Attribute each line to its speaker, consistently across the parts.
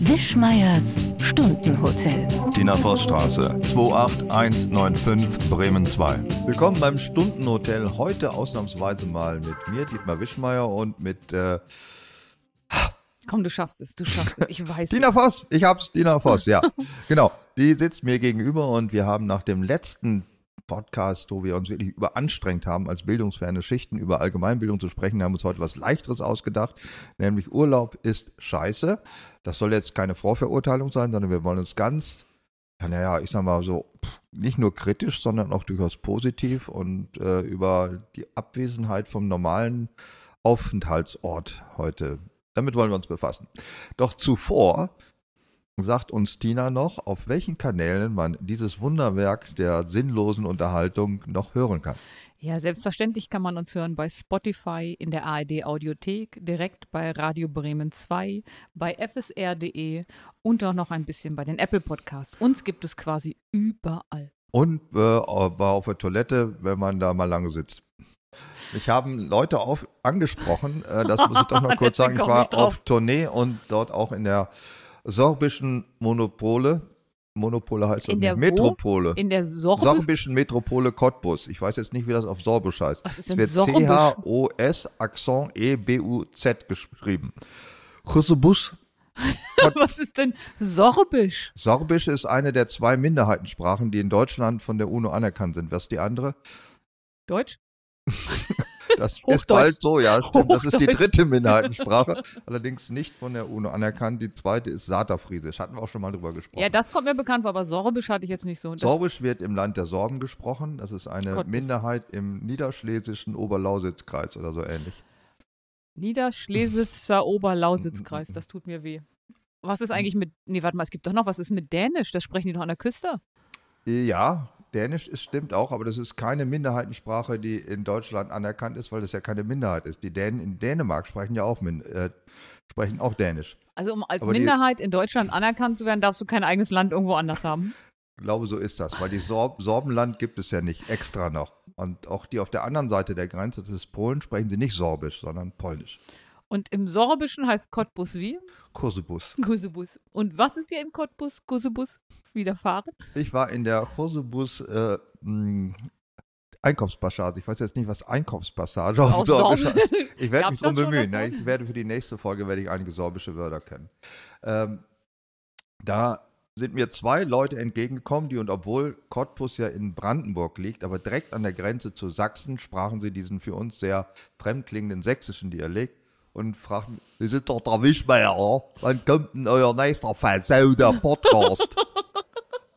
Speaker 1: Wischmeiers Stundenhotel.
Speaker 2: Tina Vossstraße, 28195 Bremen 2.
Speaker 3: Willkommen beim Stundenhotel. Heute ausnahmsweise mal mit mir, Dietmar Wischmeier, und mit äh,
Speaker 4: Komm, du schaffst es, du schaffst es. Ich weiß.
Speaker 3: Dina
Speaker 4: es.
Speaker 3: Voss, ich hab's, Dina Voss, ja. genau, die sitzt mir gegenüber und wir haben nach dem letzten Podcast, wo wir uns wirklich überanstrengt haben, als bildungsferne Schichten über Allgemeinbildung zu sprechen, haben uns heute was Leichteres ausgedacht, nämlich Urlaub ist scheiße. Das soll jetzt keine Vorverurteilung sein, sondern wir wollen uns ganz, ja, naja, ich sag mal so, pff, nicht nur kritisch, sondern auch durchaus positiv und äh, über die Abwesenheit vom normalen Aufenthaltsort heute. Damit wollen wir uns befassen. Doch zuvor sagt uns Tina noch, auf welchen Kanälen man dieses Wunderwerk der sinnlosen Unterhaltung noch hören kann.
Speaker 4: Ja, selbstverständlich kann man uns hören bei Spotify, in der ARD Audiothek, direkt bei Radio Bremen 2, bei fsr.de E und auch noch ein bisschen bei den Apple Podcasts. Uns gibt es quasi überall.
Speaker 3: Und äh, war auf der Toilette, wenn man da mal lange sitzt. Mich haben Leute auf, angesprochen, äh, das muss ich doch noch kurz
Speaker 4: Deswegen
Speaker 3: sagen, ich
Speaker 4: komm
Speaker 3: war
Speaker 4: ich drauf.
Speaker 3: auf Tournee und dort auch in der sorbischen Monopole, Monopole heißt das
Speaker 4: In
Speaker 3: nicht,
Speaker 4: der wo?
Speaker 3: Metropole.
Speaker 4: In der Sorbe.
Speaker 3: Sorbischen Metropole Cottbus. Ich weiß jetzt nicht, wie das auf Sorbisch heißt.
Speaker 4: Was ist
Speaker 3: es
Speaker 4: denn
Speaker 3: wird
Speaker 4: Sorbisch?
Speaker 3: C-H-O-S, Akzent E-B-U-Z geschrieben. Chusebus.
Speaker 4: Was ist denn Sorbisch?
Speaker 3: Sorbisch ist eine der zwei Minderheitensprachen, die in Deutschland von der UNO anerkannt sind. Was ist die andere?
Speaker 4: Deutsch?
Speaker 3: Das ist
Speaker 4: Hochdeutsch.
Speaker 3: bald so, ja, stimmt. Das ist die
Speaker 4: Hochdeutsch.
Speaker 3: dritte Minderheitensprache, allerdings nicht von der UNO anerkannt. Die zweite ist Saterfriesisch. Hatten wir auch schon mal drüber gesprochen.
Speaker 4: Ja, das kommt mir bekannt vor, aber Sorbisch hatte ich jetzt nicht so. Das,
Speaker 3: Sorbisch wird im Land der Sorben gesprochen. Das ist eine
Speaker 4: Cottbus.
Speaker 3: Minderheit im niederschlesischen Oberlausitzkreis oder so ähnlich.
Speaker 4: Niederschlesischer Oberlausitzkreis, das tut mir weh. Was ist eigentlich mit, nee, warte mal, es gibt doch noch, was ist mit Dänisch? Das sprechen die doch an der Küste.
Speaker 3: Äh, Ja, Dänisch ist, stimmt auch, aber das ist keine Minderheitensprache, die in Deutschland anerkannt ist, weil das ja keine Minderheit ist. Die Dänen in Dänemark sprechen ja auch, min- äh, sprechen auch Dänisch.
Speaker 4: Also um als
Speaker 3: Aber die-
Speaker 4: Minderheit in Deutschland anerkannt zu werden, darfst du kein eigenes Land irgendwo anders haben.
Speaker 3: Ich glaube, so ist das, weil die Sor Sorbenland gibt es ja nicht extra noch. Und auch die auf der anderen Seite der Grenze, das ist Polen, sprechen sie nicht Sorbisch, sondern Polnisch.
Speaker 4: Und im Sorbischen heißt Cottbus wie?
Speaker 3: Kursebus.
Speaker 4: Gusebus. Und was ist dir in Cottbus, Gusebus widerfahren?
Speaker 3: Ich war in der Kursebus äh, mh, Einkaufspassage. Ich weiß jetzt nicht, was Einkaufspassage auf
Speaker 4: Aus
Speaker 3: Sorbisch
Speaker 4: Sorben?
Speaker 3: heißt. Ich werde
Speaker 4: Gab's
Speaker 3: mich drum
Speaker 4: das schon,
Speaker 3: bemühen.
Speaker 4: das
Speaker 3: Ne? Ich werde für die nächste Folge werde ich einige sorbische Wörter kennen. Ähm, da sind mir zwei Leute entgegengekommen, die und obwohl Cottbus ja in Brandenburg liegt, aber direkt an der Grenze zu Sachsen sprachen sie diesen für uns sehr fremdklingenden sächsischen Dialekt und fragten, Sie sind doch der Wischmeier, oder? wann kommt denn euer nächster versauder Podcast?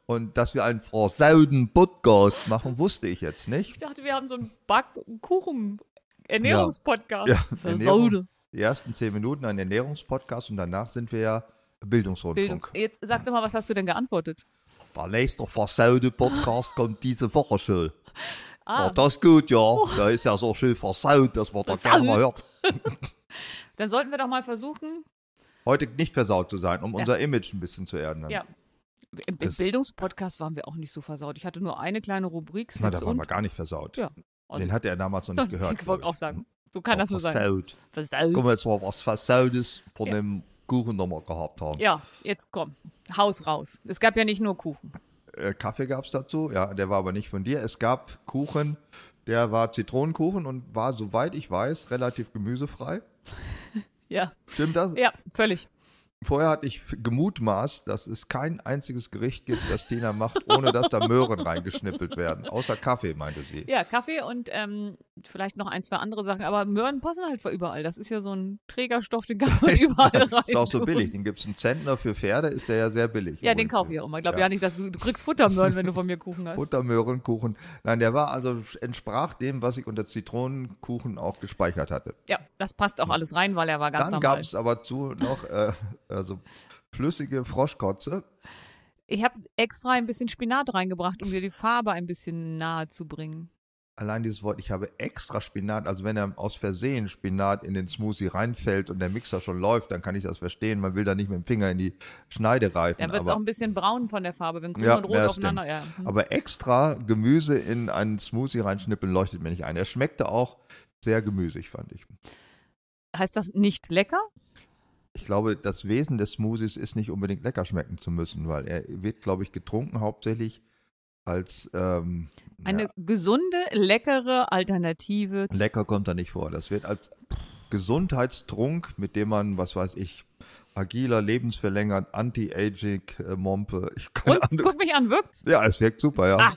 Speaker 3: und dass wir einen versauden Podcast machen, wusste ich jetzt nicht.
Speaker 4: Ich dachte, wir haben so einen Back-Kuchen-Ernährungspodcast.
Speaker 3: Ja,
Speaker 4: Versaude.
Speaker 3: Die ersten zehn Minuten ein Ernährungspodcast und danach sind wir ja Bildungsrundfunk.
Speaker 4: Bildung. Jetzt sag doch mal, was hast du denn geantwortet?
Speaker 3: Der nächste versaute Podcast kommt diese Woche schon.
Speaker 4: Ah, Oh.
Speaker 3: War das gut, ja? Da ist ja so schön versaut, dass man da gerne mal hört.
Speaker 4: dann sollten wir doch mal versuchen.
Speaker 3: Heute nicht versaut zu sein, um unser Image ein bisschen zu erden.
Speaker 4: Ja. Im, im
Speaker 3: Das-
Speaker 4: Bildungspodcast waren wir auch nicht so versaut. Ich hatte nur eine kleine Rubrik.
Speaker 3: Na,
Speaker 4: Sex
Speaker 3: da waren
Speaker 4: und-
Speaker 3: wir gar nicht versaut.
Speaker 4: Ja. Also-
Speaker 3: Den hatte er damals noch nicht gehört.
Speaker 4: Ich wollte auch sagen. So kann das nur sein.
Speaker 3: versaut.
Speaker 4: Versaut.
Speaker 3: Guck mal, jetzt war was Versautes von
Speaker 4: Ja.
Speaker 3: dem Kuchen, den wir gehabt haben.
Speaker 4: Ja, jetzt komm. Haus raus. Es gab ja nicht nur Kuchen.
Speaker 3: Äh, Kaffee gab es dazu, ja, der war aber nicht von dir. Es gab Kuchen, der war Zitronenkuchen und war, soweit ich weiß, relativ gemüsefrei.
Speaker 4: Ja,
Speaker 3: Stimmt das?
Speaker 4: ja, völlig.
Speaker 3: Vorher hatte ich f- gemutmaßt, dass es kein einziges Gericht gibt, das Tina macht, ohne dass da Möhren reingeschnippelt werden. Außer Kaffee, meinte sie.
Speaker 4: Ja, Kaffee und ähm, vielleicht noch ein, zwei andere Sachen. Aber Möhren passen halt für überall. Das ist ja so ein Trägerstoff, den kann man überall rein.
Speaker 3: Ist auch so
Speaker 4: tun.
Speaker 3: billig. Den gibt es einen Zentner für Pferde, ist der ja sehr billig.
Speaker 4: Ja, den kaufe ich auch immer. Ich glaube ja.
Speaker 3: Ja.
Speaker 4: nicht, dass du, du kriegst Futtermöhren, wenn du von mir Kuchen hast.
Speaker 3: Buttermöhrenkuchen. Nein, der war also entsprach dem, was ich unter Zitronenkuchen auch gespeichert hatte.
Speaker 4: Ja, das passt auch alles rein, weil er war ganz
Speaker 3: Dann gab
Speaker 4: normal.
Speaker 3: es aber zu noch äh, also flüssige Froschkotze.
Speaker 4: Ich habe extra ein bisschen Spinat reingebracht, um dir die Farbe ein bisschen nahe zu bringen.
Speaker 3: Allein dieses Wort, ich habe extra Spinat, also wenn er aus Versehen Spinat in den Smoothie reinfällt und der Mixer schon läuft, dann kann ich das verstehen. Man will da nicht mit dem Finger in die Schneide reifen.
Speaker 4: Dann wird es auch
Speaker 3: Aber,
Speaker 4: ein bisschen braun von der Farbe, wenn grün
Speaker 3: Ja,
Speaker 4: und rot
Speaker 3: ja,
Speaker 4: aufeinander. Ja.
Speaker 3: aber extra Gemüse in einen Smoothie reinschnippeln leuchtet mir nicht ein. Er schmeckte auch sehr gemüsig, fand ich.
Speaker 4: Heißt das nicht lecker?
Speaker 3: Ich ich glaube, das Wesen des Smoothies ist nicht unbedingt lecker schmecken zu müssen, weil er wird, glaube ich, getrunken hauptsächlich als ähm,
Speaker 4: Eine
Speaker 3: ja,
Speaker 4: gesunde, leckere Alternative. zu-
Speaker 3: lecker kommt da nicht vor. Das wird als Gesundheitstrunk, mit dem man, was weiß ich, agiler, lebensverlängernd, anti-aging, äh, Mompe, ich keine
Speaker 4: Und
Speaker 3: Ahnung.
Speaker 4: guck mich an, wirkt's?
Speaker 3: Ja, es wirkt super, ja.
Speaker 4: Ah.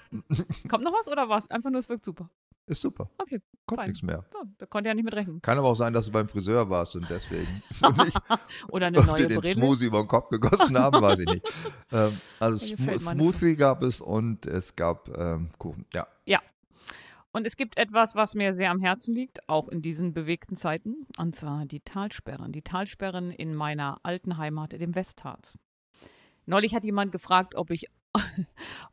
Speaker 4: Kommt noch was oder was? Einfach nur, es wirkt super.
Speaker 3: Ist super.
Speaker 4: Okay,
Speaker 3: Kommt
Speaker 4: fein.
Speaker 3: nichts mehr.
Speaker 4: So, da konnte ja nicht mit rechnen.
Speaker 3: Kann aber auch sein, dass du beim Friseur warst und deswegen für mich
Speaker 4: Oder eine
Speaker 3: ob
Speaker 4: neue
Speaker 3: die den
Speaker 4: Brille.
Speaker 3: Smoothie über den Kopf gegossen haben, weiß ich nicht. Ähm, also
Speaker 4: Mir
Speaker 3: Sm
Speaker 4: gefällt meine
Speaker 3: Smoothie gab es und es gab ähm, Kuchen. Ja,
Speaker 4: Und es gibt etwas, was mir sehr am Herzen liegt, auch in diesen bewegten Zeiten, und zwar die Talsperren. Die Talsperren in meiner alten Heimat, dem Westharz. Neulich hat jemand gefragt, ob ich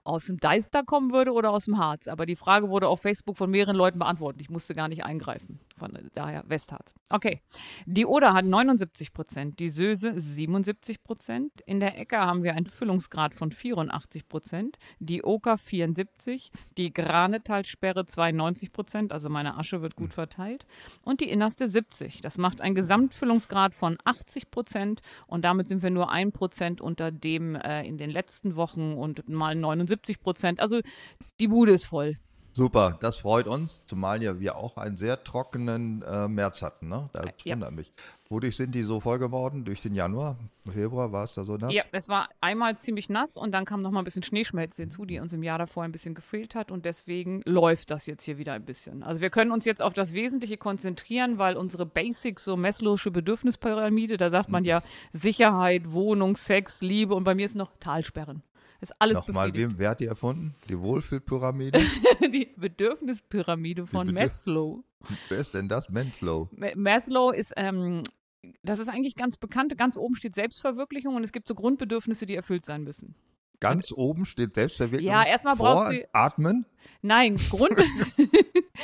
Speaker 4: aus dem Deister kommen würde oder aus dem Harz. Aber die Frage wurde auf Facebook von mehreren Leuten beantwortet. Ich musste gar nicht eingreifen. Von daher Westharz. Okay. Die Oder hat 79 Prozent, die Söse 77 Prozent. In der Ecker haben wir einen Füllungsgrad von 84 Prozent, die Oker 74, die Granetalsperre 92 Prozent, also meine Asche wird gut verteilt, und die Innerste 70. Das macht einen Gesamtfüllungsgrad von 80 Prozent und damit sind wir nur ein Prozent unter dem äh, in den letzten Wochen und mal 79 Prozent. Also die Bude ist voll.
Speaker 3: super, das freut uns, zumal ja wir auch einen sehr trockenen äh, März hatten. Ne? Das
Speaker 4: Ja.
Speaker 3: wundert mich. Wodurch sind die so voll geworden? Durch den Januar? Februar war es da so nass?
Speaker 4: Ja, es war einmal ziemlich nass und dann kam noch mal ein bisschen Schneeschmelze hinzu, die uns im Jahr davor ein bisschen gefehlt hat und deswegen läuft das jetzt hier wieder ein bisschen. Also wir können uns jetzt auf das Wesentliche konzentrieren, weil unsere Basics, so Maslow'sche Bedürfnispyramide, da sagt man ja Sicherheit, Wohnung, Sex, Liebe und bei mir ist noch Talsperren. Ist alles
Speaker 3: Nochmal,
Speaker 4: befriedigt.
Speaker 3: wem, wer hat die erfunden? Die Wohlfühlpyramide?
Speaker 4: Die Bedürfnispyramide von
Speaker 3: Bedürf-
Speaker 4: Maslow.
Speaker 3: wer ist denn das? Menslow.
Speaker 4: Ma- Maslow ist, ähm, das ist eigentlich ganz bekannt. Ganz oben steht Selbstverwirklichung und es gibt so Grundbedürfnisse, die erfüllt sein müssen.
Speaker 3: Ganz oben steht Selbstverwirklichung.
Speaker 4: Ja, erstmal
Speaker 3: vor,
Speaker 4: brauchst du-
Speaker 3: Atmen?
Speaker 4: Nein, Grund,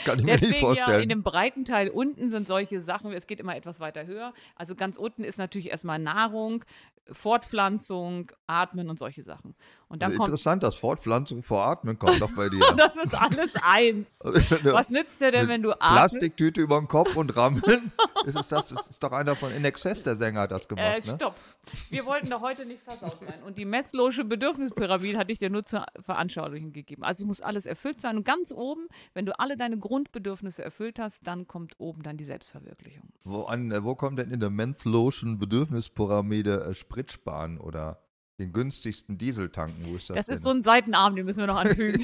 Speaker 3: Kann ich mir nicht
Speaker 4: deswegen ja, in
Speaker 3: vorstellen.
Speaker 4: dem breiten Teil unten sind solche Sachen, es geht immer etwas weiter höher. Also ganz unten ist natürlich erstmal Nahrung, Fortpflanzung, Atmen und solche Sachen. Und dann
Speaker 3: also
Speaker 4: kommt,
Speaker 3: interessant, dass Fortpflanzung vor Atmen kommt doch bei dir.
Speaker 4: das ist alles eins.
Speaker 3: Also,
Speaker 4: Was nützt dir denn,
Speaker 3: äh,
Speaker 4: wenn du atmest?
Speaker 3: Plastiktüte über den Kopf und rammeln. ist es das? das ist doch einer von In Excess, der Sänger hat das
Speaker 4: Äh,
Speaker 3: gemacht, ne?
Speaker 4: stopp. Wir wollten doch heute nicht versaut sein. Und die Maslow'sche Bedürfnispyramide hatte ich dir nur zur Veranschaulichung gegeben. Also es muss alles erfüllt sein. Und ganz oben, wenn du alle deine Grundbedürfnisse erfüllt hast, dann kommt oben dann die Selbstverwirklichung.
Speaker 3: Wo, an, äh, wo kommt denn in der Menslowschen Bedürfnispyramide äh, Sprit sparen oder den günstigsten Diesel tanken? Wo ist das,
Speaker 4: Das
Speaker 3: denn?
Speaker 4: ist so ein Seitenarm, den müssen wir noch anfügen.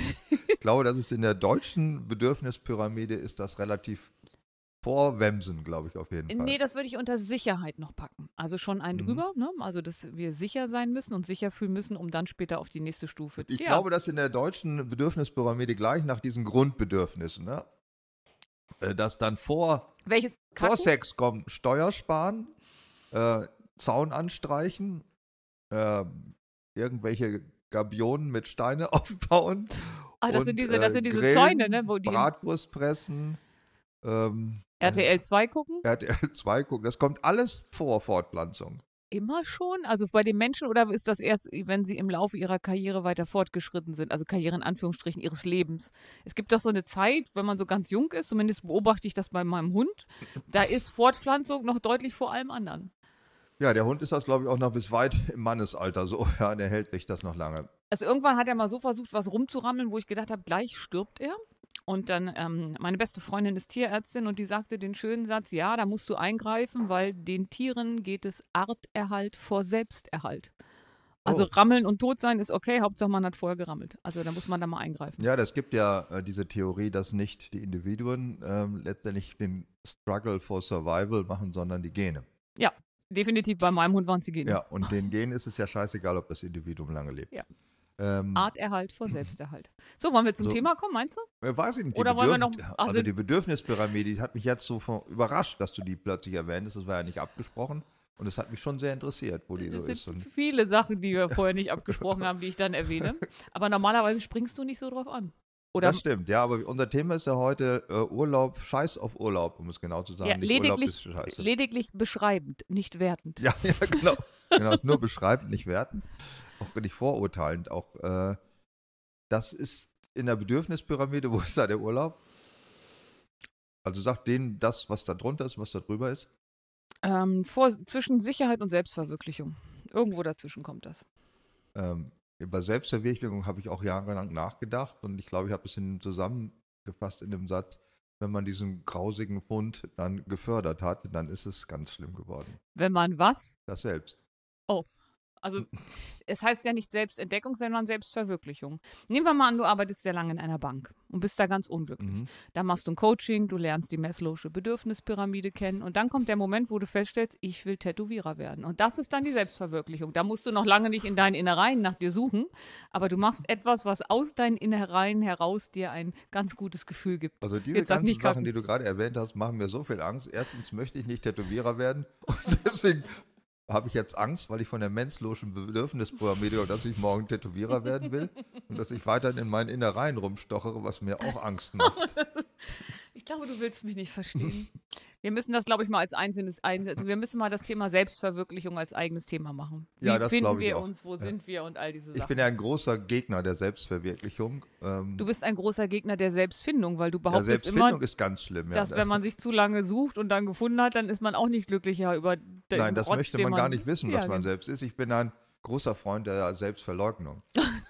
Speaker 3: ich glaube, das ist in der deutschen Bedürfnispyramide ist das relativ vor Wemsen, glaube ich, auf jeden Fall. Mhm.
Speaker 4: Nee, das würde ich unter Sicherheit noch packen. Also schon einen drüber, ne? Also, dass wir sicher sein müssen und sicher fühlen müssen, um dann später auf die nächste Stufe.
Speaker 3: ich
Speaker 4: ja.
Speaker 3: glaube, dass in der deutschen Bedürfnispyramide gleich nach diesen Grundbedürfnissen, ne? Äh, dass dann vor
Speaker 4: Welches
Speaker 3: Vor
Speaker 4: Kacken?
Speaker 3: Sex kommen Steuer sparen, äh, Zaun anstreichen, äh, irgendwelche Gabionen mit Steine aufbauen.
Speaker 4: Ah, das
Speaker 3: und,
Speaker 4: sind diese, das
Speaker 3: äh,
Speaker 4: sind diese
Speaker 3: Grillen,
Speaker 4: Zäune, ne? Wo die in
Speaker 3: Bratwurst pressen, ähm,
Speaker 4: RTL 2 gucken.
Speaker 3: RTL 2 gucken. Das kommt alles vor Fortpflanzung.
Speaker 4: Immer schon? Also bei den Menschen oder ist das erst, wenn sie im Laufe ihrer Karriere weiter fortgeschritten sind? Also Karriere in Anführungsstrichen ihres Lebens. Es gibt doch so eine Zeit, wenn man so ganz jung ist, zumindest beobachte ich das bei meinem Hund, da ist Fortpflanzung noch deutlich vor allem anderen.
Speaker 3: Ja, der Hund ist das, glaube ich, auch noch bis weit im Mannesalter so. Ja, der hält sich das noch lange.
Speaker 4: Also irgendwann hat er mal so versucht, was rumzurammeln, wo ich gedacht habe, gleich stirbt er. Und dann, ähm, meine beste Freundin ist Tierärztin und die sagte den schönen Satz, ja, da musst du eingreifen, weil den Tieren geht es Arterhalt vor Selbsterhalt. Also
Speaker 3: Oh.
Speaker 4: rammeln und tot sein ist okay, Hauptsache man hat vorher gerammelt. Also da muss man da mal eingreifen.
Speaker 3: Ja, das gibt ja äh, diese Theorie, dass nicht die Individuen ähm, letztendlich den Struggle for Survival machen, sondern die Gene.
Speaker 4: Definitiv bei meinem Hund waren sie gegen.
Speaker 3: Ja, und den Genen ist es ja scheißegal, ob das Individuum lange lebt.
Speaker 4: Genau. Ja.
Speaker 3: Ähm,
Speaker 4: Arterhalt vor Selbsterhalt. So, wollen wir zum
Speaker 3: So.
Speaker 4: Thema kommen, meinst du?
Speaker 3: äh, weiß ich nicht, die
Speaker 4: oder wollen wir
Speaker 3: Bedürf-
Speaker 4: noch- also-
Speaker 3: also, die Bedürfnispyramide, die hat mich jetzt so von, überrascht, dass du die plötzlich erwähntest. Das war ja nicht abgesprochen. Und es hat mich schon sehr interessiert, wo die so
Speaker 4: Das
Speaker 3: ist.
Speaker 4: sind
Speaker 3: Und
Speaker 4: viele Sachen, die wir vorher nicht abgesprochen haben, die ich dann erwähne. Aber normalerweise springst du nicht so drauf an. Oder
Speaker 3: das stimmt, ja, aber unser Thema ist ja heute äh, Urlaub, Scheiß auf Urlaub, um es genau zu sagen.
Speaker 4: Ja,
Speaker 3: nicht
Speaker 4: lediglich,
Speaker 3: Urlaub ist Scheiße.
Speaker 4: lediglich beschreibend, nicht wertend.
Speaker 3: ja, ja, genau. genau ist nur beschreibend, nicht werten. Auch nicht vorurteilend. Auch äh, das ist in der Bedürfnispyramide, wo ist da der Urlaub? Also sagt denen das, was da drunter ist, was da drüber ist.
Speaker 4: Ähm, vor, zwischen Sicherheit und Selbstverwirklichung. Irgendwo dazwischen kommt das.
Speaker 3: Ähm, über Selbstverwirklichung habe ich auch jahrelang nachgedacht und ich glaube, ich habe es in- zusammengefasst in dem Satz, wenn man diesen grausigen Fund dann gefördert hat, dann ist es ganz schlimm geworden.
Speaker 4: Wenn man was?
Speaker 3: Das selbst.
Speaker 4: Also es heißt ja nicht Selbstentdeckung, sondern Selbstverwirklichung. Nehmen wir mal an, du arbeitest sehr lange in einer Bank und bist da ganz unglücklich.
Speaker 3: Mhm.
Speaker 4: Da machst du ein Coaching, du lernst die Maslow'sche Bedürfnispyramide kennen und dann kommt der Moment, wo du feststellst, ich will Tätowierer werden. Und das ist dann die Selbstverwirklichung. Da musst du noch lange nicht in deinen Innereien nach dir suchen, aber du machst etwas, was aus deinen Innereien heraus dir ein ganz gutes Gefühl gibt.
Speaker 3: Also diese
Speaker 4: Jetzt sag
Speaker 3: ganzen
Speaker 4: nicht
Speaker 3: Sachen,
Speaker 4: Karten.
Speaker 3: die du gerade erwähnt hast, machen mir so viel Angst. Erstens möchte ich nicht Tätowierer werden und deswegen habe ich jetzt Angst, weil ich von der menschlosen Bedürfnispyramide, und dass ich morgen Tätowierer werden will und dass ich weiterhin in meinen Innereien rumstochere, was mir auch Angst macht.
Speaker 4: Ich glaube, du willst mich nicht verstehen. Wir müssen das, glaube ich, mal als einzelnes einsetzen. Wir müssen mal das Thema Selbstverwirklichung als eigenes Thema machen. Wie
Speaker 3: Ja, das
Speaker 4: finden
Speaker 3: glaube ich
Speaker 4: wir
Speaker 3: auch.
Speaker 4: uns, wo sind wir und all diese
Speaker 3: Ich
Speaker 4: Sachen.
Speaker 3: bin ja ein großer Gegner der Selbstverwirklichung. Ähm,
Speaker 4: du bist ein großer Gegner der Selbstfindung, weil du
Speaker 3: ja,
Speaker 4: behauptest
Speaker 3: Selbstfindung
Speaker 4: immer,
Speaker 3: ist ganz schlimm. Ja.
Speaker 4: dass wenn man sich zu lange sucht und dann gefunden hat, dann ist man auch nicht glücklicher über den
Speaker 3: Nein, das
Speaker 4: Rotz,
Speaker 3: möchte
Speaker 4: den
Speaker 3: man gar nicht wissen, was
Speaker 4: Ja,
Speaker 3: man
Speaker 4: genau.
Speaker 3: selbst ist. Ich bin ein großer Freund der Selbstverleugnung.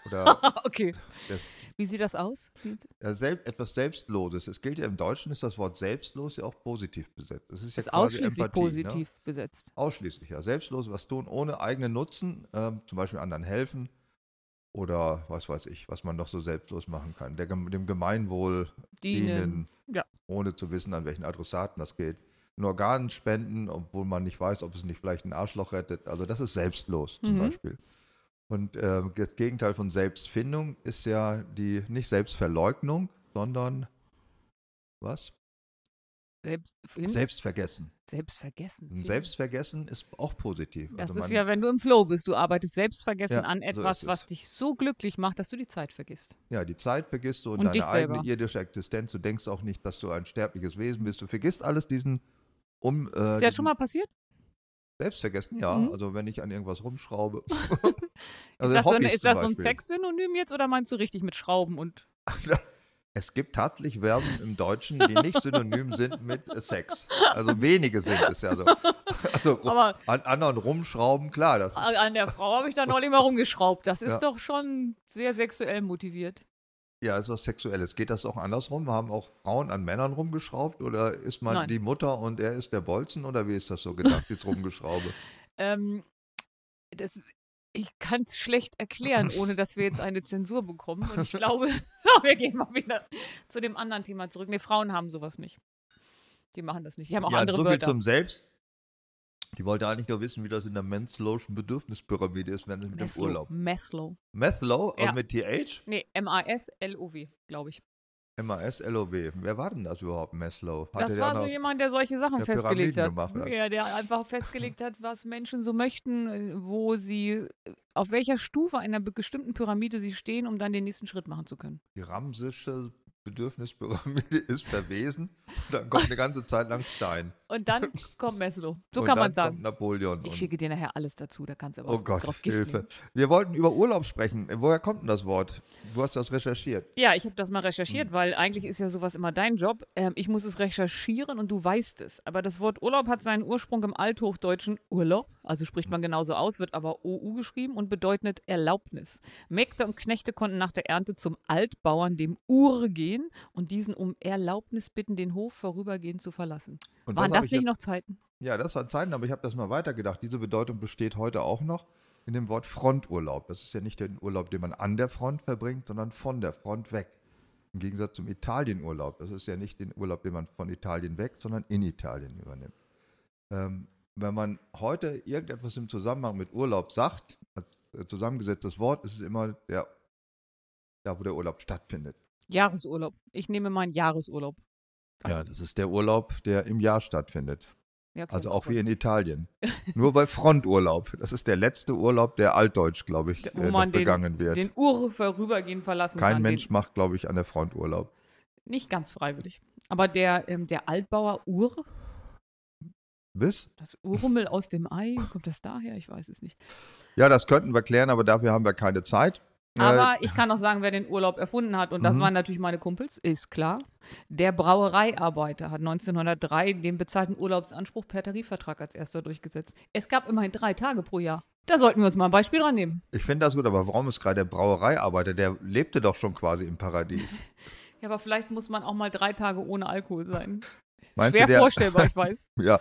Speaker 3: Oder
Speaker 4: Okay,
Speaker 3: des,
Speaker 4: wie sieht das aus? Wie-
Speaker 3: Ja, selb, etwas Selbstloses. Es gilt ja im Deutschen, ist das Wort selbstlos ja auch positiv besetzt. Es ist ja
Speaker 4: Ist
Speaker 3: quasi
Speaker 4: ausschließlich
Speaker 3: Empathie, Ne?
Speaker 4: positiv besetzt.
Speaker 3: Ausschließlich, ja. Selbstlos was tun, ohne eigenen Nutzen, ähm, zum Beispiel anderen helfen oder was weiß ich, was man noch so selbstlos machen kann. Der, Gem- dem Gemeinwohl
Speaker 4: Dienen.
Speaker 3: dienen,
Speaker 4: Ja.
Speaker 3: ohne zu wissen, an welchen Adressaten das geht. Ein Organ spenden, obwohl man nicht weiß, ob es nicht vielleicht ein Arschloch rettet. Also das ist selbstlos zum
Speaker 4: Mhm.
Speaker 3: Beispiel. Und äh, das Gegenteil von Selbstfindung ist ja die nicht Selbstverleugnung, sondern was?
Speaker 4: Selbst,
Speaker 3: Selbstvergessen.
Speaker 4: Selbstvergessen.
Speaker 3: Und Selbstvergessen ist auch positiv.
Speaker 4: Das
Speaker 3: Also
Speaker 4: ist
Speaker 3: man-
Speaker 4: ja, wenn du im Flow bist, du arbeitest selbstvergessen
Speaker 3: Ja,
Speaker 4: an
Speaker 3: so
Speaker 4: etwas,
Speaker 3: ist es. Äh,
Speaker 4: was dich so glücklich macht, dass du die Zeit vergisst.
Speaker 3: Ja, die Zeit vergisst du und,
Speaker 4: Und dich
Speaker 3: deine eigene
Speaker 4: selber.
Speaker 3: irdische Existenz. Du denkst auch nicht, dass du ein sterbliches Wesen bist. Du vergisst alles diesen um äh,
Speaker 4: Ist ja
Speaker 3: diesen
Speaker 4: schon mal passiert?
Speaker 3: Selbstvergessen, ja.
Speaker 4: Mhm.
Speaker 3: Also wenn ich an irgendwas rumschraube. Also,
Speaker 4: Ist das, so, eine-
Speaker 3: Hobbys
Speaker 4: ist
Speaker 3: zum
Speaker 4: das so ein
Speaker 3: Beispiel.
Speaker 4: Sexsynonym jetzt oder meinst du richtig mit Schrauben und
Speaker 3: Es gibt tatsächlich Verben im Deutschen, die nicht synonym sind mit Sex. Also wenige sind es ja so. Also ru-
Speaker 4: Aber-
Speaker 3: an anderen rumschrauben, klar, das ist,
Speaker 4: an der Frau habe ich da neulich mal rumgeschraubt. Das ist
Speaker 3: Ja.
Speaker 4: doch schon sehr sexuell motiviert.
Speaker 3: ja, ist was Sexuelles. Geht das auch andersrum? Haben auch Frauen an Männern rumgeschraubt oder ist man
Speaker 4: Nein.
Speaker 3: die Mutter und er ist der Bolzen oder wie ist das so gedacht, jetzt rumgeschraube?
Speaker 4: Ähm, das, ich kann es schlecht erklären, ohne dass wir jetzt eine Zensur bekommen. Und ich glaube, wir gehen mal wieder zu dem anderen Thema zurück. Nee, Frauen haben sowas nicht. Die machen das nicht. Die haben auch
Speaker 3: ja,
Speaker 4: andere
Speaker 3: so viel
Speaker 4: Wörter.
Speaker 3: zum Selbst. Ich wollte eigentlich nur wissen, wie das in der Menslow'schen Bedürfnispyramide ist, wenn mit dem
Speaker 4: Maslow.
Speaker 3: Urlaub.
Speaker 4: Maslow.
Speaker 3: Methlow
Speaker 4: Ja.
Speaker 3: und äh, mit TH?
Speaker 4: Nee, M-A-S-L-O-W, glaube ich.
Speaker 3: M-A-S-L-O-W. Wer war denn das überhaupt, Maslow?
Speaker 4: das war so jemand, der solche Sachen
Speaker 3: der
Speaker 4: festgelegt hat.
Speaker 3: Pyramiden gemacht hat.
Speaker 4: Ja, der einfach festgelegt hat, was Menschen so möchten, äh, wo sie, äh, auf welcher Stufe einer be- bestimmten Pyramide sie stehen, um dann den nächsten Schritt machen zu können.
Speaker 3: die ramsische Bedürfnispyramide ist verwesen. Dann kommt eine ganze Zeit lang Stein.
Speaker 4: Und dann kommt Maslow. So
Speaker 3: und
Speaker 4: kann
Speaker 3: dann
Speaker 4: man sagen.
Speaker 3: Kommt Napoleon.
Speaker 4: Ich
Speaker 3: Und,
Speaker 4: schicke dir nachher alles dazu, da kannst du aber
Speaker 3: oh
Speaker 4: auch
Speaker 3: Gott,
Speaker 4: drauf Gift
Speaker 3: Hilfe.
Speaker 4: nehmen.
Speaker 3: Wir wollten über Urlaub sprechen. Woher kommt denn das Wort? Du hast das recherchiert.
Speaker 4: Ja, ich habe das mal
Speaker 3: Mhm.
Speaker 4: recherchiert, weil eigentlich ist ja sowas immer dein Job. Ähm, ich muss es recherchieren und du weißt es. Aber das Wort Urlaub hat seinen Ursprung im althochdeutschen Urlaub, also spricht man genauso aus, wird aber OU geschrieben und bedeutet Erlaubnis. Mägde und Knechte konnten nach der Ernte zum Altbauern, dem Ur, gehen und diesen um Erlaubnis bitten, den Hof vorübergehend zu verlassen.
Speaker 3: Und
Speaker 4: Waren
Speaker 3: das hab
Speaker 4: das
Speaker 3: ich
Speaker 4: nicht
Speaker 3: jetzt-
Speaker 4: noch Zeiten?
Speaker 3: Ja, das waren Zeiten, aber ich habe das mal weitergedacht. Diese Bedeutung besteht heute auch noch in dem Wort Fronturlaub. Das ist ja nicht der Urlaub, den man an der Front verbringt, sondern von der Front weg. Im Gegensatz zum Italienurlaub. Das ist ja nicht den Urlaub, den man von Italien weg, sondern in Italien übernimmt. Ähm, wenn man heute irgendetwas im Zusammenhang mit Urlaub sagt, als äh, zusammengesetztes Wort, ist es immer der, da, wo der Urlaub stattfindet.
Speaker 4: Jahresurlaub. Ich nehme meinen Jahresurlaub.
Speaker 3: Ja, das ist der Urlaub, der im Jahr stattfindet.
Speaker 4: Ja, okay,
Speaker 3: Also auch
Speaker 4: super.
Speaker 3: wie in Italien. Nur bei Fronturlaub. Das ist der letzte Urlaub, der Altdeutsch, glaube ich,
Speaker 4: Wo
Speaker 3: äh, noch
Speaker 4: man oh den-
Speaker 3: begangen wird.
Speaker 4: Den Ur vorübergehend verlassen
Speaker 3: Kein
Speaker 4: kann, den-
Speaker 3: Mensch macht, glaube ich, an der Front Urlaub.
Speaker 4: Nicht ganz freiwillig. Aber der, ähm, der Altbauer Ur,
Speaker 3: Bis?
Speaker 4: das Urmel aus dem Ei, kommt das daher? Ich weiß es nicht.
Speaker 3: Ja, Mhm. das könnten wir klären, aber dafür haben wir keine Zeit. Äh,
Speaker 4: Aber ich kann auch sagen, wer den Urlaub erfunden hat, und das waren natürlich meine Kumpels, ist klar. Der Brauereiarbeiter hat 1903 den bezahlten Urlaubsanspruch per Tarifvertrag als erster durchgesetzt. Es gab immerhin drei Tage pro Jahr. Da sollten wir uns mal ein Beispiel dran nehmen.
Speaker 3: Ich finde das gut, aber warum ist gerade der Brauereiarbeiter, der lebte doch schon quasi im Paradies.
Speaker 4: Ja, aber vielleicht muss man auch mal drei Tage ohne Alkohol sein.
Speaker 3: Meinst
Speaker 4: Schwer
Speaker 3: du, der,
Speaker 4: vorstellbar, ich weiß.
Speaker 3: Ja,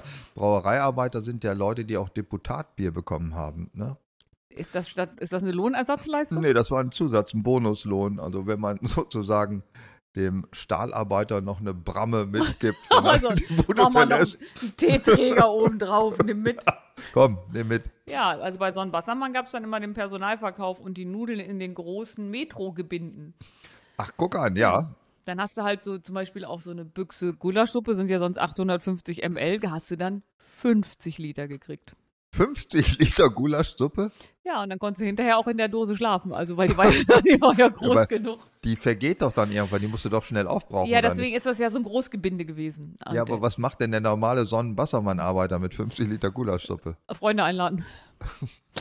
Speaker 3: Brauereiarbeiter sind ja Leute, die auch Deputatbier bekommen haben. Ne?
Speaker 4: Ist das, statt, ist das eine Lohnersatzleistung?
Speaker 3: Nee, das war ein Zusatz, ein Bonuslohn. Also wenn man sozusagen dem Stahlarbeiter noch eine Bramme mitgibt, wenn er
Speaker 4: Also,
Speaker 3: die Bude
Speaker 4: Mach mal noch
Speaker 3: verlässt.
Speaker 4: einen Teeträger oben drauf, nimm mit.
Speaker 3: Komm, nimm mit.
Speaker 4: Ja, also bei Sonnenwassermann gab es dann immer den Personalverkauf und die Nudeln in den großen Metro-Gebinden.
Speaker 3: Ach, guck an, ja.
Speaker 4: Dann hast du halt so zum Beispiel auch so eine Büchse Gulaschsuppe, sind ja sonst 850 ml, hast du dann 50 Liter gekriegt.
Speaker 3: 50 Liter Gulaschsuppe,
Speaker 4: Ja, und dann konntest du hinterher auch in der Dose schlafen, also weil die war, die war ja groß
Speaker 3: Aber-
Speaker 4: genug.
Speaker 3: die vergeht doch dann irgendwann, die musst du doch schnell aufbrauchen.
Speaker 4: Ja,
Speaker 3: oder
Speaker 4: deswegen ist das ja so ein Großgebinde gewesen.
Speaker 3: nicht? Ja,
Speaker 4: Und,
Speaker 3: aber was macht denn der normale Sonnenwassermann-Arbeiter mit 50 Liter Gulaschsuppe?
Speaker 4: äh, Freunde einladen.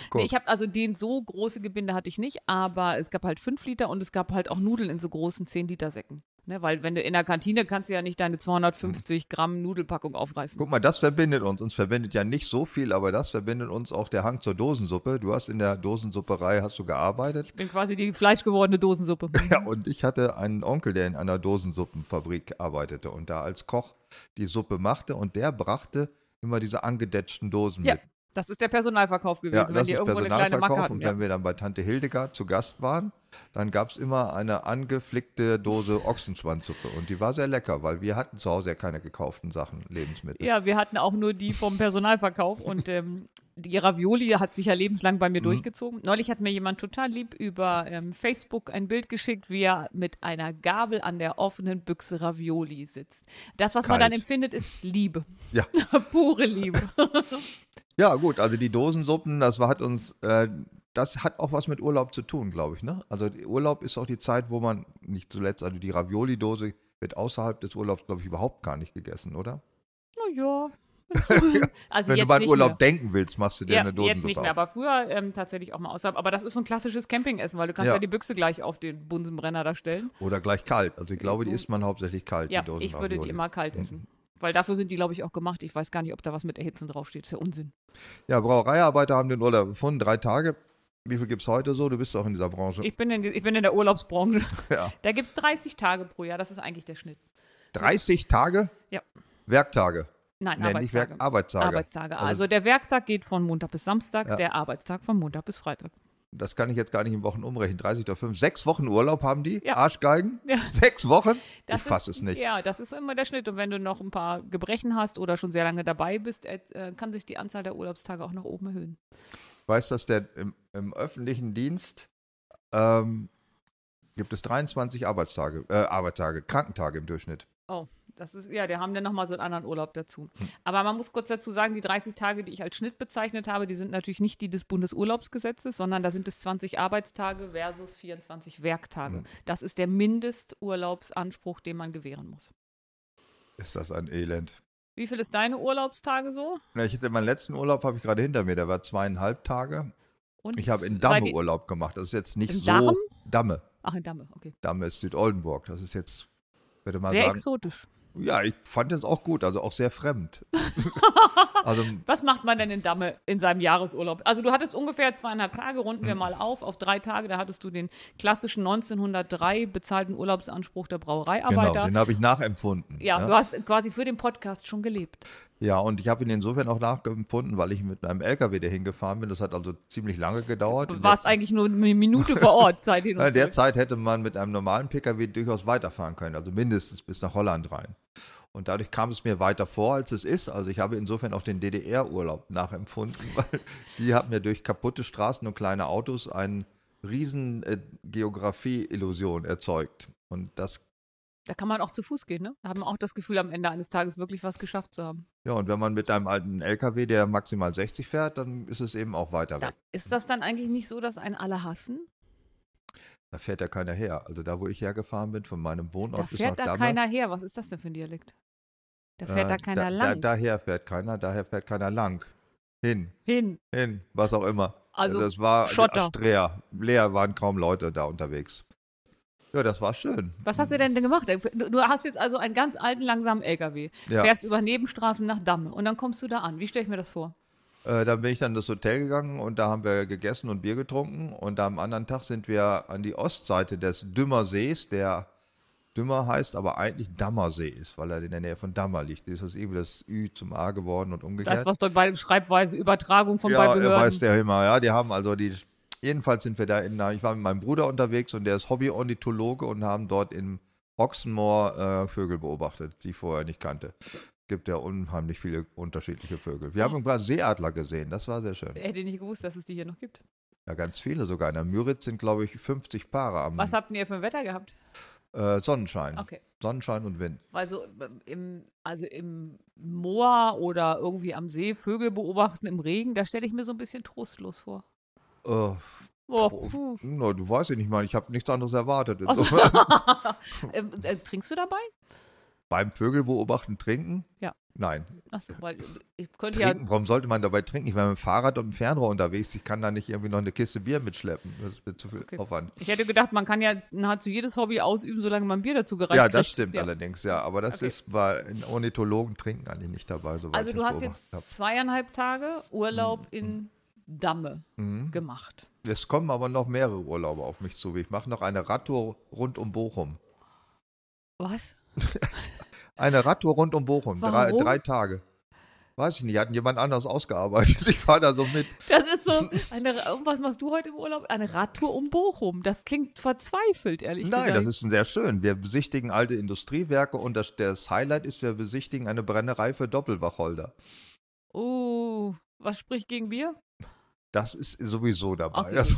Speaker 3: Guck.
Speaker 4: Nee, ich habe also den so große Gebinde hatte ich nicht, aber es gab halt 5 Liter und es gab halt auch Nudeln in so großen 10 Liter Säcken. Ne, weil wenn du in der Kantine kannst du ja nicht deine
Speaker 3: Mhm.
Speaker 4: 250 Gramm Nudelpackung aufreißen.
Speaker 3: Guck mal, das verbindet uns. Uns verbindet ja nicht so viel, aber das verbindet uns auch der Hang zur Dosensuppe. Du hast in der Dosensupperei hast du gearbeitet.
Speaker 4: Ich bin quasi die fleischgewordene Dosensuppe.
Speaker 3: Ja, und ich hatte einen Onkel, der in einer Dosensuppenfabrik arbeitete und da als Koch die Suppe machte und der brachte immer diese angedetschten Dosen
Speaker 4: Ja,
Speaker 3: mit.
Speaker 4: das ist der Personalverkauf gewesen,
Speaker 3: Ja,
Speaker 4: wenn
Speaker 3: das
Speaker 4: die
Speaker 3: ist
Speaker 4: irgendwo eine kleine Macke
Speaker 3: Personalverkauf.
Speaker 4: hatten.
Speaker 3: Und
Speaker 4: Ja.
Speaker 3: wenn wir dann bei Tante Hildegard zu Gast waren, dann gab es immer eine angeflickte Dose Ochsenschwanzsuppe. Und die war sehr lecker, weil wir hatten zu Hause ja keine gekauften Sachen, Lebensmittel.
Speaker 4: ja, wir hatten auch nur die vom Personalverkauf und ähm, die Ravioli hat sich ja lebenslang bei mir
Speaker 3: Mhm.
Speaker 4: durchgezogen. Neulich hat mir jemand total lieb über ähm, Facebook ein Bild geschickt, wie er mit einer Gabel an der offenen Büchse Ravioli sitzt. Das, was man
Speaker 3: Kalt.
Speaker 4: dann empfindet, ist Liebe.
Speaker 3: Ja.
Speaker 4: Pure Liebe.
Speaker 3: Ja, gut, also die Dosensuppen, das war, hat uns, äh, das hat auch was mit Urlaub zu tun, glaube ich, ne? Also die- Urlaub ist auch die Zeit, wo man, nicht zuletzt, also die Ravioli-Dose wird außerhalb des Urlaubs, glaube ich, überhaupt gar nicht gegessen, oder?
Speaker 4: naja. Also
Speaker 3: Wenn
Speaker 4: jetzt
Speaker 3: du mal an
Speaker 4: nicht
Speaker 3: Urlaub
Speaker 4: mehr.
Speaker 3: denken willst, machst du dir
Speaker 4: Ja,
Speaker 3: eine
Speaker 4: jetzt
Speaker 3: Dosensuppe
Speaker 4: nicht mehr,
Speaker 3: auf.
Speaker 4: aber früher ähm, tatsächlich auch mal außerhalb. Aber das ist so ein klassisches Campingessen, weil du kannst
Speaker 3: Ja.
Speaker 4: ja, die Büchse gleich auf den Bunsenbrenner da stellen.
Speaker 3: Oder gleich kalt. Also ich glaube, die isst man hauptsächlich kalt,
Speaker 4: Ja,
Speaker 3: die Hm. Dosen
Speaker 4: ich würde die
Speaker 3: Ravioli.
Speaker 4: immer kalt essen. Weil dafür sind die, glaube ich, auch gemacht. Ich weiß gar nicht, ob da was mit Erhitzen draufsteht. Ist ja Unsinn.
Speaker 3: Ja, Brauereiarbeiter haben den Urlaub gefunden, drei Tage. Wie viel gibt es heute so? Du bist auch in dieser Branche.
Speaker 4: Ich bin in, die- ich bin in der Urlaubsbranche.
Speaker 3: Ja.
Speaker 4: Da gibt es 30 Tage pro Jahr. Das ist eigentlich der Schnitt.
Speaker 3: 30 Tage?
Speaker 4: Ja.
Speaker 3: Werktage.
Speaker 4: Nein,
Speaker 3: Nee, nicht
Speaker 4: Arbeitstage.
Speaker 3: Werk, Arbeitstage.
Speaker 4: Arbeitstage. Also, der Werktag geht von Montag bis Samstag,
Speaker 3: Ja.
Speaker 4: der Arbeitstag von Montag bis Freitag.
Speaker 3: das kann ich jetzt gar nicht in Wochen umrechnen. 30 oder 5. Sechs Wochen Urlaub haben die?
Speaker 4: Ja.
Speaker 3: Arschgeigen?
Speaker 4: Ja.
Speaker 3: Sechs Wochen? ich
Speaker 4: Das
Speaker 3: fasse es nicht.
Speaker 4: Ja, das ist immer der Schnitt. Und wenn du noch ein paar Gebrechen hast oder schon sehr lange dabei bist, äh, äh, kann sich die Anzahl der Urlaubstage auch nach oben erhöhen.
Speaker 3: Weißt du, dass der im, im öffentlichen Dienst ähm, gibt es 23 Arbeitstage, äh, Arbeitstage, Krankentage im Durchschnitt.
Speaker 4: Oh, das ist, ja, die haben dann nochmal so einen anderen Urlaub dazu.
Speaker 3: Hm.
Speaker 4: Aber man muss kurz dazu sagen, die 30 Tage, die ich als Schnitt bezeichnet habe, die sind natürlich nicht die des Bundesurlaubsgesetzes, sondern da sind es 20 Arbeitstage versus 24 Werktage.
Speaker 3: Hm.
Speaker 4: Das ist der Mindesturlaubsanspruch, den man gewähren muss.
Speaker 3: Ist das ein Elend.
Speaker 4: Wie viel ist deine Urlaubstage so?
Speaker 3: Na, ich hatte meinen letzten Urlaub, habe ich gerade hinter mir, der war zweieinhalb Tage.
Speaker 4: Und
Speaker 3: Ich habe in
Speaker 4: sei
Speaker 3: Damme
Speaker 4: die-
Speaker 3: Urlaub gemacht. Das ist jetzt nicht
Speaker 4: In
Speaker 3: so.
Speaker 4: Damme?
Speaker 3: Damme.
Speaker 4: Ach, in Damme, okay.
Speaker 3: Damme ist Südoldenburg. Das ist jetzt, würde man
Speaker 4: Sehr
Speaker 3: sagen.
Speaker 4: exotisch.
Speaker 3: Ja, ich fand es auch gut, also auch sehr fremd. also
Speaker 4: Was macht man denn in Damme in seinem Jahresurlaub? Also du hattest ungefähr zweieinhalb Tage, runden
Speaker 3: Hm.
Speaker 4: wir mal auf, auf drei Tage, da hattest du den klassischen 1903 bezahlten Urlaubsanspruch der
Speaker 3: genau,
Speaker 4: Brauereiarbeiter.
Speaker 3: den habe ich nachempfunden.
Speaker 4: ja, du hast quasi für den Podcast schon gelebt.
Speaker 3: ja, und ich habe ihn insofern auch nachempfunden, weil ich mit einem LKW dahin gefahren bin. Das hat also ziemlich lange gedauert.
Speaker 4: Du
Speaker 3: In
Speaker 4: warst eigentlich nur eine Minute vor Ort, seitdem
Speaker 3: der, in der Zeit hätte man mit einem normalen PKW durchaus weiterfahren können, also mindestens bis nach Holland rein. Und dadurch kam es mir weiter vor, als es ist. Also ich habe insofern auch den DDR-Urlaub nachempfunden, weil die haben ja durch kaputte Straßen und kleine Autos eine riesen äh, Geografie-Illusion erzeugt. Und das
Speaker 4: Da kann man auch zu Fuß gehen, ne? Da haben wir auch das Gefühl, am Ende eines Tages wirklich was geschafft zu haben.
Speaker 3: Ja, und wenn man mit einem alten LKW, der maximal 60 fährt, dann ist es eben auch weiter
Speaker 4: Da,
Speaker 3: weg.
Speaker 4: ist das dann eigentlich nicht so, dass einen alle hassen?
Speaker 3: Da fährt ja keiner her. Also da, wo ich hergefahren bin, von meinem Wohnort
Speaker 4: Da
Speaker 3: bis
Speaker 4: fährt
Speaker 3: nach
Speaker 4: da
Speaker 3: Damme,
Speaker 4: keiner her. Was ist das denn für ein Dialekt? Da fährt da
Speaker 3: äh,
Speaker 4: keiner
Speaker 3: da,
Speaker 4: lang.
Speaker 3: Da, daher fährt keiner, daher fährt keiner lang. Hin,
Speaker 4: Hin.
Speaker 3: hin, was auch immer.
Speaker 4: Also
Speaker 3: das war
Speaker 4: Schotter.
Speaker 3: Astrea. Leer waren kaum Leute da unterwegs. Ja, das war schön.
Speaker 4: Was hast du denn denn gemacht? Du, du hast jetzt also einen ganz alten, langsamen LKW,
Speaker 3: Ja.
Speaker 4: fährst über Nebenstraßen nach Damme und dann kommst du da an. Wie stelle ich mir das vor?
Speaker 3: Äh, dann bin ich dann in das Hotel gegangen und da haben wir gegessen und Bier getrunken. Und am anderen Tag sind wir an die Ostseite des Dümmersees, der Dümmer heißt, aber eigentlich Dammersee ist, weil er in der Nähe von Dammer liegt. Ist das irgendwie das Ü zum A geworden und umgekehrt?
Speaker 4: Das, was dort bei Schreibweise Übertragung von
Speaker 3: ja,
Speaker 4: bei Behörden.
Speaker 3: weiß der immer, ja. Die haben also die. Jedenfalls sind wir da in. Ich war mit meinem Bruder unterwegs und der ist Hobby-Ornithologe und haben dort im Ochsenmoor äh, Vögel beobachtet, die ich vorher nicht kannte. Gibt ja unheimlich viele unterschiedliche Vögel. Wir haben sogar Seeadler gesehen, das war sehr schön.
Speaker 4: Hätte ich nicht gewusst, dass es die hier noch gibt.
Speaker 3: Ja, ganz viele sogar. In der Müritz sind, glaube ich, 50 Paare am
Speaker 4: Was habt ihr für ein Wetter gehabt?
Speaker 3: äh, Sonnenschein.
Speaker 4: Okay.
Speaker 3: Sonnenschein und Wind.
Speaker 4: Weil so im, also im Moor oder irgendwie am See Vögel beobachten im Regen, da stelle ich mir so ein bisschen trostlos vor.
Speaker 3: Äh,
Speaker 4: Oh,
Speaker 3: Tro-
Speaker 4: puh.
Speaker 3: na, du weißt ja nicht mal, ich habe nichts anderes erwartet.
Speaker 4: Ach so.
Speaker 3: Insofern-
Speaker 4: Ähm, äh, trinkst du dabei?
Speaker 3: Beim Vögel beobachten, trinken?
Speaker 4: Ja.
Speaker 3: Nein.
Speaker 4: Achso, weil ich könnte ja.
Speaker 3: Trinken, warum sollte man dabei trinken? Ich war mit dem Fahrrad und dem Fernrohr unterwegs. Ich kann da nicht irgendwie noch eine Kiste Bier mitschleppen. Das ist mir zu viel
Speaker 4: Okay.
Speaker 3: Aufwand.
Speaker 4: Ich hätte gedacht, man kann ja nahezu jedes Hobby ausüben, solange man Bier dazu gereicht
Speaker 3: Ja, das
Speaker 4: kriegt.
Speaker 3: stimmt
Speaker 4: Ja.
Speaker 3: allerdings, ja. Aber das
Speaker 4: Okay.
Speaker 3: ist bei in Ornithologen trinken eigentlich nicht dabei, soweit
Speaker 4: Also
Speaker 3: ich
Speaker 4: du
Speaker 3: das
Speaker 4: hast
Speaker 3: beobachtet
Speaker 4: jetzt
Speaker 3: habe.
Speaker 4: zweieinhalb Tage Urlaub
Speaker 3: Mhm.
Speaker 4: in Damme gemacht.
Speaker 3: Es kommen aber noch mehrere Urlaube auf mich zu. Ich mache noch eine Radtour rund um Bochum.
Speaker 4: Was?
Speaker 3: Eine Radtour rund um Bochum. Drei,
Speaker 4: Warum?
Speaker 3: drei Tage. Weiß ich nicht, hatten jemand anders ausgearbeitet. Ich war da so mit.
Speaker 4: Das ist so, eine, um was machst du heute im Urlaub? Eine Radtour um Bochum. Das klingt verzweifelt, ehrlich
Speaker 3: Nein,
Speaker 4: gesagt.
Speaker 3: das ist sehr schön. Wir besichtigen alte Industriewerke und das, das Highlight ist, wir besichtigen eine Brennerei für Doppelwacholder.
Speaker 4: oh, was spricht gegen Bier?
Speaker 3: Das ist sowieso dabei.
Speaker 4: Okay.
Speaker 3: Also,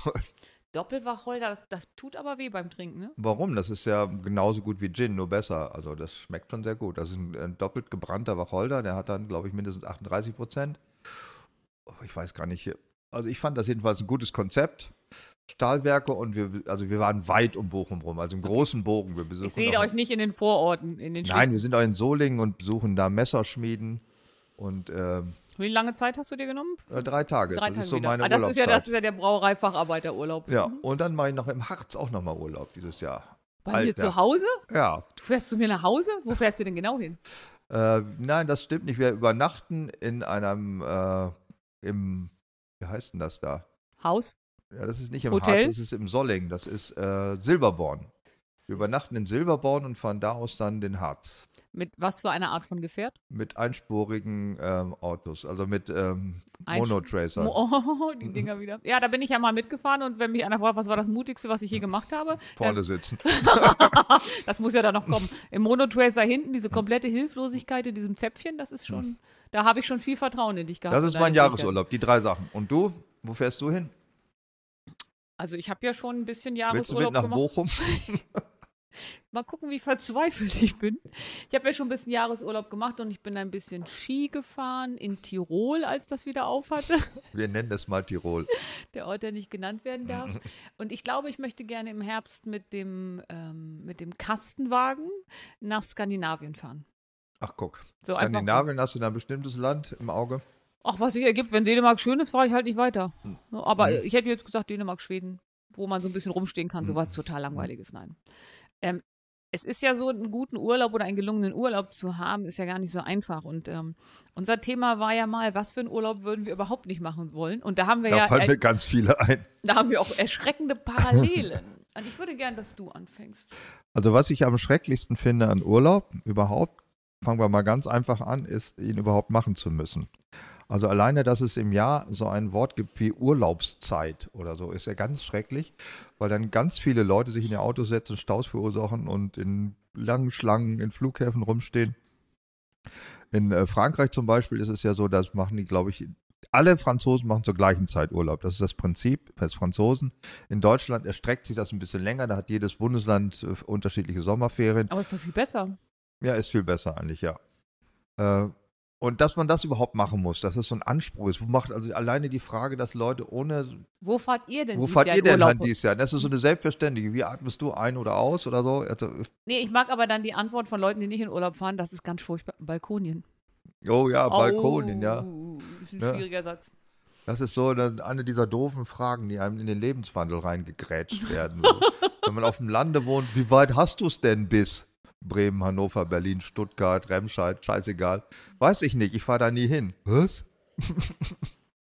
Speaker 4: Doppelwacholder, das, das tut aber weh beim Trinken, ne?
Speaker 3: warum? Das ist ja genauso gut wie Gin, nur besser. Also das schmeckt schon sehr gut. Das ist ein, ein doppelt gebrannter Wacholder, der hat dann, glaube ich, mindestens 38 Prozent. Ich weiß gar nicht. Also ich fand das jedenfalls ein gutes Konzept. Stahlwerke und wir, also wir waren weit um Bochum rum, also im großen Bogen. Wir besuchen
Speaker 4: Ich sehe
Speaker 3: noch-
Speaker 4: euch nicht in den Vororten, in den
Speaker 3: Nein, wir sind auch in Solingen und besuchen da Messerschmieden. Und ähm,
Speaker 4: Städten. Wie lange Zeit hast du dir genommen?
Speaker 3: äh, drei Tage. das
Speaker 4: Drei Tage
Speaker 3: ist so
Speaker 4: wieder.
Speaker 3: meine
Speaker 4: ah, das ist ja,
Speaker 3: Urlaubszeit.
Speaker 4: das ist ja der Brauereifacharbeiterurlaub.
Speaker 3: ja, und dann mache ich noch im Harz auch nochmal Urlaub dieses Jahr.
Speaker 4: Bei
Speaker 3: Alt,
Speaker 4: mir
Speaker 3: ja.
Speaker 4: zu Hause?
Speaker 3: Ja,
Speaker 4: Du fährst zu mir nach Hause? Wo fährst du denn genau hin?
Speaker 3: äh, nein, das stimmt nicht. Wir übernachten in einem, äh, im, wie heißt denn das da?
Speaker 4: Haus?
Speaker 3: Ja, das ist nicht im Harz,
Speaker 4: Hotel?
Speaker 3: das ist im Solling, das ist äh, Silberborn. Wir übernachten in Silberborn und fahren da aus dann den Harz.
Speaker 4: Mit was für einer Art von Gefährt?
Speaker 3: Mit einspurigen ähm, Autos, also mit ähm,
Speaker 4: Einspur-
Speaker 3: Monotracer.
Speaker 4: Oh, die Dinger wieder. Ja, da bin ich ja mal mitgefahren und wenn mich einer fragt, was war das Mutigste, was ich je gemacht habe,
Speaker 3: Vorne sitzen.
Speaker 4: das muss ja da noch kommen. Im Monotracer hinten, diese komplette Hilflosigkeit in diesem Zäpfchen, das ist schon, da habe ich schon viel Vertrauen in dich gehabt.
Speaker 3: Das
Speaker 4: und
Speaker 3: ist
Speaker 4: deine
Speaker 3: mein
Speaker 4: Fähigkeiten.
Speaker 3: Jahresurlaub, die drei Sachen. Und du? Wo fährst du hin?
Speaker 4: Also ich habe ja schon ein bisschen
Speaker 3: Willst du mit
Speaker 4: Jahresurlaub
Speaker 3: nach
Speaker 4: gemacht.
Speaker 3: Bochum?
Speaker 4: Mal gucken, wie verzweifelt ich bin. Ich habe ja schon ein bisschen Jahresurlaub gemacht und ich bin ein bisschen Ski gefahren in Tirol, als das wieder auf hatte.
Speaker 3: Wir nennen es mal Tirol.
Speaker 4: der Ort, der nicht genannt werden darf. Und ich glaube, ich möchte gerne im Herbst mit dem, ähm, mit dem Kastenwagen nach Skandinavien fahren.
Speaker 3: Ach guck,
Speaker 4: So einfach.
Speaker 3: Skandinavien hast du da ein bestimmtes Land im Auge?
Speaker 4: Ach, was sich ergibt, wenn Dänemark schön ist, fahre ich halt nicht weiter.
Speaker 3: Hm.
Speaker 4: Aber
Speaker 3: Mhm.
Speaker 4: ich hätte jetzt gesagt, Dänemark, Schweden, wo man so ein bisschen rumstehen
Speaker 3: Hm.
Speaker 4: kann, sowas total langweiliges, nein. Ähm, es ist ja so, einen guten Urlaub oder einen gelungenen Urlaub zu haben, ist ja gar nicht so einfach. Und ähm, unser Thema war ja mal, was für einen Urlaub würden wir überhaupt nicht machen wollen? Und da haben wir
Speaker 3: Da
Speaker 4: ja
Speaker 3: fallen
Speaker 4: äh,
Speaker 3: mir ganz viele ein.
Speaker 4: Da haben wir auch erschreckende Parallelen. Und ich würde gern, dass du anfängst.
Speaker 3: Also was ich am schrecklichsten finde an Urlaub überhaupt, fangen wir mal ganz einfach an, ist ihn überhaupt machen zu müssen. Also alleine, dass es im Jahr so ein Wort gibt wie Urlaubszeit oder so, ist ja ganz schrecklich, weil dann ganz viele Leute sich in ihr Auto setzen, Staus verursachen und in langen Schlangen in Flughäfen rumstehen. In äh, Frankreich zum Beispiel ist es ja so, das machen die, glaube ich, alle Franzosen machen zur gleichen Zeit Urlaub. Das ist das Prinzip des Franzosen. In Deutschland erstreckt sich das ein bisschen länger. Da hat jedes Bundesland äh, unterschiedliche Sommerferien.
Speaker 4: Aber ist doch viel besser.
Speaker 3: Ja, ist viel besser eigentlich, ja. Äh, und dass man das überhaupt machen muss, dass es so ein Anspruch ist. Wo macht also alleine die Frage, dass Leute ohne.
Speaker 4: Wo fahrt ihr denn
Speaker 3: Wo
Speaker 4: dieses
Speaker 3: fahrt
Speaker 4: Äh, Jahr
Speaker 3: ihr
Speaker 4: in
Speaker 3: denn
Speaker 4: Urlaub? Mhm.
Speaker 3: dann dieses Jahr? Das ist so eine selbstverständliche. Wie atmest du ein oder aus oder so? Also,
Speaker 4: Nee, ich mag aber dann die Antwort von Leuten, die nicht in Urlaub fahren, das ist ganz furchtbar. Balkonien.
Speaker 3: oh ja, Balkonien, ja.
Speaker 4: Ist ein
Speaker 3: Ja.
Speaker 4: schwieriger Satz.
Speaker 3: Das ist so eine eine dieser doofen Fragen, die einem in den Lebenswandel reingegrätscht werden. So. Wenn man auf dem Lande wohnt, wie weit hast du es denn bis? Bremen, Hannover, Berlin, Stuttgart, Remscheid, scheißegal. Weiß ich nicht, ich fahre da nie hin. Was?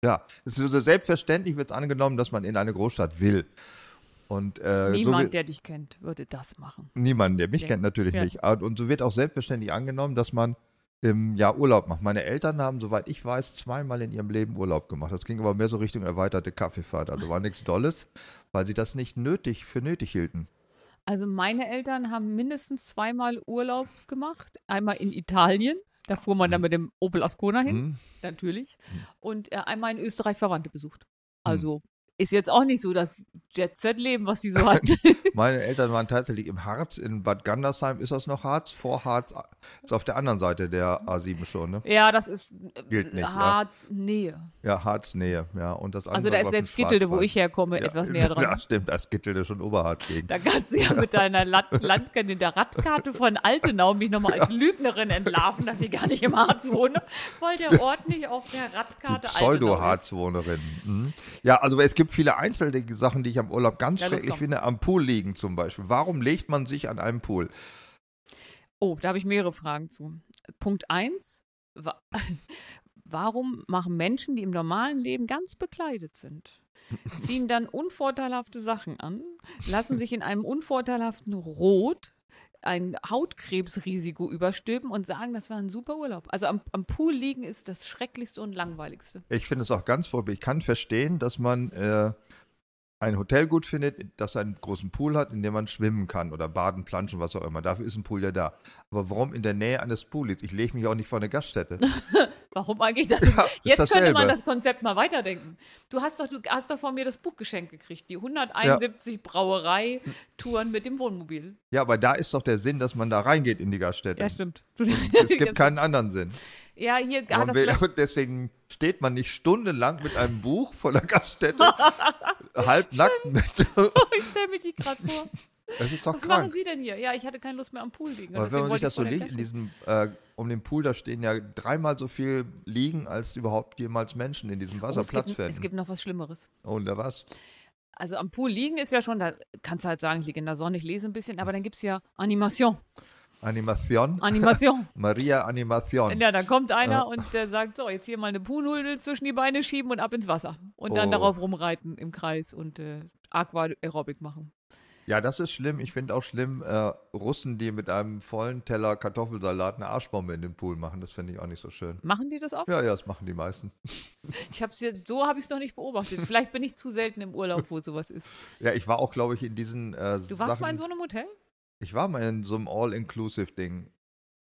Speaker 3: ja, es ist so selbstverständlich wird angenommen, dass man in eine Großstadt will. Und, äh, so
Speaker 4: Niemand,
Speaker 3: wi-
Speaker 4: der dich kennt, würde das machen.
Speaker 3: Niemand, der mich
Speaker 4: Nee.
Speaker 3: kennt, natürlich
Speaker 4: Ja.
Speaker 3: nicht. Ah, Und und so wird auch selbstverständlich angenommen, dass man im Jahr Urlaub macht. Meine Eltern haben, soweit ich weiß, zweimal in ihrem Leben Urlaub gemacht. Das ging aber mehr so Richtung erweiterte Kaffeefahrt. Also war nichts Dolles, weil sie das nicht nötig für nötig hielten.
Speaker 4: Also meine Eltern haben mindestens zweimal Urlaub gemacht. Einmal in Italien, da fuhr man dann mit dem Opel Ascona hin,
Speaker 3: Hm? Hm.
Speaker 4: natürlich. Und äh, einmal in Österreich Verwandte besucht. Also ist jetzt auch nicht so das Jet-Set-Leben, was die so hat.
Speaker 3: Meine Eltern waren tatsächlich im Harz, in Bad Gandersheim ist das noch Harz, vor Harz ist auf der anderen Seite der A7 schon, ne?
Speaker 4: ja, das ist äh,
Speaker 3: Gilt nicht, ja.
Speaker 4: Harz-Nähe.
Speaker 3: Ja, Harznähe, ja. Und das andere
Speaker 4: Also da
Speaker 3: war
Speaker 4: ist
Speaker 3: auf dem
Speaker 4: selbst Gittelde, wo
Speaker 3: Schwarzwald.
Speaker 4: ich herkomme,
Speaker 3: ja,
Speaker 4: etwas näher dran.
Speaker 3: Ja, stimmt, da ist Gittelde schon Oberharz gegen.
Speaker 4: Da kannst du ja mit deiner Land Landkarte, der Radkarte von Altenau mich nochmal als Lügnerin entlarven, dass ich gar nicht im Harz wohne, weil der Ort nicht auf der Radkarte Altenau ist.
Speaker 3: Pseudo-Harzwohnerin. Mhm. Ja, also es gibt viele einzelne Sachen, die ich am Urlaub ganz
Speaker 4: Ja, los,
Speaker 3: schrecklich
Speaker 4: komm.
Speaker 3: finde. Am Pool liegen zum Beispiel. Warum legt man sich an einem Pool?
Speaker 4: Oh, da habe ich mehrere Fragen zu. Punkt 1. Wa Warum machen Menschen, die im normalen Leben ganz bekleidet sind, ziehen dann unvorteilhafte Sachen an, lassen sich in einem unvorteilhaften Rot ein Hautkrebsrisiko überstülpen und sagen, das war ein super Urlaub. Also am, am Pool liegen ist das Schrecklichste und Langweiligste.
Speaker 3: Ich finde es auch ganz vorbei. Ich kann verstehen, dass man äh, ein Hotel gut findet, das einen großen Pool hat, in dem man schwimmen kann oder baden, planschen, was auch immer. Dafür ist ein Pool ja da. Aber warum in der Nähe eines Pools liegt? Ich lege mich auch nicht vor eine Gaststätte.
Speaker 4: Warum eigentlich das?
Speaker 3: Ja, ist
Speaker 4: Jetzt könnte
Speaker 3: dasselbe.
Speaker 4: man das Konzept mal weiterdenken. Du hast doch, du hast doch von mir das Buch geschenkt gekriegt, die 171 Brauerei-Touren mit dem Wohnmobil.
Speaker 3: Ja, aber da ist doch der Sinn, dass man da reingeht in die Gaststätte.
Speaker 4: Ja, stimmt.
Speaker 3: Ähm, es gibt keinen anderen Sinn.
Speaker 4: ja, hier
Speaker 3: Man
Speaker 4: hat das
Speaker 3: will,
Speaker 4: vielleicht-
Speaker 3: und deswegen steht man nicht stundenlang mit einem Buch vor der Gaststätte, halbnackt. Mit,
Speaker 4: ich stelle mich die gerade vor.
Speaker 3: das ist doch
Speaker 4: Was machen
Speaker 3: krank.
Speaker 4: Sie denn hier? Ja, ich hatte keine Lust mehr am Pool liegen.
Speaker 3: Oh
Speaker 4: Also
Speaker 3: Aber wenn
Speaker 4: deswegen
Speaker 3: man sich das
Speaker 4: wollte ich
Speaker 3: so
Speaker 4: vor der
Speaker 3: legt, in diesem,
Speaker 4: Gaststätte.
Speaker 3: äh, um den Pool, da stehen ja dreimal so viel liegen, als überhaupt jemals Menschen in diesem Wasser
Speaker 4: Oh, es,
Speaker 3: Platz
Speaker 4: gibt, es
Speaker 3: finden.
Speaker 4: gibt noch was Schlimmeres.
Speaker 3: Und da was?
Speaker 4: Also am Pool liegen ist ja schon, da kannst du halt sagen, ich liege in der Sonne, ich lese ein bisschen, aber dann gibt es ja Animation.
Speaker 3: Animation.
Speaker 4: Animation.
Speaker 3: Maria Animation.
Speaker 4: Ja, dann kommt einer und der sagt, so, jetzt hier mal eine Poolnudel zwischen die Beine schieben und ab ins Wasser. Und dann
Speaker 3: Oh.
Speaker 4: darauf rumreiten im Kreis und äh, Aqua-Aerobic machen.
Speaker 3: Ja, das ist schlimm. Ich finde auch schlimm, äh, Russen, die mit einem vollen Teller Kartoffelsalat eine Arschbombe in den Pool machen. Das finde ich auch nicht so schön.
Speaker 4: Machen die das auch?
Speaker 3: Ja, ja, das machen die meisten.
Speaker 4: Ich hab's ja, so habe ich es noch nicht beobachtet. Vielleicht bin ich zu selten im Urlaub, wo sowas ist.
Speaker 3: Ja, ich war auch, glaube ich, in diesen äh,
Speaker 4: Du warst
Speaker 3: Sachen,
Speaker 4: mal in so einem Hotel?
Speaker 3: Ich war mal in so einem All-Inclusive-Ding.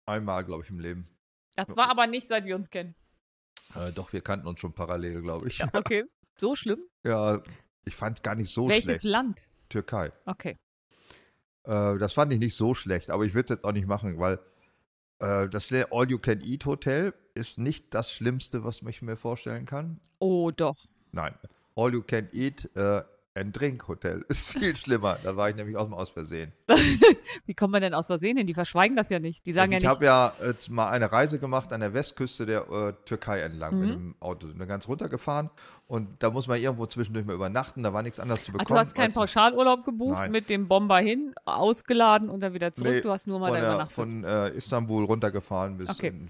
Speaker 3: Einmal, glaube ich, im Leben.
Speaker 4: Das war aber nicht, seit wir uns kennen.
Speaker 3: Äh, doch, wir kannten uns schon parallel, glaube ich.
Speaker 4: Ja,
Speaker 3: Ja,
Speaker 4: okay. So schlimm?
Speaker 3: ich fand es gar nicht so
Speaker 4: Welches
Speaker 3: schlecht.
Speaker 4: Land?
Speaker 3: Türkei.
Speaker 4: Okay.
Speaker 3: Äh, das fand ich nicht so schlecht, aber ich würde es jetzt auch nicht machen, weil äh, das All-You-Can-Eat-Hotel ist nicht das Schlimmste, was ich mir vorstellen kann.
Speaker 4: Oh, doch.
Speaker 3: Nein. All-You-Can-Eat äh, and Drink Hotel ist viel schlimmer. Da war ich nämlich auch mal aus Versehen.
Speaker 4: Wie kommt man denn aus Versehen hin? Die verschweigen das ja nicht. Die sagen
Speaker 3: ich
Speaker 4: ja nicht.
Speaker 3: habe ja äh, mal eine Reise gemacht an der Westküste der äh, Türkei entlang
Speaker 4: Mhm.
Speaker 3: mit dem Auto. Sind wir ganz runtergefahren und da muss man irgendwo zwischendurch mal übernachten. Da war nichts anderes zu
Speaker 4: Ach,
Speaker 3: bekommen.
Speaker 4: "Ah, du hast keinen
Speaker 3: als-
Speaker 4: Pauschalurlaub gebucht
Speaker 3: Nein.
Speaker 4: mit dem Bomber hin, ausgeladen und dann wieder zurück.
Speaker 3: Nee,
Speaker 4: du hast nur mal
Speaker 3: von
Speaker 4: da
Speaker 3: der-
Speaker 4: übernachtet.
Speaker 3: Von äh, Istanbul runtergefahren bis.
Speaker 4: Okay.
Speaker 3: In,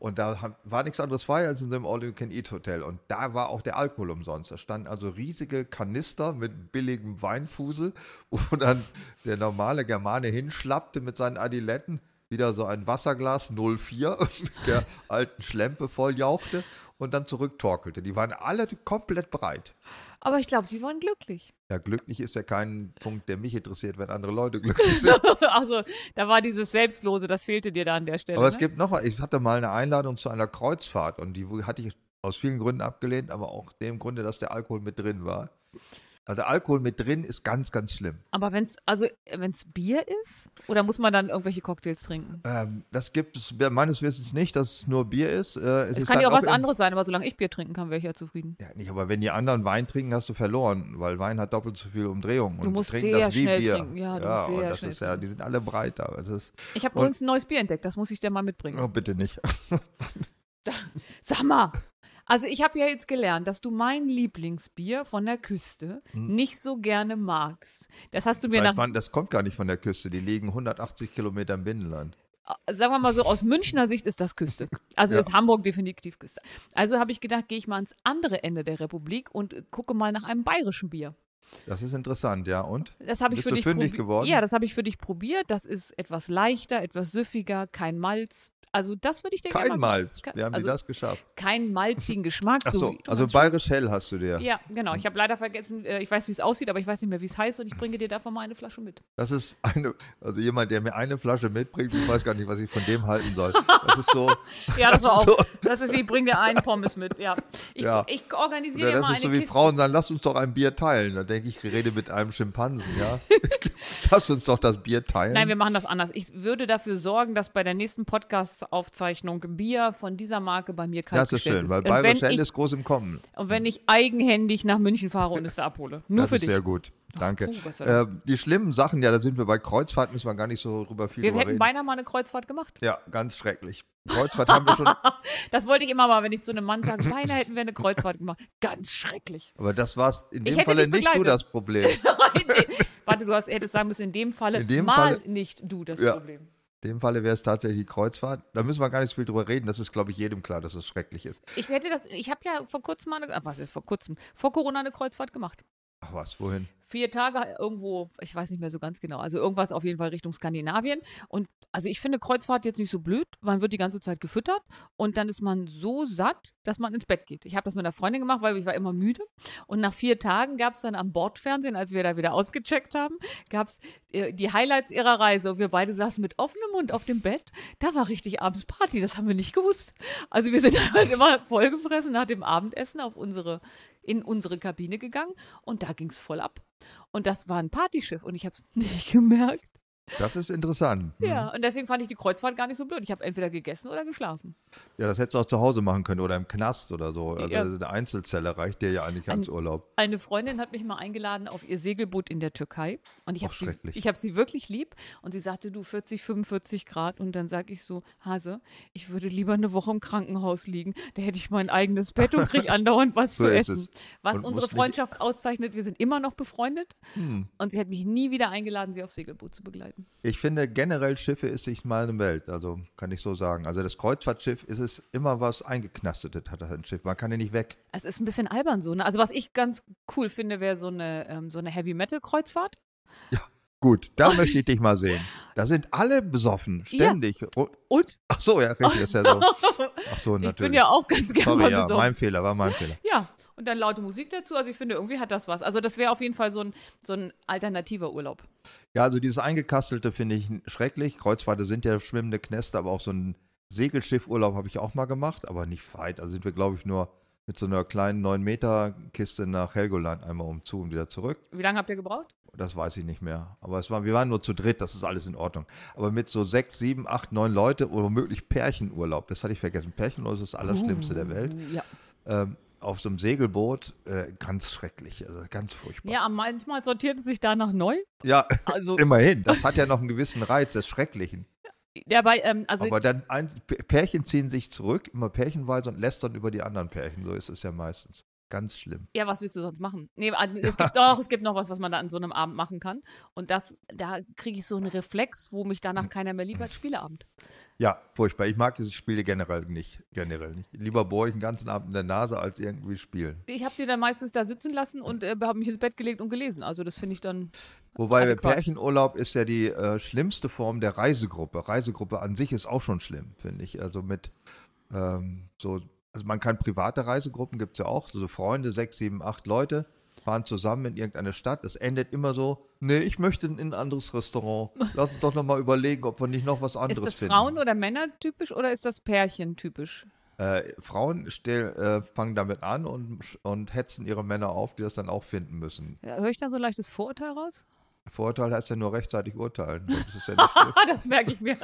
Speaker 3: und da hab, war nichts anderes frei als in so einem All-You-Can-Eat-Hotel. Und da war auch der Alkohol umsonst. Da standen also riesige Kanister mit billigem Weinfusel, wo dann der normale Germane hinschlappte mit seinen Adiletten. Wieder so ein Wasserglas 04 mit der alten Schlempe volljauchte und dann zurücktorkelte. Die waren alle komplett breit.
Speaker 4: Aber ich glaube, die waren glücklich.
Speaker 3: Ja, glücklich ist ja kein Punkt, der mich interessiert, wenn andere Leute glücklich sind.
Speaker 4: also, da war dieses Selbstlose, das fehlte dir da an der Stelle.
Speaker 3: Aber es
Speaker 4: ne?
Speaker 3: gibt noch, mal- ich hatte mal eine Einladung zu einer Kreuzfahrt und die hatte ich aus vielen Gründen abgelehnt, aber auch dem Grunde, dass der Alkohol mit drin war. Also der Alkohol mit drin ist ganz, ganz schlimm.
Speaker 4: Aber wenn es also, wenn's Bier ist, oder muss man dann irgendwelche Cocktails trinken?
Speaker 3: Ähm, das gibt es meines Wissens nicht, dass es nur Bier ist. Äh, es
Speaker 4: Es
Speaker 3: ist
Speaker 4: kann
Speaker 3: dann
Speaker 4: ja auch was
Speaker 3: im-
Speaker 4: anderes sein, aber solange ich Bier trinken kann, wäre ich ja zufrieden.
Speaker 3: Ja, nicht, aber wenn die anderen Wein trinken, hast du verloren, weil Wein hat doppelt so viel Umdrehung. Und die
Speaker 4: musst
Speaker 3: trinken
Speaker 4: sehr
Speaker 3: das wie
Speaker 4: schnell
Speaker 3: Bier.
Speaker 4: trinken, ja, du musst
Speaker 3: und
Speaker 4: sehr
Speaker 3: das
Speaker 4: schnell
Speaker 3: ist ja, die sind alle breit da. Das ist, oh,
Speaker 4: Ich habe
Speaker 3: Und-
Speaker 4: übrigens ein neues Bier entdeckt, das muss ich dir mal mitbringen.
Speaker 3: oh, bitte nicht.
Speaker 4: Sag mal, Also ich habe ja jetzt gelernt, dass du mein Lieblingsbier von der Küste nicht so gerne magst. Das hast du mir
Speaker 3: Hm. Seit
Speaker 4: nach,
Speaker 3: wann, das kommt gar nicht von der Küste. Die liegen 180 Kilometer im Binnenland.
Speaker 4: äh, sagen wir mal so, aus Münchner Sicht ist das Küste. Also
Speaker 3: Ja.
Speaker 4: ist Hamburg definitiv Küste. Also habe ich gedacht, gehe ich mal ans andere Ende der Republik und äh, gucke mal nach einem bayerischen Bier.
Speaker 3: Das ist interessant, ja. Und?
Speaker 4: Das habe ich
Speaker 3: Bist du
Speaker 4: für dich
Speaker 3: fündig
Speaker 4: probi-
Speaker 3: geworden?
Speaker 4: Ja, das habe ich für dich probiert. Das ist etwas leichter, etwas süffiger, kein Malz. Also das würde ich dir gerne
Speaker 3: Kein
Speaker 4: mal-
Speaker 3: Malz.
Speaker 4: Ke-
Speaker 3: Wir haben
Speaker 4: also
Speaker 3: die das geschafft.
Speaker 4: keinen malzigen Geschmack.
Speaker 3: Ach
Speaker 4: so,
Speaker 3: so,
Speaker 4: wie-
Speaker 3: also bayerisch hell hast du dir.
Speaker 4: Ja, genau. Ich habe leider vergessen, äh, ich weiß, wie es aussieht, aber ich weiß nicht mehr, wie es heißt und ich bringe dir davon mal eine Flasche mit.
Speaker 3: Das ist eine, also jemand, der mir eine Flasche mitbringt, ich weiß gar nicht, was ich von dem halten soll. Das ist so,
Speaker 4: Ja, das,
Speaker 3: Das
Speaker 4: war auch.
Speaker 3: ist so-
Speaker 4: Das ist wie, ich bringe dir einen Pommes mit. Ja. Ich,
Speaker 3: Ja.
Speaker 4: ich organisiere
Speaker 3: ja,
Speaker 4: dir
Speaker 3: das
Speaker 4: mal
Speaker 3: ist so
Speaker 4: eine
Speaker 3: wie
Speaker 4: Kiste.
Speaker 3: Frauen sagen, lass uns doch ein Bier teilen. Da denke ich, ich rede mit einem Schimpansen, ja. lass uns doch das Bier teilen.
Speaker 4: Nein, wir machen das anders. Ich würde dafür sorgen, dass bei der nächsten Podcast-Aufzeichnung Bier von dieser Marke bei mir
Speaker 3: das ist
Speaker 4: kaltgestellt
Speaker 3: schön, weil
Speaker 4: ist. Und
Speaker 3: bayerisch
Speaker 4: wenn,
Speaker 3: hell
Speaker 4: ich,
Speaker 3: ist groß im Kommen.
Speaker 4: und wenn ich eigenhändig nach München fahre und es da abhole. Nur
Speaker 3: das
Speaker 4: für
Speaker 3: ist
Speaker 4: dich.
Speaker 3: sehr gut. Danke.
Speaker 4: puh, Gott sei Dank.
Speaker 3: ähm, die schlimmen Sachen, ja, da sind wir bei Kreuzfahrt, müssen wir gar nicht so drüber viel
Speaker 4: Wir
Speaker 3: drüber
Speaker 4: hätten
Speaker 3: reden.
Speaker 4: beinahe mal eine Kreuzfahrt gemacht.
Speaker 3: Ja, ganz schrecklich. Kreuzfahrt haben wir schon,
Speaker 4: Das wollte ich immer mal, wenn ich zu einem Mann sage, beinahe hätten wir eine Kreuzfahrt gemacht. Ganz schrecklich.
Speaker 3: aber das war's in
Speaker 4: Ich
Speaker 3: dem
Speaker 4: hätte
Speaker 3: Falle
Speaker 4: dich
Speaker 3: nicht du
Speaker 4: begleitet.
Speaker 3: das Problem.
Speaker 4: In dem- Warte, du hast, hättest sagen müssen, in dem Falle
Speaker 3: In dem
Speaker 4: mal
Speaker 3: Falle-
Speaker 4: nicht du das
Speaker 3: Ja.
Speaker 4: Problem.
Speaker 3: In dem Falle wäre es tatsächlich die Kreuzfahrt. Da müssen wir gar nicht so viel drüber reden. Das ist, glaube ich, jedem klar, dass es schrecklich ist.
Speaker 4: Ich hätte das, ich habe ja vor kurzem mal, eine, ah, was ist vor kurzem, vor Corona eine Kreuzfahrt gemacht.
Speaker 3: Ach was, wohin?
Speaker 4: Vier Tage irgendwo, ich weiß nicht mehr so ganz genau, also irgendwas auf jeden Fall Richtung Skandinavien. Und also ich finde Kreuzfahrt jetzt nicht so blöd. Man wird die ganze Zeit gefüttert und dann ist man so satt, dass man ins Bett geht. Ich habe das mit einer Freundin gemacht, weil ich war immer müde. Und nach vier Tagen gab es dann am Bordfernsehen, als wir da wieder ausgecheckt haben, gab es äh, die Highlights ihrer Reise. Und wir beide saßen mit offenem Mund auf dem Bett. Da war richtig abends Party, das haben wir nicht gewusst. Also wir sind halt immer vollgefressen nach dem Abendessen auf unsere, in unsere Kabine gegangen und da ging es voll ab. Und das war ein Partyschiff und ich habe es nicht gemerkt.
Speaker 3: Das ist interessant. Hm.
Speaker 4: Ja, und deswegen fand ich die Kreuzfahrt gar nicht so blöd. Ich habe entweder gegessen oder geschlafen.
Speaker 3: Ja, das hättest du auch zu Hause machen können oder im Knast oder so. Also
Speaker 4: Ja.
Speaker 3: eine Einzelzelle reicht dir ja eigentlich als Urlaub.
Speaker 4: Eine Freundin hat mich mal eingeladen auf ihr Segelboot in der Türkei und
Speaker 3: Auch
Speaker 4: ich habe sie,
Speaker 3: schrecklich.
Speaker 4: ich hab sie wirklich lieb und sie sagte, du 40, 45 Grad und dann sage ich so, Hase, ich würde lieber eine Woche im Krankenhaus liegen, da hätte ich mein eigenes Bett und kriege andauernd was
Speaker 3: So
Speaker 4: zu
Speaker 3: ist
Speaker 4: essen.
Speaker 3: es.
Speaker 4: Was
Speaker 3: Und
Speaker 4: unsere
Speaker 3: musst nicht-
Speaker 4: Freundschaft auszeichnet, wir sind immer noch befreundet
Speaker 3: Hm.
Speaker 4: und sie hat mich nie wieder eingeladen, sie auf Segelboot zu begleiten.
Speaker 3: Ich finde generell Schiffe ist nicht meine Welt, also kann ich so sagen. Also das Kreuzfahrtschiff ist es immer was eingeknastetet hat das ein Schiff. Man kann ja nicht weg.
Speaker 4: Es ist ein bisschen albern so. Ne? Also was ich ganz cool finde, wäre so eine, ähm, so eine Heavy-Metal-Kreuzfahrt.
Speaker 3: Gut, da möchte ich dich mal sehen. Da sind alle besoffen, ständig. Oh,
Speaker 4: Und
Speaker 3: Ach so, ja, richtig, ist ja so. Ach so, natürlich.
Speaker 4: ich bin ja auch ganz gerne
Speaker 3: Sorry,
Speaker 4: mal
Speaker 3: ja,
Speaker 4: besoffen.
Speaker 3: mein Fehler, war mein Fehler.
Speaker 4: ja, und dann laute Musik dazu. Also ich finde, irgendwie hat das was. Also das wäre auf jeden Fall so ein, so ein alternativer Urlaub.
Speaker 3: Ja, also dieses Eingekastelte finde ich schrecklich. Kreuzfahrte sind ja schwimmende Knäste, aber auch so ein Segelschiffurlaub habe ich auch mal gemacht, aber nicht weit. Also sind wir, glaube ich, nur mit so einer kleinen 9-Meter-Kiste nach Helgoland einmal umzu und wieder zurück.
Speaker 4: Wie lange habt ihr gebraucht?
Speaker 3: Das weiß ich nicht mehr. Aber es war, wir waren nur zu dritt, das ist alles in Ordnung. Aber mit so sechs, sieben, acht, neun Leute oder womöglich Pärchenurlaub, das hatte ich vergessen. Pärchenurlaub ist das Allerschlimmste der Welt.
Speaker 4: Ja,
Speaker 3: Ähm, auf so einem Segelboot, äh, ganz schrecklich, also ganz furchtbar.
Speaker 4: ja manchmal sortiert es sich danach neu.
Speaker 3: Ja,
Speaker 4: Also
Speaker 3: immerhin, das hat ja noch einen gewissen Reiz des Schrecklichen.
Speaker 4: dabei, ähm, also
Speaker 3: Aber dann, ein, Pärchen ziehen sich zurück, immer pärchenweise und lästern über die anderen Pärchen. So ist es ja meistens. Ganz schlimm.
Speaker 4: Ja, was willst du sonst machen? Nee, an- es gibt, doch, es gibt noch was, was man da an so einem Abend machen kann. Und das, da kriege ich so einen Reflex, wo mich
Speaker 3: Hm.
Speaker 4: danach keiner mehr liebt, als Spieleabend.
Speaker 3: Ja, furchtbar. Ich mag diese Spiele generell nicht. Generell nicht. Lieber bohre ich den ganzen Abend in der Nase, als irgendwie spielen.
Speaker 4: Ich habe die dann meistens da sitzen lassen und äh, habe mich ins Bett gelegt und gelesen. Also das finde ich dann,
Speaker 3: Wobei der
Speaker 4: Adäquat.
Speaker 3: Pärchenurlaub ist ja die äh, schlimmste Form der Reisegruppe. Reisegruppe an sich ist auch schon schlimm, finde ich. Also mit ähm, so, also man kann private Reisegruppen gibt es ja auch, so Freunde, sechs, sieben, acht Leute fahren zusammen in irgendeine Stadt. Es endet immer so, nee, ich möchte in ein anderes Restaurant. Lass uns doch nochmal überlegen, ob wir nicht noch was anderes
Speaker 4: ist das
Speaker 3: finden.
Speaker 4: Frauen- oder Männer-typisch oder ist das Pärchen-typisch?
Speaker 3: äh, Frauen stell, äh, fangen damit an und, und hetzen ihre Männer auf, die das dann auch finden müssen.
Speaker 4: Ja, Höre ich da so ein leichtes Vorurteil raus?
Speaker 3: Vorurteil heißt ja nur rechtzeitig urteilen. Das ist ja nicht schlimm.
Speaker 4: Ah, das merke ich mir.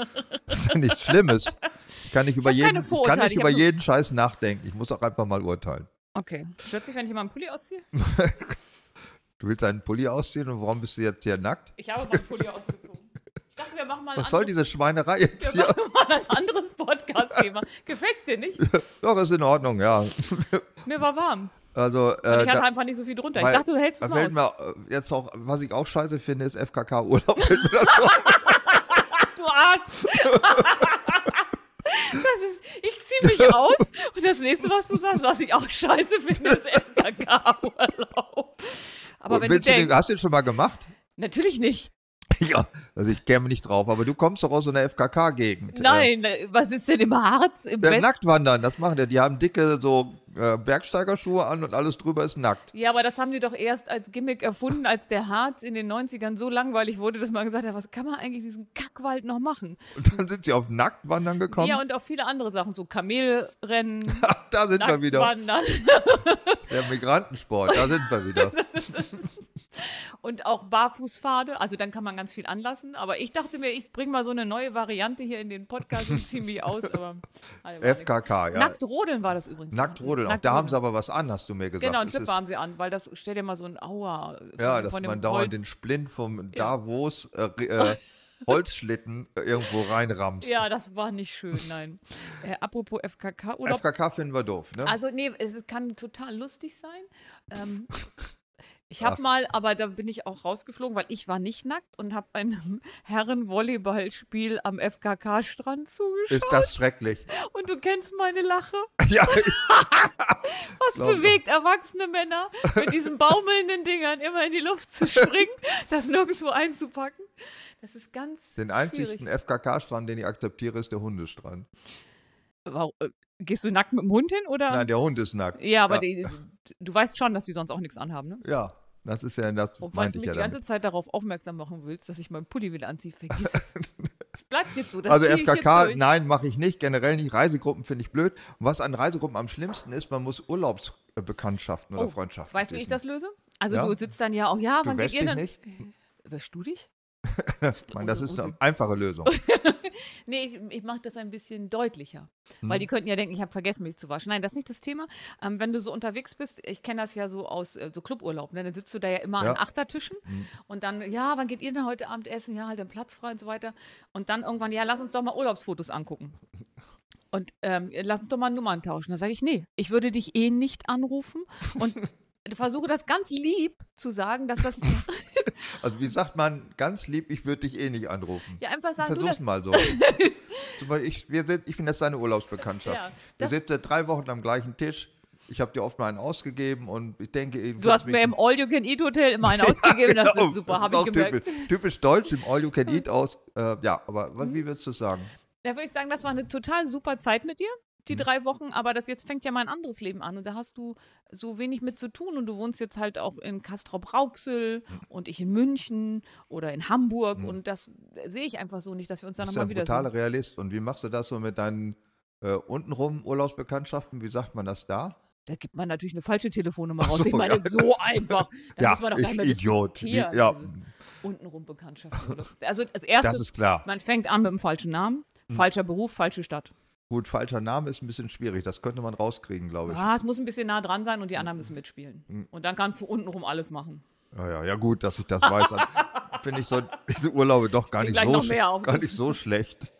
Speaker 3: Das ist ja nichts Schlimmes. Ich kann nicht über,
Speaker 4: hab keine
Speaker 3: jeden, ich kann
Speaker 4: Vorurteile,
Speaker 3: nicht
Speaker 4: ich
Speaker 3: über
Speaker 4: hab nur-
Speaker 3: jeden Scheiß nachdenken. Ich muss auch einfach mal urteilen.
Speaker 4: Okay. Stört sich, wenn ich mal einen Pulli ausziehe?
Speaker 3: Du willst deinen Pulli ausziehen und warum bist du jetzt hier nackt?
Speaker 4: Ich habe mal einen Pulli ausgezogen. dachte, wir machen mal ein
Speaker 3: Was soll
Speaker 4: anderes-
Speaker 3: diese Schweinerei jetzt
Speaker 4: wir
Speaker 3: hier?
Speaker 4: machen mal ein anderes Podcast-Thema. Gefällt's dir nicht?
Speaker 3: Doch, ist in Ordnung, ja.
Speaker 4: Mir war warm.
Speaker 3: Also,
Speaker 4: Und
Speaker 3: äh,
Speaker 4: ich hatte
Speaker 3: da-
Speaker 4: einfach nicht so viel drunter.
Speaker 3: weil-
Speaker 4: ich dachte, du hältst
Speaker 3: da
Speaker 4: es mal
Speaker 3: fällt
Speaker 4: aus.
Speaker 3: mir äh, jetzt auch, was ich auch scheiße finde, ist FKK-Urlaub.
Speaker 4: Du Arsch! Das ist, ich zieh mich aus und das nächste, was du sagst, was ich auch scheiße finde, ist FKK-Urlaub. Aber wenn du
Speaker 3: Willst du den,
Speaker 4: denkst,
Speaker 3: hast du den schon mal gemacht?
Speaker 4: natürlich nicht.
Speaker 3: Ja. Also ich käme nicht drauf, aber du kommst doch aus so einer FKK-Gegend.
Speaker 4: Nein, äh, was ist denn im Harz, im
Speaker 3: Äh,
Speaker 4: Bett?
Speaker 3: nackt wandern, das machen die. Die haben dicke so äh, Bergsteigerschuhe an und alles drüber ist nackt.
Speaker 4: Ja, aber das haben die doch erst als Gimmick erfunden, als der Harz in den 90ern so langweilig wurde, dass man gesagt hat, was kann man eigentlich diesen Kackwald noch machen?
Speaker 3: Und dann sind sie auf nackt wandern gekommen.
Speaker 4: Ja, und auch viele andere Sachen, so Kamelrennen,
Speaker 3: da sind wir wieder.
Speaker 4: Nacktwandern
Speaker 3: Der Migrantensport, da sind wir wieder.
Speaker 4: und auch Barfußpfade. Also dann kann man ganz viel anlassen. Aber ich dachte mir, ich bringe mal so eine neue Variante hier in den Podcast und ziehe mich aus. Aber, alle waren weg.
Speaker 3: FKK, ja.
Speaker 4: Nacktrodeln war das übrigens.
Speaker 3: Nacktrodeln, auch da haben sie aber was an, hast du mir gesagt.
Speaker 4: Genau, einen
Speaker 3: Es ist-
Speaker 4: Clipper haben sie an, weil das, stell dir mal so ein Aua. von-
Speaker 3: Ja, dass
Speaker 4: von dem
Speaker 3: man dauernd den
Speaker 4: Holz-
Speaker 3: Splint vom Davos äh, re- äh, Holzschlitten äh, irgendwo reinrammt.
Speaker 4: Ja, das war nicht schön, nein. Äh, apropos FKK Urlaub.
Speaker 3: FKK finden wir doof, ne?
Speaker 4: Also nee, es ist- kann total lustig sein. Ähm, ich
Speaker 3: Ach.
Speaker 4: habe mal, aber da bin ich auch rausgeflogen, weil ich war nicht nackt und habe einem Herrenvolleyballspiel am FKK-Strand zugeschaut.
Speaker 3: ist das schrecklich.
Speaker 4: Und du kennst meine Lache.
Speaker 3: ja,
Speaker 4: Was
Speaker 3: Glaub ich.
Speaker 4: bewegt erwachsene Männer mit diesen baumelnden Dingern immer in die Luft zu springen, das nirgendwo einzupacken? Das ist ganz
Speaker 3: den einzigsten
Speaker 4: schwierig.
Speaker 3: FKK-Strand, den ich akzeptiere, ist der Hundestrand.
Speaker 4: Warum, äh, gehst du nackt mit dem Hund hin oder?
Speaker 3: Nein, der Hund ist nackt.
Speaker 4: ja, aber
Speaker 3: Ja.
Speaker 4: Die, du weißt schon, dass die sonst auch nichts anhaben, ne?
Speaker 3: Ja, das ist ja, das
Speaker 4: Obwohl
Speaker 3: meinte
Speaker 4: du
Speaker 3: ich
Speaker 4: mich
Speaker 3: ja
Speaker 4: die ganze
Speaker 3: damit.
Speaker 4: Zeit darauf aufmerksam machen willst, dass ich meinen Pulli wieder anziehe, vergiss es. Es bleibt jetzt so. Das
Speaker 3: Also
Speaker 4: zieh ich
Speaker 3: FKK,
Speaker 4: jetzt durch.
Speaker 3: nein, mache ich nicht, generell nicht. Reisegruppen finde ich blöd. Und was an Reisegruppen am schlimmsten ist, man muss Urlaubsbekanntschaften oder
Speaker 4: Oh,
Speaker 3: Freundschaften
Speaker 4: Weißt du, wie ich
Speaker 3: schließen.
Speaker 4: das löse? Also
Speaker 3: Ja.
Speaker 4: du sitzt dann ja auch, ja,
Speaker 3: Du
Speaker 4: wann geht
Speaker 3: wäschst
Speaker 4: ihr
Speaker 3: dich
Speaker 4: denn? Äh,
Speaker 3: nicht?
Speaker 4: Wäschst du dich?
Speaker 3: Mann, das
Speaker 4: Use,
Speaker 3: ist eine
Speaker 4: Use.
Speaker 3: einfache Lösung.
Speaker 4: Nee, ich, ich mache das ein bisschen deutlicher. Weil
Speaker 3: Mhm.
Speaker 4: die könnten ja denken, ich habe vergessen, mich zu waschen. Nein, das ist nicht das Thema. Ähm, wenn du so unterwegs bist, ich kenne das ja so aus äh, so Cluburlaub, ne? dann sitzt du da ja immer
Speaker 3: Ja. Mhm.
Speaker 4: an Achtertischen und dann, ja, wann geht ihr denn heute Abend essen? Ja, halt den Platz frei und so weiter. Und dann irgendwann, ja, lass uns doch mal Urlaubsfotos angucken. Und ähm, lass uns doch mal Nummern tauschen. Da sage ich, nee, ich würde dich eh nicht anrufen. Und versuche das ganz lieb zu sagen, dass das
Speaker 3: Also wie sagt man ganz lieb, ich würde dich eh nicht anrufen.
Speaker 4: ja einfach sagen, du,
Speaker 3: Versuch's
Speaker 4: das
Speaker 3: mal so. Zum Beispiel, ich, wir sind, ich bin jetzt deine Urlaubsbekanntschaft.
Speaker 4: Ja,
Speaker 3: wir
Speaker 4: das-
Speaker 3: sitzen seit drei Wochen am gleichen Tisch. Ich habe dir oft mal einen ausgegeben und ich denke, ihr
Speaker 4: Du
Speaker 3: würdet
Speaker 4: hast
Speaker 3: mich-
Speaker 4: mir im All-You-Can-Eat-Hotel immer einen ausgegeben, das
Speaker 3: Genau,
Speaker 4: ist super, habe ich
Speaker 3: auch
Speaker 4: gemerkt.
Speaker 3: Typisch, typisch deutsch im All You Can Eat aus. Äh, ja, aber
Speaker 4: Mhm.
Speaker 3: wa- wie würdest du sagen?
Speaker 4: Da würde ich sagen, das war eine total super Zeit mit dir,
Speaker 3: Mhm.
Speaker 4: die drei Wochen, aber das jetzt fängt ja mein anderes Leben an und da hast du so wenig mit zu tun und du wohnst jetzt halt auch in Kastrop-Rauxel
Speaker 3: Mhm.
Speaker 4: und ich in München oder in Hamburg und das äh, sehe ich einfach so nicht, dass wir uns da
Speaker 3: Du Mhm. bist ja
Speaker 4: nochmal
Speaker 3: ein
Speaker 4: wiedersehen.
Speaker 3: brutaler Realist. Und wie machst du das so mit deinen äh, untenrum Urlaubsbekanntschaften? Wie sagt man das da?
Speaker 4: Da gibt man natürlich eine falsche Telefonnummer
Speaker 3: Ach
Speaker 4: raus.
Speaker 3: so,
Speaker 4: ich meine,
Speaker 3: ja.
Speaker 4: so einfach. Da muss man
Speaker 3: ja,
Speaker 4: doch
Speaker 3: ich
Speaker 4: gleich mal
Speaker 3: Idiot. Wie,
Speaker 4: diskutieren.
Speaker 3: ja,
Speaker 4: Also, untenrum Bekanntschaft. oder? Also als erstes,
Speaker 3: das ist Mhm. klar.
Speaker 4: man fängt an mit dem falschen Namen, falscher Beruf, falsche Stadt.
Speaker 3: Gut, falscher Name ist ein bisschen schwierig. Das könnte man rauskriegen, glaube ich.
Speaker 4: Ah, es muss ein bisschen nah dran sein und die
Speaker 3: Mhm.
Speaker 4: anderen müssen mitspielen. Und dann kannst du untenrum alles machen.
Speaker 3: Ja, ja, ja, gut, dass ich das weiß. Finde ich so diese Urlaube doch gar
Speaker 4: Zieh
Speaker 3: nicht,
Speaker 4: gleich
Speaker 3: so
Speaker 4: noch mehr
Speaker 3: sch-
Speaker 4: auf.
Speaker 3: gar nicht so schlecht.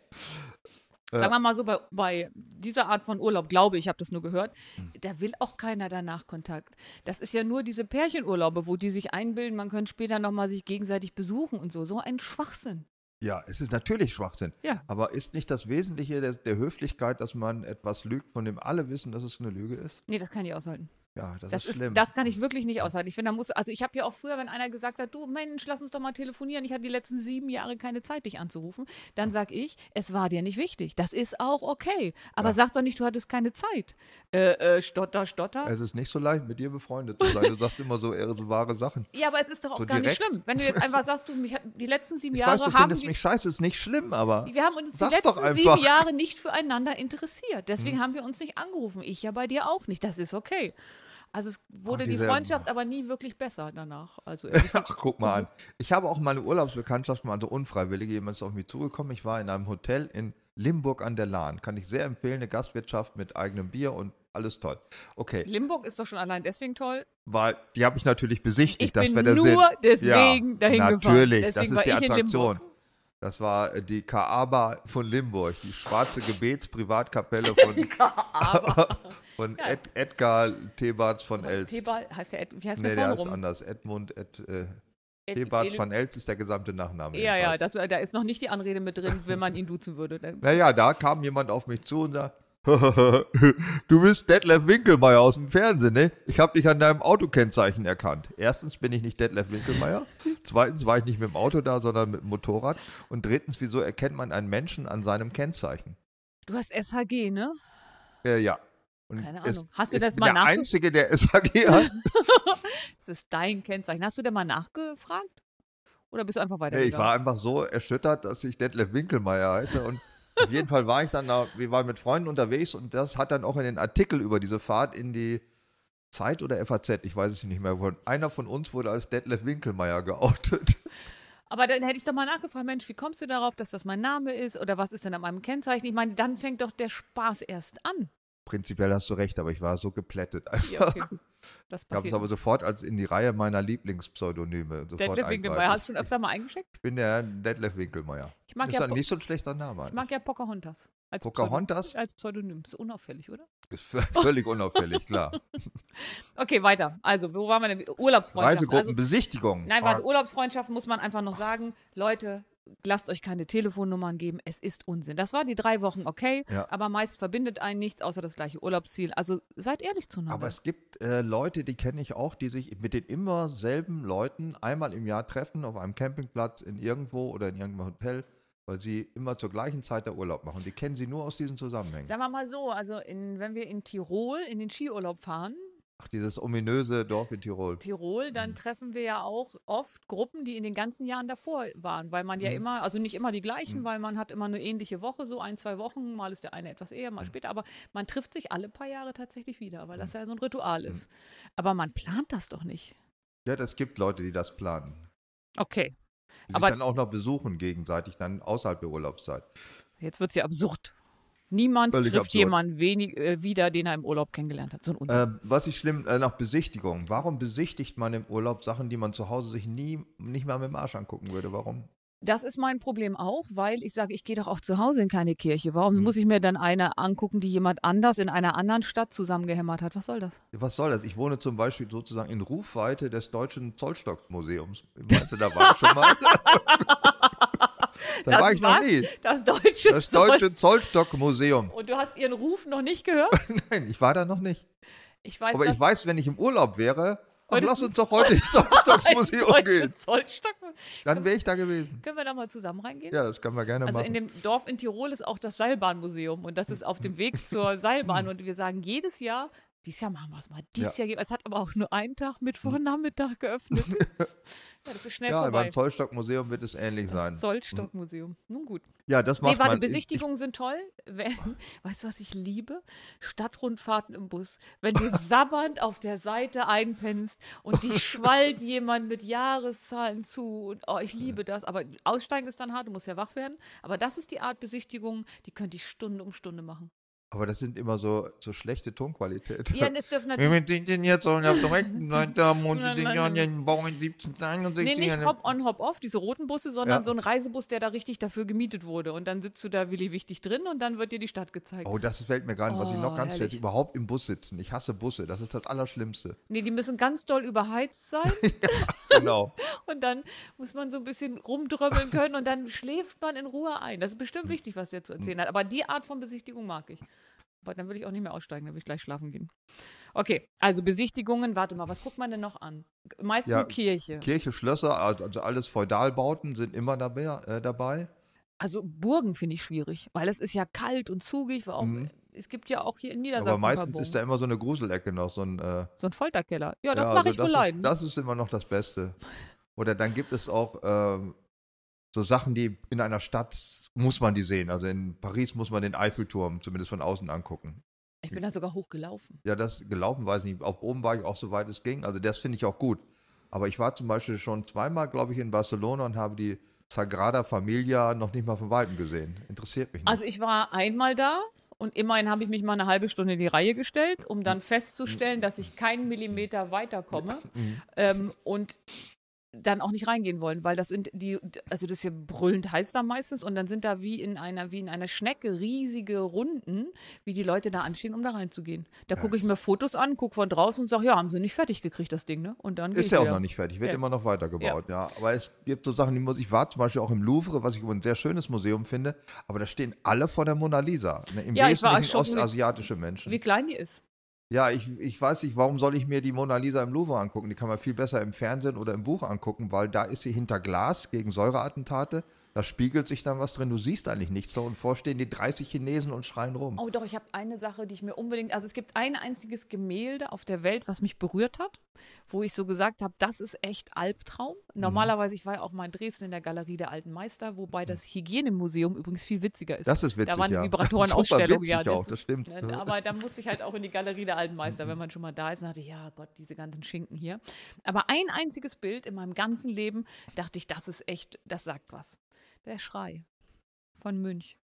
Speaker 4: Sagen wir mal so, bei, bei dieser Art von Urlaub, glaube ich, habe das nur gehört,
Speaker 3: Hm.
Speaker 4: da will auch keiner danach Kontakt. Das ist ja nur diese Pärchenurlaube, wo die sich einbilden, man könnte später nochmal sich gegenseitig besuchen und so. So ein Schwachsinn.
Speaker 3: Ja, es ist natürlich Schwachsinn.
Speaker 4: Ja.
Speaker 3: Aber ist nicht das Wesentliche der, der Höflichkeit, dass man etwas lügt, von dem alle wissen, dass es eine Lüge ist?
Speaker 4: Nee, das kann ich aushalten.
Speaker 3: Ja, das,
Speaker 4: Das,
Speaker 3: ist
Speaker 4: ist
Speaker 3: schlimm.
Speaker 4: das kann ich wirklich nicht aushalten. Ich finde, da muss, also ich habe ja auch früher, wenn einer gesagt hat, du Mensch, lass uns doch mal telefonieren, ich hatte die letzten sieben Jahre keine Zeit, dich anzurufen, dann sage ich, es war dir nicht wichtig. Das ist auch okay. Aber sag doch nicht, du hattest keine Zeit. Äh, äh, stotter, stotter.
Speaker 3: es ist nicht so leicht, mit dir befreundet zu sein. Du sagst immer so, irre, so wahre Sachen.
Speaker 4: ja, aber es ist doch auch
Speaker 3: so
Speaker 4: gar nicht
Speaker 3: direkt.
Speaker 4: schlimm. Wenn du jetzt einfach sagst, du, mich hat, die letzten sieben
Speaker 3: Ich
Speaker 4: Jahre
Speaker 3: weiß, du
Speaker 4: haben
Speaker 3: findest
Speaker 4: wir,
Speaker 3: mich scheiße, ist nicht schlimm, aber
Speaker 4: wir haben uns die
Speaker 3: Sag's doch
Speaker 4: letzten
Speaker 3: einfach. Hm.
Speaker 4: sieben Jahre nicht füreinander interessiert. Deswegen haben wir uns nicht angerufen. Ich ja bei dir auch nicht. Das ist okay. Also es wurde die
Speaker 3: diese-
Speaker 4: Freundschaft aber nie wirklich besser danach. Also ehrlich
Speaker 3: Ach, guck mal an. Ich habe auch mal eine Urlaubsbekanntschaft, mal so unfreiwillige, jemand ist auf mich zugekommen. Ich war in einem Hotel in Limburg an der Lahn. Kann ich sehr empfehlen, eine Gastwirtschaft mit eigenem Bier und alles toll. Okay,
Speaker 4: Limburg ist doch schon allein deswegen toll.
Speaker 3: weil die habe ich natürlich besichtigt.
Speaker 4: Ich
Speaker 3: das
Speaker 4: bin
Speaker 3: wäre der Sinn.
Speaker 4: nur deswegen dahin gefahren.
Speaker 3: Natürlich, das
Speaker 4: Deswegen
Speaker 3: ist
Speaker 4: war
Speaker 3: die
Speaker 4: ich in Limburg.
Speaker 3: Attraktion. Das war äh, die Kaaba von Limburg, die schwarze Gebetsprivatkapelle von,
Speaker 4: Aber
Speaker 3: von Ed, Edgar Thebats von Elst.
Speaker 4: Theba Oh, heißt der, Ed- wie heißt
Speaker 3: nee,
Speaker 4: der
Speaker 3: der
Speaker 4: vorne
Speaker 3: ist
Speaker 4: rum?
Speaker 3: anders. Edmund Ed, äh,
Speaker 4: Ed-
Speaker 3: Thebats
Speaker 4: Elu-
Speaker 3: von Elst ist der gesamte Nachname.
Speaker 4: Ja, ja,
Speaker 3: jedenfalls.
Speaker 4: das, da ist noch nicht die Anrede mit drin, wenn man ihn duzen würde. Da-
Speaker 3: Naja, da kam jemand auf mich zu und sagt, du bist Detlef Winkelmeier aus dem Fernsehen, ne? Ich habe dich an deinem Autokennzeichen erkannt. Erstens bin ich nicht Detlef Winkelmeier. Zweitens war ich nicht mit dem Auto da, sondern mit dem Motorrad. Und drittens, wieso erkennt man einen Menschen an seinem Kennzeichen?
Speaker 4: Du hast SHG, ne?
Speaker 3: Äh, ja. Und
Speaker 4: Keine
Speaker 3: es-
Speaker 4: Ahnung. Hast du
Speaker 3: ich
Speaker 4: das
Speaker 3: bin
Speaker 4: mal
Speaker 3: Der
Speaker 4: nachge-
Speaker 3: Einzige, der SAG hat.
Speaker 4: Das ist dein Kennzeichen. Hast du denn mal nachgefragt? Oder bist du einfach
Speaker 3: Nee, ich
Speaker 4: weitergegangen?
Speaker 3: war einfach so erschüttert, dass ich Detlef Winkelmeier heiße. Und auf jeden Fall war ich dann da, wir waren mit Freunden unterwegs und das hat dann auch in den Artikel über diese Fahrt in die Zeit oder FAZ, ich weiß es nicht mehr, von- einer von uns wurde als Detlef Winkelmeier geoutet.
Speaker 4: Aber dann hätte ich doch mal nachgefragt, Mensch, wie kommst du darauf, dass das mein Name ist? Oder was ist denn an meinem Kennzeichen? Ich meine, dann fängt doch der Spaß erst an.
Speaker 3: Prinzipiell hast du recht, aber ich war so geplättet. Ich
Speaker 4: Ja, okay. Das
Speaker 3: habe es
Speaker 4: passiert.
Speaker 3: aber sofort als in die Reihe meiner Lieblingspseudonyme. Sofort
Speaker 4: Detlef Winkelmeier,
Speaker 3: eingreifen.
Speaker 4: hast du schon öfter mal eingeschickt?
Speaker 3: Ich bin der Detlef Winkelmeier.
Speaker 4: Ich mag,
Speaker 3: ist
Speaker 4: ja,
Speaker 3: dann
Speaker 4: Po-
Speaker 3: nicht so ein schlechter Name.
Speaker 4: ich mag ja Pocahontas. Als
Speaker 3: Pocahontas?
Speaker 4: Pseudonym, als Pseudonym. Ist unauffällig, oder?
Speaker 3: Ist völlig unauffällig, klar.
Speaker 4: Okay, weiter. Also, wo waren wir denn? Urlaubsfreundschaft. Also,
Speaker 3: Reisegruppenbesichtigung.
Speaker 4: Nein,
Speaker 3: Ah,
Speaker 4: warte, Urlaubsfreundschaft muss man einfach noch sagen. Leute, lasst euch keine Telefonnummern geben. Es ist Unsinn. Das waren die drei Wochen okay,
Speaker 3: Ja.
Speaker 4: aber meist verbindet einen nichts außer das gleiche Urlaubsziel. Also seid ehrlich zueinander.
Speaker 3: Aber es gibt äh, Leute, die kenne ich auch, die sich mit den immer selben Leuten einmal im Jahr treffen, auf einem Campingplatz, in irgendwo oder in irgendeinem Hotel, weil sie immer zur gleichen Zeit da Urlaub machen. Die kennen sie nur aus diesen Zusammenhängen.
Speaker 4: Sagen wir mal so, also in, wenn wir in Tirol in den Skiurlaub fahren,
Speaker 3: Ach, dieses ominöse Dorf in Tirol.
Speaker 4: Tirol, dann treffen wir ja auch oft Gruppen, die in den ganzen Jahren davor waren, weil man ja immer, also nicht immer die gleichen, weil man hat immer eine ähnliche Woche, so ein, zwei Wochen, mal ist der eine etwas eher, mal später, aber man trifft sich alle paar Jahre tatsächlich wieder, weil das ja so ein Ritual ist. Aber man plant das doch nicht.
Speaker 3: Ja, das gibt Leute, die das planen.
Speaker 4: Okay,
Speaker 3: Die
Speaker 4: Aber-
Speaker 3: sich dann auch noch besuchen gegenseitig, dann außerhalb der Urlaubszeit.
Speaker 4: jetzt wird es ja absurd. Niemand
Speaker 3: Völlig
Speaker 4: trifft
Speaker 3: absurd.
Speaker 4: jemanden wenig, äh, wieder, den er im Urlaub kennengelernt hat. So ein Unsinn.
Speaker 3: Äh, was ich schlimm, äh, nach Besichtigung. Warum besichtigt man im Urlaub Sachen, die man zu Hause sich nie, nicht mal mit dem Arsch angucken würde? Warum?
Speaker 4: Das ist mein Problem auch, weil ich sage, ich gehe doch auch zu Hause in keine Kirche. Warum muss ich mir dann eine angucken, die jemand anders in einer anderen Stadt zusammengehämmert hat? Was soll das?
Speaker 3: Was soll das? Ich wohne zum Beispiel sozusagen in Rufweite des Deutschen Zollstockmuseums. Meinst du, da war ich schon mal? da
Speaker 4: Das
Speaker 3: war ich noch
Speaker 4: was?
Speaker 3: nie.
Speaker 4: Das deutsche
Speaker 3: Das Deutsche Zollstockmuseum.
Speaker 4: Und du hast ihren Ruf noch nicht gehört?
Speaker 3: Nein, ich war da noch nicht.
Speaker 4: Ich weiß,
Speaker 3: Aber
Speaker 4: dass
Speaker 3: ich weiß, wenn ich im Urlaub wäre, ach,
Speaker 4: Wolltest
Speaker 3: lass
Speaker 4: du-
Speaker 3: uns doch heute ins Zollstockmuseum
Speaker 4: deutsche
Speaker 3: gehen.
Speaker 4: Zollstock.
Speaker 3: Dann wäre ich da gewesen.
Speaker 4: Können wir da mal zusammen reingehen?
Speaker 3: Ja, das können wir gerne
Speaker 4: Also
Speaker 3: machen.
Speaker 4: in dem Dorf in Tirol ist auch das Seilbahnmuseum und das ist auf dem Weg zur Seilbahn und wir sagen jedes Jahr, dieses Jahr machen wir es mal, dieses Jahr gehen- es hat aber auch nur einen Tag mit Nachmittag geöffnet. ja, das ist schnell
Speaker 3: Hm. Ja,
Speaker 4: vorbei.
Speaker 3: beim Zollstockmuseum wird es ähnlich sein.
Speaker 4: Das Zollstockmuseum. Nun gut.
Speaker 3: Ja, das macht
Speaker 4: Nee, warte,
Speaker 3: man.
Speaker 4: Besichtigungen sind toll. Wenn, weißt du, was ich liebe? Stadtrundfahrten im Bus. Wenn du sabbernd auf der Seite einpennst und dich schwallt jemand mit Jahreszahlen zu. Und, oh, ich liebe das. Aber aussteigen ist dann hart, du musst ja wach werden. Aber das ist die Art Besichtigung, die könnte ich Stunde um Stunde machen.
Speaker 3: Ich, aber das sind immer so, so schlechte Tonqualität.
Speaker 4: Ja, und es dürfen natürlich.
Speaker 3: Wir sind denn jetzt auf der rechten Seite am Mond,
Speaker 4: Nein,
Speaker 3: den
Speaker 4: nein,
Speaker 3: Jahren,
Speaker 4: nein.
Speaker 3: den Bau in 1761.
Speaker 4: Nee, nicht Hop-on, Hop-off, diese roten Busse,
Speaker 3: Ja.
Speaker 4: sondern so ein Reisebus, der da richtig dafür gemietet wurde. Und dann sitzt du da willi wichtig drin und dann wird dir die Stadt gezeigt.
Speaker 3: Oh, das fällt mir gerade, was ich
Speaker 4: Oh,
Speaker 3: noch ganz
Speaker 4: herrlich.
Speaker 3: schlecht, überhaupt im Bus sitzen. Ich hasse Busse, das ist das Allerschlimmste.
Speaker 4: Nee, die müssen ganz doll überheizt sein.
Speaker 3: Genau.
Speaker 4: Und dann muss man so ein bisschen rumdrömmeln können und dann schläft man in Ruhe ein. Das ist bestimmt wichtig, was der zu erzählen hat. Aber die Art von Besichtigung mag ich. Aber dann würde ich auch nicht mehr aussteigen, dann würde ich gleich schlafen gehen. Okay, also Besichtigungen, warte mal, was guckt man denn noch an? Meistens
Speaker 3: Ja,
Speaker 4: Kirche.
Speaker 3: Kirche, Schlösser, also alles Feudalbauten sind immer dabei. Äh, dabei.
Speaker 4: Also Burgen finde ich schwierig, weil es ist ja kalt und zugig. War auch,
Speaker 3: Mhm.
Speaker 4: Es gibt ja auch hier in Niedersachsen
Speaker 3: Aber
Speaker 4: ein
Speaker 3: meistens
Speaker 4: paar
Speaker 3: ist
Speaker 4: Burgen.
Speaker 3: da immer so eine Gruselecke noch. So ein, äh,
Speaker 4: so ein Folterkeller. Ja, das
Speaker 3: ja,
Speaker 4: mache
Speaker 3: also
Speaker 4: ich wohl
Speaker 3: das ist,
Speaker 4: leiden.
Speaker 3: das ist immer noch das Beste. Oder dann gibt es auch ähm, so Sachen, die in einer Stadt muss man die sehen. Also in Paris muss man den Eiffelturm zumindest von außen angucken.
Speaker 4: Ich bin da sogar hochgelaufen.
Speaker 3: Ja, das gelaufen weiß ich nicht. Auf oben war ich auch so weit es ging. Also das finde ich auch gut. Aber ich war zum Beispiel schon zweimal, glaube ich, in Barcelona und habe die Sagrada Familia noch nicht mal von Weitem gesehen. Interessiert mich nicht.
Speaker 4: Also ich war einmal da und immerhin habe ich mich mal eine halbe Stunde in die Reihe gestellt,
Speaker 3: Mhm. Mhm.
Speaker 4: um dann festzustellen, dass ich keinen Millimeter weiterkomme. Ähm, und dann auch nicht reingehen wollen, weil das sind die, also das ist hier brüllend heiß da meistens und dann sind da wie in einer, wie in einer Schnecke riesige Runden, wie die Leute da anstehen, um da reinzugehen. Da gucke ich mir Fotos an, gucke von draußen und sage, ja, haben sie nicht fertig gekriegt, das Ding, ne? Und dann geh
Speaker 3: Ist
Speaker 4: ich
Speaker 3: ja auch
Speaker 4: wieder.
Speaker 3: noch nicht fertig, wird
Speaker 4: Ja.
Speaker 3: immer noch weitergebaut, ja. Aber es gibt so Sachen, die muss ich war zum Beispiel auch im Louvre, was ich übrigens ein sehr schönes Museum finde, aber da stehen alle vor der Mona Lisa. Ne? Im
Speaker 4: Ja, ich war
Speaker 3: Wesentlichen
Speaker 4: erschrocken, wie-
Speaker 3: ostasiatische Menschen.
Speaker 4: Wie klein die ist.
Speaker 3: Ja, ich, ich weiß nicht, warum soll ich mir die Mona Lisa im Louvre angucken? Die kann man viel besser im Fernsehen oder im Buch angucken, weil da ist sie hinter Glas gegen Säureattentate. Da spiegelt sich dann was drin. Du siehst eigentlich nichts. So, und vorstehen die 30 Chinesen und schreien rum.
Speaker 4: Oh doch, ich habe eine Sache, die ich mir unbedingt, also es gibt ein einziges Gemälde auf der Welt, was mich berührt hat, wo ich so gesagt habe, das ist echt Albtraum. Normalerweise, ich war ja auch mal in Dresden in der Galerie der Alten Meister, wobei das Hygienemuseum übrigens viel witziger ist.
Speaker 3: Das ist witzig.
Speaker 4: Da war eine
Speaker 3: ja.
Speaker 4: Vibratorenausstellung,
Speaker 3: Super
Speaker 4: ja.
Speaker 3: witzig auch,
Speaker 4: ist-
Speaker 3: das stimmt. Äh,
Speaker 4: Ne, aber da musste ich halt auch in die Galerie der Alten Meister, wenn man schon mal da ist, und dachte ich, ja Gott, diese ganzen Schinken hier. Aber ein einziges Bild in meinem ganzen Leben dachte ich, das ist echt, das sagt was. Der Schrei von Münch.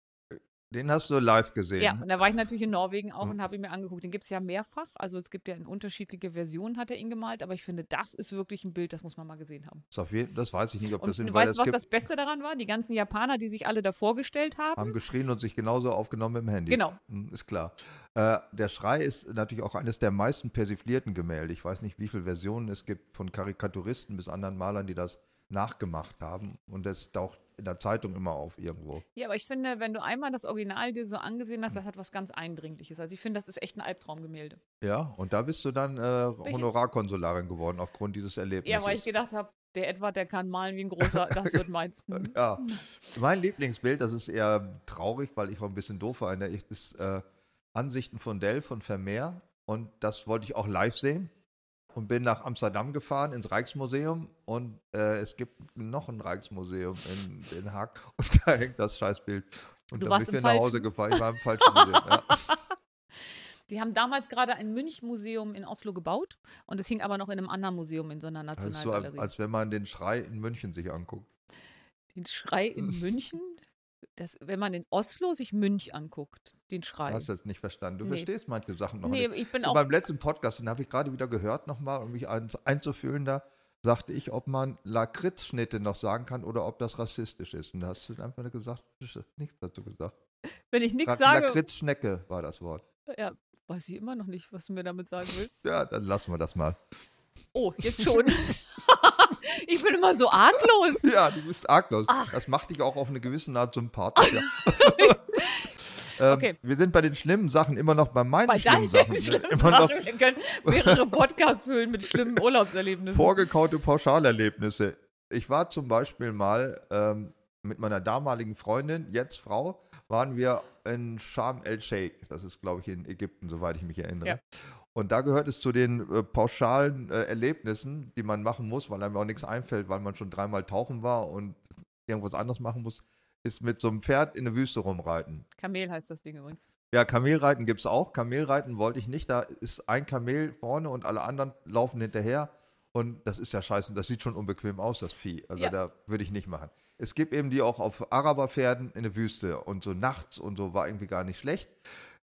Speaker 3: Den hast du live gesehen.
Speaker 4: Ja, und da war ich natürlich in Norwegen auch
Speaker 3: Mhm.
Speaker 4: und habe ihn mir angeguckt. Den gibt es ja mehrfach. Also es gibt ja in unterschiedliche Versionen, hat er ihn gemalt. Aber ich finde, das ist wirklich ein Bild, das muss man mal gesehen haben.
Speaker 3: Ist auf jeden- Das weiß ich nicht, ob
Speaker 4: Und
Speaker 3: das sind,
Speaker 4: du
Speaker 3: weil
Speaker 4: weißt du,
Speaker 3: es
Speaker 4: was
Speaker 3: gibt,
Speaker 4: das Beste daran war? Die ganzen Japaner, die sich alle da vorgestellt haben.
Speaker 3: haben geschrien und sich genauso aufgenommen mit dem Handy.
Speaker 4: Genau.
Speaker 3: Hm, Ist klar. Äh, der Schrei ist natürlich auch eines der meisten persiflierten Gemälde. Ich weiß nicht, wie viele Versionen es gibt, von Karikaturisten bis anderen Malern, die das nachgemacht haben. Und das taucht in der Zeitung immer auf irgendwo.
Speaker 4: Ja, aber ich finde, wenn du einmal das Original dir so angesehen hast, das hat was ganz Eindringliches. Also ich finde, das ist echt ein Albtraumgemälde.
Speaker 3: Ja, und da bist du dann äh, Honorarkonsularin geworden aufgrund dieses Erlebnisses.
Speaker 4: Ja, weil ich gedacht habe, der Edward, der kann malen wie ein großer, das wird meins. Hm.
Speaker 3: Ja, mein Lieblingsbild, das ist eher traurig, weil ich auch ein bisschen doof war, in der ich- ist äh, Ansichten von Dell, von Vermeer. Und das wollte ich auch live sehen. Und bin nach Amsterdam gefahren, ins Rijksmuseum. Und äh, es gibt noch ein Rijksmuseum in Den Haag. Und da hängt das Scheißbild. Und
Speaker 4: Du
Speaker 3: dann
Speaker 4: warst
Speaker 3: bin ich
Speaker 4: im
Speaker 3: wieder nach Hause gefahren. Ich war im falschen Museum. Ja.
Speaker 4: Die haben damals gerade ein Münch-Museum in Oslo gebaut und es hing aber noch in einem anderen Museum in so einer
Speaker 3: Das ist so,
Speaker 4: Nationalgalerie.
Speaker 3: als wenn man den Schrei in München sich anguckt.
Speaker 4: Den Schrei in München, das, wenn man in Oslo sich Münch anguckt, den Schrei.
Speaker 3: Hast du das nicht verstanden? Du
Speaker 4: Nee.
Speaker 3: verstehst manche Sachen noch
Speaker 4: nee,
Speaker 3: nicht.
Speaker 4: ich bin
Speaker 3: Und
Speaker 4: auch.
Speaker 3: beim letzten Podcast, den habe ich gerade wieder gehört nochmal, um mich ein, einzufühlen, da sagte ich, ob man Lakritzschnitte noch sagen kann oder ob das rassistisch ist. Und da hast du dann einfach gesagt, hast du nichts dazu gesagt.
Speaker 4: Wenn ich
Speaker 3: Lak-
Speaker 4: nichts sage,
Speaker 3: Lakritzschnecke war das Wort.
Speaker 4: ja, weiß ich immer noch nicht, was du mir damit sagen willst.
Speaker 3: Ja, dann lassen wir das mal.
Speaker 4: Oh, jetzt schon. ich bin immer so artlos.
Speaker 3: Ja, du bist arglos. Das macht dich auch auf eine gewisse Art sympathisch. Ja. ähm,
Speaker 4: Okay.
Speaker 3: Wir sind bei den schlimmen Sachen immer noch bei meinen
Speaker 4: Bei
Speaker 3: schlimmen Sachen.
Speaker 4: deinen schlimmen
Speaker 3: ne?
Speaker 4: Sachen.
Speaker 3: immer noch
Speaker 4: Wir können mehrere Podcasts füllen mit schlimmen Urlaubserlebnissen.
Speaker 3: Vorgekaute Pauschalerlebnisse. Ich war zum Beispiel mal ähm, mit meiner damaligen Freundin, jetzt Frau, waren wir in Sharm el-Sheikh. Das ist, glaube ich, in Ägypten, soweit ich mich erinnere.
Speaker 4: Ja.
Speaker 3: Und da gehört es zu den äh, pauschalen äh, Erlebnissen, die man machen muss, weil einem auch nichts einfällt, weil man schon dreimal tauchen war und irgendwas anderes machen muss, ist mit so einem Pferd in der Wüste rumreiten.
Speaker 4: Kamel heißt das Ding übrigens.
Speaker 3: Ja, Kamelreiten gibt es auch. Kamelreiten wollte ich nicht. Da ist ein Kamel vorne und alle anderen laufen hinterher. Und das ist ja scheiße. Das sieht schon unbequem aus, das Vieh. Also
Speaker 4: Ja.
Speaker 3: da würde ich nicht machen. Es gibt eben die auch auf Araberpferden in der Wüste und so nachts und so war irgendwie gar nicht schlecht.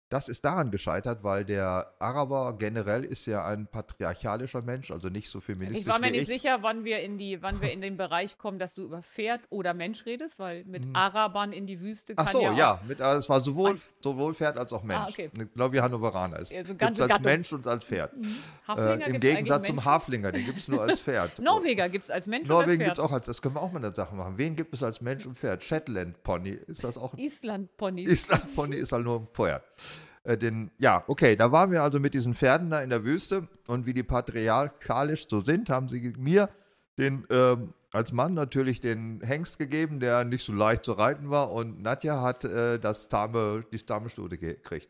Speaker 3: Das ist daran gescheitert, weil der Araber generell ist ja ein patriarchalischer Mensch, also nicht so feministisch
Speaker 4: Ich war mir
Speaker 3: wie
Speaker 4: nicht
Speaker 3: ich.
Speaker 4: sicher, wann wir, in die, wann wir in den Bereich kommen, dass du über Pferd oder Mensch redest, weil mit Arabern in die Wüste
Speaker 3: Hm.
Speaker 4: kann
Speaker 3: Ach so,
Speaker 4: ja,
Speaker 3: ja.
Speaker 4: auch- Ah,
Speaker 3: mit, äh, es war sowohl, sowohl Pferd als auch Mensch.
Speaker 4: okay.
Speaker 3: Ich glaube, wie Hannoveraner ist.
Speaker 4: Ja, so
Speaker 3: Gibt's
Speaker 4: ganze
Speaker 3: als
Speaker 4: Gattung. Mhm.
Speaker 3: Mensch und als Pferd.
Speaker 4: Haflinger
Speaker 3: Äh, Im
Speaker 4: gibt's eigentlich
Speaker 3: Gegensatz zum
Speaker 4: Menschen.
Speaker 3: Haflinger, den gibt es nur als Pferd.
Speaker 4: Norweger gibt es als Mensch oder als
Speaker 3: Norwegen
Speaker 4: Pferd.
Speaker 3: gibt es auch als, das können wir auch mal eine Sache machen. Wen gibt es als Mensch und Pferd? Shetland Pony, ist das auch ein
Speaker 4: Island-Ponys.
Speaker 3: Island Pony ist halt nur ein Pferd. Äh, Den, ja, okay, da waren wir also mit diesen Pferden da in der Wüste und wie die patriarchalisch so sind, haben sie mir den ähm, als Mann natürlich den Hengst gegeben, der nicht so leicht zu reiten war und Nadja hat äh, das Tame, die Tamestute gekriegt.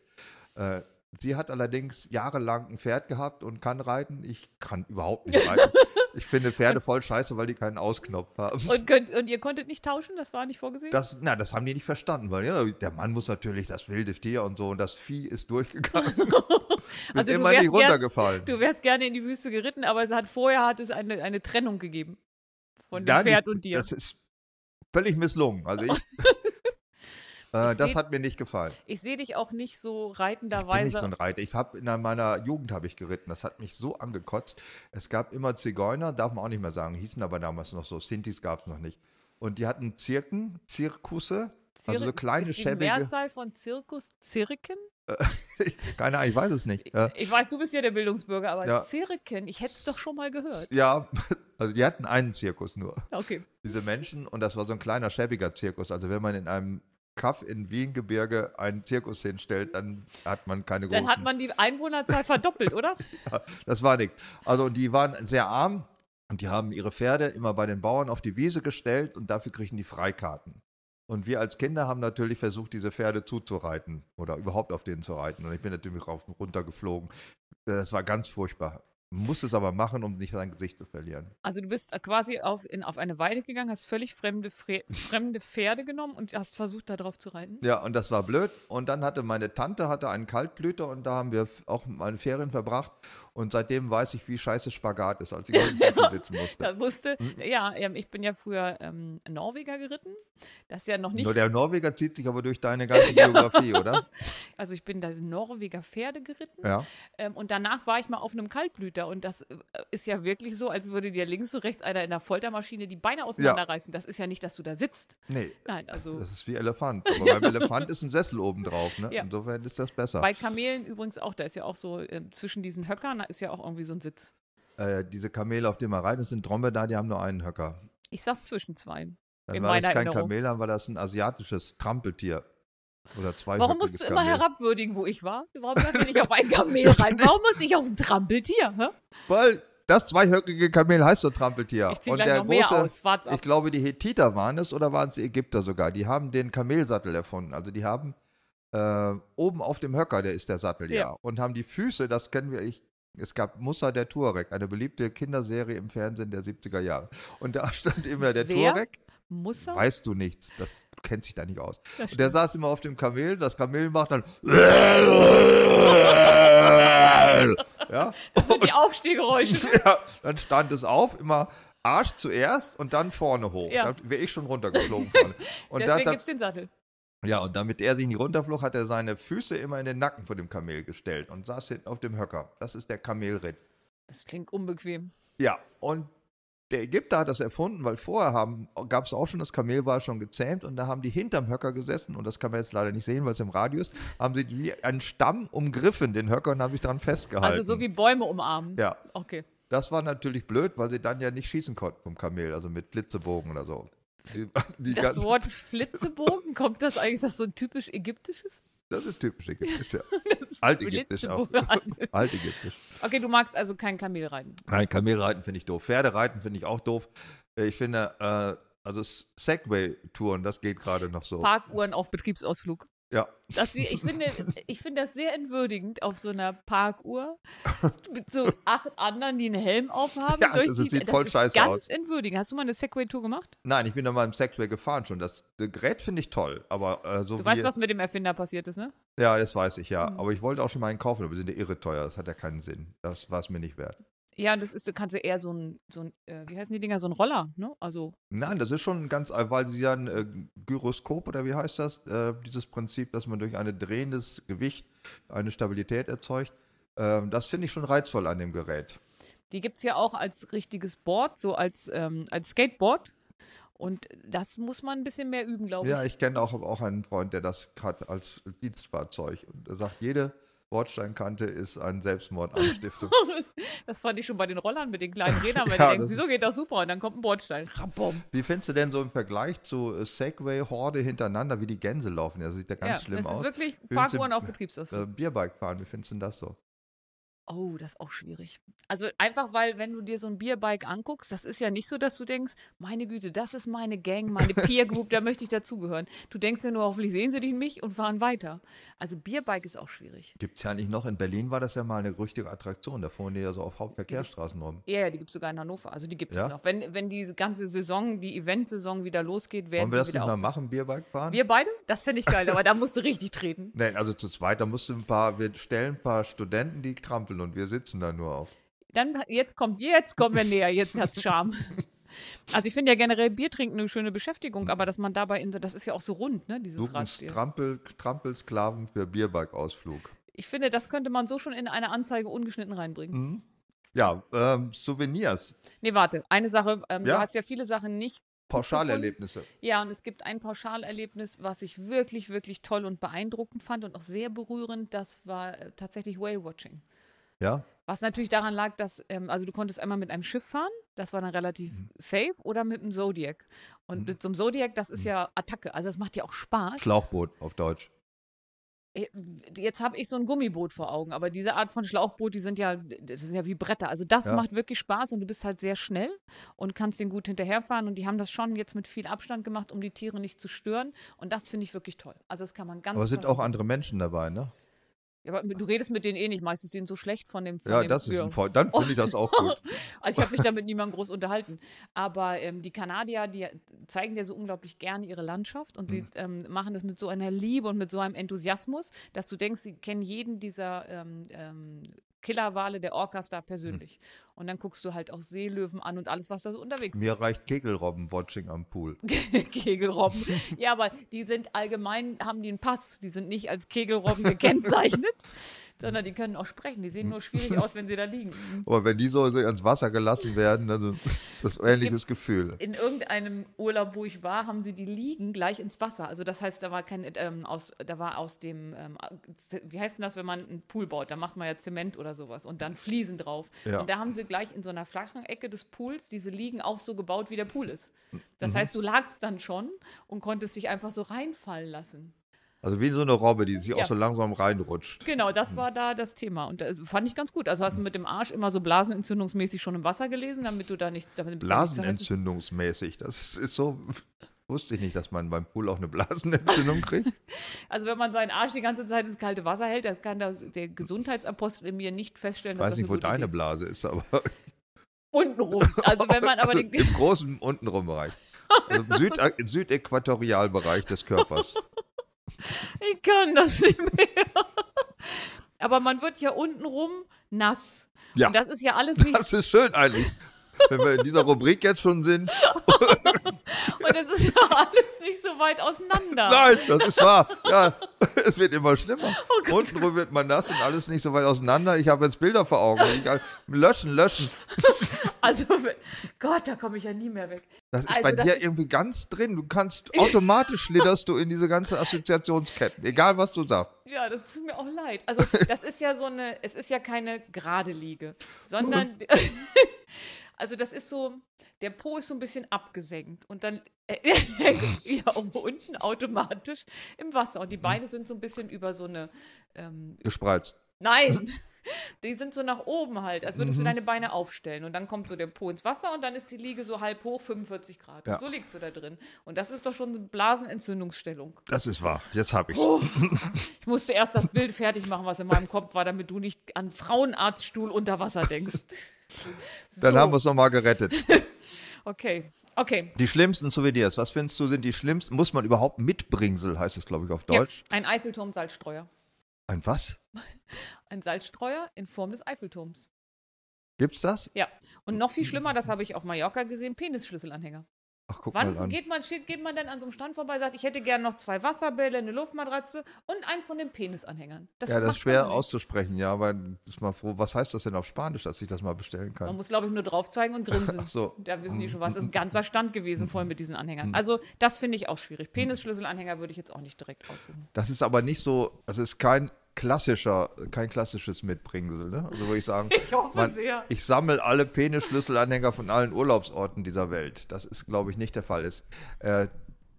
Speaker 3: Äh, sie hat allerdings jahrelang ein Pferd gehabt und kann reiten. Ich kann überhaupt nicht reiten. Ich finde Pferde voll scheiße, weil die keinen Ausknopf haben.
Speaker 4: und, könnt, und ihr konntet nicht tauschen, das war nicht vorgesehen?
Speaker 3: Das, na, das haben die nicht verstanden, weil ja, der Mann muss natürlich das wilde Tier und so und das Vieh ist durchgegangen. Bin
Speaker 4: Also du
Speaker 3: immer
Speaker 4: wärst
Speaker 3: nicht
Speaker 4: gern-
Speaker 3: runtergefallen.
Speaker 4: du wärst gerne in die Wüste geritten, aber es hat vorher hat es eine, eine Trennung gegeben von dem
Speaker 3: Ja, die-
Speaker 4: Pferd und dir.
Speaker 3: Das ist völlig misslungen. Also ich, Äh,
Speaker 4: Ich
Speaker 3: das
Speaker 4: seh-
Speaker 3: hat mir nicht gefallen.
Speaker 4: Ich sehe dich auch nicht so
Speaker 3: Ich bin nicht
Speaker 4: reitenderweise.
Speaker 3: so ein Reiter. Ich habe in meiner Jugend habe ich geritten. Das hat mich so angekotzt. Es gab immer Zigeuner, darf man auch nicht mehr sagen, hießen aber damals noch so. Sintis gab es noch nicht. Und die hatten Zirken, Zirkusse, also so
Speaker 4: Zirk-
Speaker 3: kleine,
Speaker 4: ist die
Speaker 3: schäbige.
Speaker 4: Mehrzahl von Zirkus Zirken?
Speaker 3: Keine Ahnung, ich weiß es nicht. Äh,
Speaker 4: Ich weiß, du bist ja der Bildungsbürger, aber
Speaker 3: Ja.
Speaker 4: Zirken, ich hätte es doch schon mal gehört.
Speaker 3: ja, also die hatten einen Zirkus nur.
Speaker 4: Okay.
Speaker 3: diese Menschen und das war so ein kleiner schäbiger Zirkus. Also wenn man in einem Kaff in Wiengebirge einen Zirkus hinstellt, dann hat man keine großen.
Speaker 4: Dann hat man die Einwohnerzahl verdoppelt, oder?
Speaker 3: das war nichts. Also die waren sehr arm und die haben ihre Pferde immer bei den Bauern auf die Wiese gestellt und dafür kriegen die Freikarten. Und wir als Kinder haben natürlich versucht, diese Pferde zuzureiten oder überhaupt auf denen zu reiten. Und ich bin natürlich rauf und runter geflogen. Das war ganz furchtbar. Muss es aber machen, um nicht sein Gesicht zu verlieren.
Speaker 4: Also du bist quasi auf, in, auf eine Weide gegangen, hast völlig fremde, Fre fremde Pferde genommen und hast versucht, da drauf zu reiten.
Speaker 3: Ja, und das war blöd. Und dann hatte meine Tante hatte einen Kaltblüter und da haben wir f- auch meine Ferien verbracht. Und seitdem weiß ich, wie scheiße Spagat ist, als ich auf dem Kissen sitzen musste.
Speaker 4: Da wusste,
Speaker 3: hm.
Speaker 4: ja, ähm, ich bin ja früher ähm, Norweger geritten. Das ist ja noch nicht,
Speaker 3: Nur der Norweger zieht sich aber durch deine ganze Biografie, oder?
Speaker 4: also ich bin da Norweger Pferde geritten.
Speaker 3: Ja.
Speaker 4: Ähm, und danach war ich mal auf einem Kaltblüter. Und das äh, ist ja wirklich so, als würde dir links und rechts einer in der Foltermaschine die Beine auseinanderreißen. Das ist ja nicht, dass du da sitzt.
Speaker 3: Nee,
Speaker 4: Nein, also
Speaker 3: das ist wie Elefant. Aber beim Elefant ist ein Sessel oben drauf, ne?
Speaker 4: Ja.
Speaker 3: Insofern ist das besser.
Speaker 4: bei Kamelen übrigens auch. Da ist ja auch so, ähm, zwischen diesen Höckern da ist ja auch irgendwie so ein Sitz.
Speaker 3: Äh, diese Kamele, auf denen man reitet, sind Dromedar, die haben nur einen Höcker.
Speaker 4: Ich saß zwischen zwei.
Speaker 3: Dann
Speaker 4: In
Speaker 3: war das
Speaker 4: meiner
Speaker 3: kein
Speaker 4: Erinnerung.
Speaker 3: Kamel, dann war das ein asiatisches Trampeltier. Oder zwei
Speaker 4: Warum musst du immer
Speaker 3: Kamel.
Speaker 4: herabwürdigen, wo ich war? Warum darf ich nicht auf ein Kamel rein? Warum muss ich auf ein Trampeltier? Hä?
Speaker 3: Weil das zweihöckige Kamel heißt so Trampeltier.
Speaker 4: Ich zieh
Speaker 3: und
Speaker 4: gleich
Speaker 3: der
Speaker 4: noch
Speaker 3: große,
Speaker 4: mehr aus. Wart's ab.
Speaker 3: ich glaube, die Hethiter waren es oder waren es die Ägypter sogar. Die haben den Kamelsattel erfunden. Also die haben äh, oben auf dem Höcker, der ist der Sattel, ja.
Speaker 4: Ja.
Speaker 3: Und haben die Füße, das kennen wir, ich, es gab Musa der Tuareg, eine beliebte Kinderserie im Fernsehen der 70er Jahre. Und da stand immer der
Speaker 4: Wer?
Speaker 3: Tuareg.
Speaker 4: Muss er?
Speaker 3: Weißt du nichts, das du kennst dich da nicht aus.
Speaker 4: Das
Speaker 3: Und der saß immer auf dem Kamel, das Kamel macht dann. ja?
Speaker 4: Das sind die Aufstehgeräusche.
Speaker 3: Ja, dann stand es auf, immer Arsch zuerst und dann vorne hoch.
Speaker 4: Ja.
Speaker 3: Da wäre ich schon runtergeflogen vorne. Und das
Speaker 4: Deswegen
Speaker 3: hat-
Speaker 4: gibt es den Sattel.
Speaker 3: ja, und damit er sich nicht runterflog, hat er seine Füße immer in den Nacken von dem Kamel gestellt und saß hinten auf dem Höcker. Das ist der Kamelritt.
Speaker 4: Das klingt unbequem.
Speaker 3: Ja, und der Ägypter hat das erfunden, weil vorher haben gab es auch schon, das Kamel war schon gezähmt und da haben die hinterm Höcker gesessen und das kann man jetzt leider nicht sehen, weil es im Radius, haben sie wie einen Stamm umgriffen, den Höcker, und haben sich daran festgehalten.
Speaker 4: Also so wie Bäume umarmen.
Speaker 3: Ja.
Speaker 4: Okay.
Speaker 3: Das war natürlich blöd, weil sie dann ja nicht schießen konnten vom Kamel, also mit Blitzebogen oder so. Die, die
Speaker 4: Das
Speaker 3: ganze-
Speaker 4: Wort Flitzebogen, kommt das eigentlich, ist das so ein typisch ägyptisches?
Speaker 3: das ist typisch ägyptisch, ja.
Speaker 4: Das ist
Speaker 3: Altägyptisch auch.
Speaker 4: Flitzebogen.
Speaker 3: Altägyptisch.
Speaker 4: Okay, du magst also kein Kamel reiten.
Speaker 3: Nein, Kamelreiten finde ich doof. Pferdereiten finde ich auch doof. Ich finde, äh, also S- Segway-Touren, das geht gerade noch so.
Speaker 4: Parkuhren auf Betriebsausflug.
Speaker 3: Ja,
Speaker 4: Das, ich, finde, ich finde das sehr entwürdigend auf so einer Parkuhr mit so acht anderen, die einen Helm aufhaben.
Speaker 3: Ja,
Speaker 4: durch
Speaker 3: das
Speaker 4: die,
Speaker 3: sieht voll
Speaker 4: das
Speaker 3: scheiße
Speaker 4: ist ganz
Speaker 3: aus.
Speaker 4: entwürdigend. Hast du mal eine Segway-Tour gemacht?
Speaker 3: nein, ich bin da mal im Segway gefahren schon. Das Gerät finde ich toll, aber äh, so
Speaker 4: Du
Speaker 3: wie.
Speaker 4: weißt, was Hm. mit dem Erfinder passiert ist, ne?
Speaker 3: ja, das weiß ich ja. Aber ich wollte auch schon mal einen kaufen, aber die sind ja irre teuer. Das hat ja keinen Sinn. Das war es mir nicht wert.
Speaker 4: Ja, und das ist, du kannst ja eher so ein, so ein äh, wie heißen die Dinger, so ein Roller, ne? Also,
Speaker 3: Nein, das ist schon ganz, weil sie ja ein äh, Gyroskop oder wie heißt das, äh, dieses Prinzip, dass man durch ein drehendes Gewicht eine Stabilität erzeugt. Ähm, das finde ich schon reizvoll an dem Gerät.
Speaker 4: die gibt es ja auch als richtiges Board, so als, ähm, als Skateboard. Und das muss man ein bisschen mehr üben, glaube ich.
Speaker 3: Ja, ich kenne auch, auch einen Freund, der das hat als Dienstfahrzeug. Und er sagt, jede Bordsteinkante ist eine Selbstmordanstiftung.
Speaker 4: Das fand ich schon bei den Rollern mit den kleinen Rädern, weil
Speaker 3: Ja,
Speaker 4: du denkst,
Speaker 3: das
Speaker 4: wieso
Speaker 3: ist-
Speaker 4: geht das super? Und dann kommt ein Bordstein. Rabom.
Speaker 3: wie findest du denn so im Vergleich zu äh, Segway-Horde hintereinander, wie die Gänse laufen? Das sieht ja ganz
Speaker 4: ja,
Speaker 3: schlimm
Speaker 4: das
Speaker 3: aus.
Speaker 4: ist wirklich
Speaker 3: Wie
Speaker 4: Parkuhren
Speaker 3: sind-
Speaker 4: auf Betriebsausflug.
Speaker 3: Äh, Bierbike fahren, wie findest du denn das so?
Speaker 4: Oh, das ist auch schwierig. Also einfach, weil wenn du dir so ein Bierbike anguckst, das ist ja nicht so, dass du denkst, meine Güte, das ist meine Gang, meine Peer Group, da möchte ich dazugehören. Du denkst ja nur, hoffentlich sehen sie dich nicht und fahren weiter. Also Bierbike ist auch schwierig.
Speaker 3: Gibt es ja nicht noch. In Berlin war das ja mal eine richtige Attraktion. Da fuhren die ja so auf Hauptverkehrsstraßen rum.
Speaker 4: Ja, ja, die gibt es sogar in Hannover. Also die gibt es
Speaker 3: Ja?
Speaker 4: noch. Wenn, wenn diese ganze Saison, die Eventsaison wieder losgeht, werden
Speaker 3: Wollen wir
Speaker 4: die
Speaker 3: das nicht
Speaker 4: wieder
Speaker 3: mal
Speaker 4: auf.
Speaker 3: machen, Bierbike fahren?
Speaker 4: Wir beide? Das finde ich geil, aber da musst du richtig treten.
Speaker 3: Nein, also zu zweit, da musst du ein paar, wir stellen ein paar Studenten, die trampeln und wir sitzen da nur auf.
Speaker 4: Dann, jetzt kommt, jetzt kommen wir näher, jetzt hat's Charme. Also ich finde ja generell Bier trinken eine schöne Beschäftigung, aber dass man dabei, in, so- das ist ja auch so rund, ne, dieses
Speaker 3: Suchen
Speaker 4: Radspiel.
Speaker 3: Trampel, Trampelsklaven für Bierbergausflug.
Speaker 4: Ich finde, das könnte man so schon in eine Anzeige ungeschnitten reinbringen.
Speaker 3: Mhm. Ja, ähm, Souvenirs,
Speaker 4: Nee, warte, eine Sache, ähm, du
Speaker 3: Ja?
Speaker 4: hast ja viele Sachen nicht
Speaker 3: Pauschalerlebnisse.
Speaker 4: Ja, und es gibt ein Pauschalerlebnis, was ich wirklich, wirklich toll und beeindruckend fand und auch sehr berührend. Das war äh, tatsächlich Whale-Watching.
Speaker 3: Ja,
Speaker 4: Was natürlich daran lag, dass, ähm, also du konntest einmal mit einem Schiff fahren, das war dann relativ
Speaker 3: Mhm.
Speaker 4: safe, oder mit einem Zodiac. Und mit so einem Zodiac, das
Speaker 3: Mhm.
Speaker 4: ist ja Attacke, also das macht ja auch Spaß.
Speaker 3: Schlauchboot auf Deutsch.
Speaker 4: Äh, Jetzt habe ich so ein Gummiboot vor Augen, aber diese Art von Schlauchboot, die sind ja, das sind ja wie Bretter. Also das
Speaker 3: Ja.
Speaker 4: macht wirklich Spaß und du bist halt sehr schnell und kannst den gut hinterherfahren. Und die haben das schon jetzt mit viel Abstand gemacht, um die Tiere nicht zu stören. Und das finde ich wirklich toll. Also das kann man ganz.
Speaker 3: Aber es sind
Speaker 4: toll-
Speaker 3: auch andere Menschen dabei, ne?
Speaker 4: Ja, aber du redest mit denen eh nicht, meistens denen so schlecht von dem. Von
Speaker 3: Ja,
Speaker 4: dem,
Speaker 3: das ist ein Voll. Dann finde ich das auch gut.
Speaker 4: Also ich habe mich damit niemandem groß unterhalten. Aber ähm, die Kanadier, die zeigen ja so unglaublich gerne ihre Landschaft und sie ähm, machen das mit so einer Liebe und mit so einem Enthusiasmus, dass du denkst, sie kennen jeden dieser ähm, ähm, Killerwale der Orcas da persönlich. Und dann guckst du halt auch Seelöwen an und alles, was da so unterwegs
Speaker 3: Mir
Speaker 4: ist.
Speaker 3: reicht Kegelrobben-Watching am Pool.
Speaker 4: Kegelrobben. Ja, aber die sind allgemein, haben die einen Pass. Die sind nicht als Kegelrobben gekennzeichnet, sondern die können auch sprechen. Die sehen nur schwierig aus, wenn sie da liegen.
Speaker 3: Aber wenn die so so ans Wasser gelassen werden, dann ist das ein ähnliches Gefühl.
Speaker 4: in irgendeinem Urlaub, wo ich war, haben sie die Liegen gleich ins Wasser. Also das heißt, da war kein, ähm, aus, da war aus dem, ähm, Z- wie heißt denn das, wenn man einen Pool baut? Da macht man ja Zement oder sowas und dann Fliesen drauf.
Speaker 3: Ja.
Speaker 4: Und da haben sie gleich in so einer flachen Ecke des Pools diese Liegen auch so gebaut, wie der Pool ist. Das heißt, du lagst dann schon und konntest dich einfach so reinfallen lassen.
Speaker 3: Also wie so eine Robbe, die sich
Speaker 4: Ja.
Speaker 3: auch so langsam reinrutscht.
Speaker 4: Genau, das war da das Thema. Und das fand ich ganz gut. Also hast du mit dem Arsch immer so blasenentzündungsmäßig schon im Wasser gelesen, damit du da nicht... Damit du da nicht zerreißt-
Speaker 3: Blasenentzündungsmäßig. Das ist so. Wusste ich nicht, dass man beim Pool auch eine Blasenentzündung kriegt.
Speaker 4: Also wenn man seinen Arsch die ganze Zeit ins kalte Wasser hält, das kann der, der Gesundheitsapostel in mir nicht feststellen,
Speaker 3: Ich
Speaker 4: dass
Speaker 3: weiß
Speaker 4: das
Speaker 3: nicht,
Speaker 4: eine
Speaker 3: wo
Speaker 4: gute
Speaker 3: deine
Speaker 4: Idee ist.
Speaker 3: Blase ist, aber
Speaker 4: Untenrum. Also wenn man aber
Speaker 3: also
Speaker 4: den,
Speaker 3: im großen untenrum Bereich. Also im Süd im Südäquatorialbereich des Körpers.
Speaker 4: ich kann das nicht mehr. Aber man wird ja untenrum nass.
Speaker 3: Ja.
Speaker 4: Und das ist ja alles nicht
Speaker 3: Das ist schön eigentlich. Wenn wir in dieser Rubrik jetzt schon sind.
Speaker 4: und das ist ja alles nicht so weit auseinander.
Speaker 3: Nein, das ist wahr. Ja, es wird immer schlimmer.
Speaker 4: Oh
Speaker 3: Untenrum wird man nass und alles nicht so weit auseinander. Ich habe jetzt Bilder vor Augen. Ich, äh, löschen, löschen.
Speaker 4: Also Gott, da komme ich ja nie mehr weg.
Speaker 3: Das ist
Speaker 4: Also
Speaker 3: bei
Speaker 4: das
Speaker 3: dir
Speaker 4: ist-
Speaker 3: irgendwie ganz drin. Du kannst automatisch schlitterst du in diese ganzen Assoziationsketten, egal was du sagst.
Speaker 4: Ja, das tut mir auch leid. Also das ist ja so eine, es ist ja keine gerade Liege, sondern also das ist so, der Po ist so ein bisschen abgesenkt und dann äh, hängst du ja oben um unten automatisch im Wasser und die Beine sind so ein bisschen über so eine, ähm,
Speaker 3: Gespreizt.
Speaker 4: nein, die sind so nach oben halt, als würdest du deine Beine aufstellen und dann kommt so der Po ins Wasser und dann ist die Liege so halb hoch, 45 Grad.
Speaker 3: Ja.
Speaker 4: Und so liegst du da drin und das ist doch schon eine Blasenentzündungsstellung.
Speaker 3: Das ist wahr. Jetzt habe ich
Speaker 4: Oh, Ich musste erst das Bild fertig machen, was in meinem Kopf war, damit du nicht an Frauenarztstuhl unter Wasser denkst.
Speaker 3: Dann
Speaker 4: So,
Speaker 3: haben wir es nochmal gerettet.
Speaker 4: Okay, okay.
Speaker 3: Die schlimmsten Souvenirs. Was findest du sind die schlimmsten? Muss man überhaupt Mitbringsel, heißt es, glaube ich, auf Deutsch.
Speaker 4: Ja, ein Eiffelturm-Salzstreuer.
Speaker 3: Ein was?
Speaker 4: Ein Salzstreuer in Form des Eiffelturms.
Speaker 3: Gibt's das?
Speaker 4: Ja. Und noch viel schlimmer, das habe ich auf Mallorca gesehen, Penisschlüsselanhänger.
Speaker 3: Ach, guck mal
Speaker 4: Wann
Speaker 3: an.
Speaker 4: geht man, steht, geht man denn an so einem Stand vorbei, sagt, ich hätte gern noch zwei Wasserbälle, eine Luftmatratze und einen von den Penisanhängern.
Speaker 3: Ja, das
Speaker 4: macht
Speaker 3: ist schwer
Speaker 4: man nicht.
Speaker 3: auszusprechen, ja, weil ist mal froh, was heißt das denn auf Spanisch, dass ich das mal bestellen
Speaker 4: Man
Speaker 3: kann?
Speaker 4: muss, glaube ich, nur drauf zeigen und grinsen.
Speaker 3: Ach so.
Speaker 4: Da wissen die schon was. Das ist ein ganzer Stand gewesen voll mit diesen Anhängern. Also, das finde ich auch schwierig. Penisschlüsselanhänger würde ich jetzt auch nicht direkt aussuchen.
Speaker 3: Das ist aber nicht so, das ist kein klassischer, kein klassisches Mitbringsel, ne? Also würde ich sagen,
Speaker 4: Ich hoffe sehr.
Speaker 3: ich sammle alle Penisschlüsselanhänger von allen Urlaubsorten dieser Welt. Das ist, glaube ich, nicht der Fall. Ist, äh,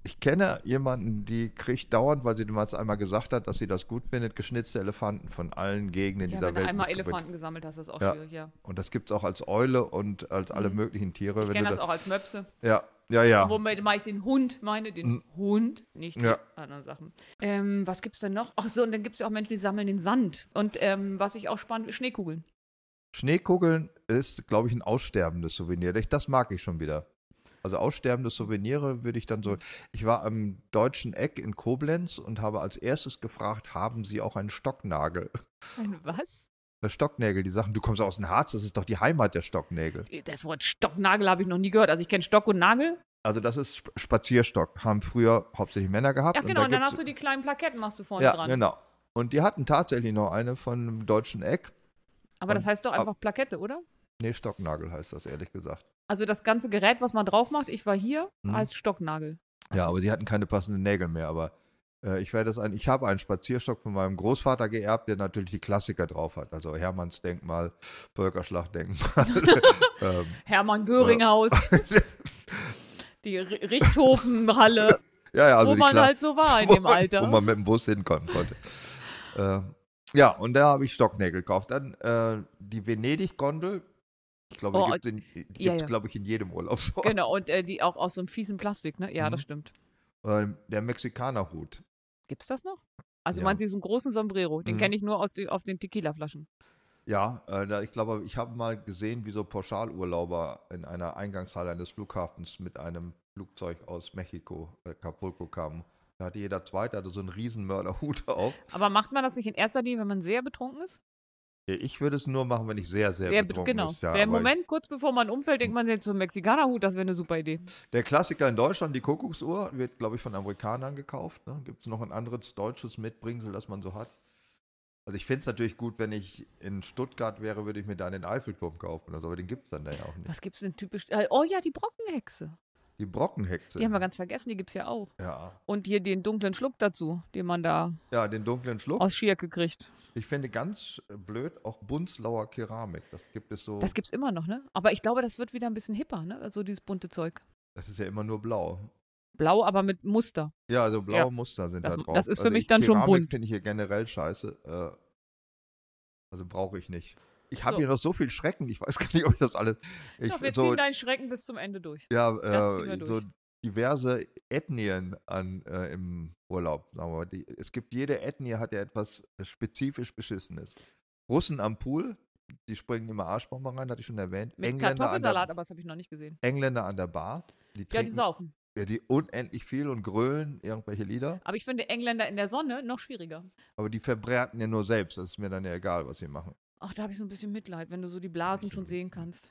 Speaker 3: ich kenne jemanden, die kriegt dauernd, weil sie damals einmal gesagt hat, dass sie das gut findet, geschnitzte Elefanten von allen Gegenden
Speaker 4: Ja,
Speaker 3: dieser
Speaker 4: wenn du
Speaker 3: Welt.
Speaker 4: einmal
Speaker 3: mitgebracht.
Speaker 4: Elefanten gesammelt hast, ist auch
Speaker 3: Ja.
Speaker 4: schwierig, ja.
Speaker 3: Und das gibt es auch als Eule und als alle möglichen Tiere.
Speaker 4: Mhm. Ich
Speaker 3: wenn
Speaker 4: kenne
Speaker 3: du
Speaker 4: das auch als Möpse.
Speaker 3: Ja, ja, ja.
Speaker 4: Womit mache ich den Hund, meine, den Hund, nicht
Speaker 3: Ja.
Speaker 4: die anderen Sachen. Ähm, was gibt es denn noch? Ach so, und dann gibt es ja auch Menschen, die sammeln den Sand. Und ähm, was ich auch spannend, Schneekugeln.
Speaker 3: Schneekugeln ist, glaube ich, ein aussterbendes Souvenir. Ich- Das mag ich schon wieder. Also aussterbende Souvenirs würde ich dann so. Ich war am Deutschen Eck in Koblenz und habe als erstes gefragt, haben Sie auch einen Stocknagel?
Speaker 4: Ein was?
Speaker 3: äh, Stocknägel, die Sachen, du kommst aus dem Harz, das ist doch die Heimat der Stocknägel.
Speaker 4: Das Wort Stocknagel habe ich noch nie gehört. Also ich kenne Stock und Nagel.
Speaker 3: Also das ist Sp- Spazierstock, haben früher hauptsächlich Männer gehabt.
Speaker 4: Ja, genau. Und, dann
Speaker 3: gibt's-
Speaker 4: hast du die kleinen Plaketten machst du vorne
Speaker 3: ja,
Speaker 4: dran.
Speaker 3: genau. Und die hatten tatsächlich noch eine von einem deutschen Eck.
Speaker 4: Aber das
Speaker 3: Und-
Speaker 4: heißt doch einfach Plakette, oder?
Speaker 3: Nee, Stocknagel heißt das, ehrlich gesagt.
Speaker 4: Also das ganze Gerät, was man drauf macht, ich war hier,
Speaker 3: Mhm.
Speaker 4: heißt Stocknagel.
Speaker 3: Ja, aber sie hatten keine passenden Nägel mehr. Aber äh, ich werde das ein, ich habe einen Spazierstock von meinem Großvater geerbt, der natürlich die Klassiker drauf hat. Also Hermannsdenkmal, Völkerschlachtdenkmal. ähm,
Speaker 4: Hermann Göringhaus, die R Richthofenhalle,
Speaker 3: ja, ja, also
Speaker 4: wo
Speaker 3: die
Speaker 4: man
Speaker 3: Kla-
Speaker 4: halt so war in
Speaker 3: wo
Speaker 4: dem
Speaker 3: man-
Speaker 4: Alter.
Speaker 3: Wo man mit dem Bus hinkommen konnte. ähm, ja, und da habe ich Stocknägel gekauft. Dann äh, die Venedig-Gondel. Ich glaube,
Speaker 4: Oh,
Speaker 3: die gibt es, gibt's,
Speaker 4: ja, ja.
Speaker 3: glaube ich, in jedem Urlaubsort.
Speaker 4: Genau, und äh, die auch aus so einem fiesen Plastik, ne? Ja,
Speaker 3: Mhm.
Speaker 4: das stimmt.
Speaker 3: Ähm, der Mexikanerhut.
Speaker 4: Gibt's das noch? Also
Speaker 3: Ja.
Speaker 4: man sieht so einen großen Sombrero, den
Speaker 3: Mhm.
Speaker 4: kenne ich nur aus die, auf den Tequila-Flaschen.
Speaker 3: Ja, äh, da, ich glaube, ich habe mal gesehen, wie so Pauschalurlauber in einer Eingangshalle eines Flughafens mit einem Flugzeug aus Mexiko, äh, Acapulco kamen. Da hatte jeder Zweite hatte so einen riesen Mörderhut auf.
Speaker 4: Aber macht man das nicht in erster Linie, wenn man sehr betrunken ist?
Speaker 3: Ich würde es nur machen, wenn ich sehr, sehr
Speaker 4: Wer bet-
Speaker 3: betrunken
Speaker 4: genau.
Speaker 3: ist. Ja,
Speaker 4: Der
Speaker 3: aber
Speaker 4: Moment, kurz bevor man umfällt, denkt man sich so ein Mexikanerhut, das wäre eine super Idee.
Speaker 3: Der Klassiker in Deutschland, die Kuckucksuhr, wird, glaube ich, von Amerikanern gekauft. Ne? Gibt es noch ein anderes deutsches Mitbringsel, das man so hat? Also ich finde es natürlich gut, wenn ich in Stuttgart wäre, würde ich mir da den Eiffelturm kaufen oder so, aber den gibt es dann da ja auch nicht.
Speaker 4: Was gibt's denn typisch? Äh, oh ja, die Brockenhexe.
Speaker 3: Die Brockenhexe.
Speaker 4: Die haben wir ganz vergessen, die gibt's ja auch.
Speaker 3: ja.
Speaker 4: Und hier den dunklen Schluck dazu, den man da
Speaker 3: ja, den dunklen Schluck.
Speaker 4: aus Schierke kriegt.
Speaker 3: Ich finde ganz blöd auch Bunzlauer Keramik. Das gibt es so.
Speaker 4: Das
Speaker 3: Das,
Speaker 4: gibt's immer noch, ne? Aber ich glaube, das wird wieder ein bisschen hipper, ne? Also dieses bunte Zeug.
Speaker 3: ist ja immer nur blau.
Speaker 4: Blau, aber mit Muster.
Speaker 3: Ja, also blaue
Speaker 4: Ja.
Speaker 3: Muster sind
Speaker 4: Das-
Speaker 3: da drauf.
Speaker 4: das ist für
Speaker 3: also
Speaker 4: mich
Speaker 3: ich,
Speaker 4: dann schon
Speaker 3: Keramik
Speaker 4: bunt.
Speaker 3: finde ich hier generell scheiße. Äh, also brauche ich nicht. Ich habe
Speaker 4: So.
Speaker 3: hier noch so viel Schrecken. Ich weiß gar nicht, ob ich das alles. Ich,
Speaker 4: Doch, wir
Speaker 3: so,
Speaker 4: ziehen deinen Schrecken bis zum Ende durch. Das
Speaker 3: ja,
Speaker 4: ziehen wir
Speaker 3: äh, so
Speaker 4: durch.
Speaker 3: diverse Ethnien an, äh, im Urlaub. Sagen wir mal. Die, es gibt jede Ethnie, hat ja etwas äh, spezifisch Beschissenes. Russen am Pool, die springen immer Arschbomben rein, hatte ich schon erwähnt.
Speaker 4: Mit
Speaker 3: Engländer an,
Speaker 4: Kartoffelsalat,
Speaker 3: der,
Speaker 4: aber das habe ich noch nicht gesehen.
Speaker 3: Engländer an der Bar. Die
Speaker 4: Ja, die
Speaker 3: trinken-
Speaker 4: saufen.
Speaker 3: ja, die unendlich viel und grölen irgendwelche Lieder,
Speaker 4: Aber ich finde Engländer in der Sonne noch schwieriger.
Speaker 3: aber die verbrärten ja nur selbst. Das ist mir dann ja egal, was sie machen.
Speaker 4: Ach, da habe ich so ein bisschen Mitleid, wenn du so die Blasen schon sehen kannst.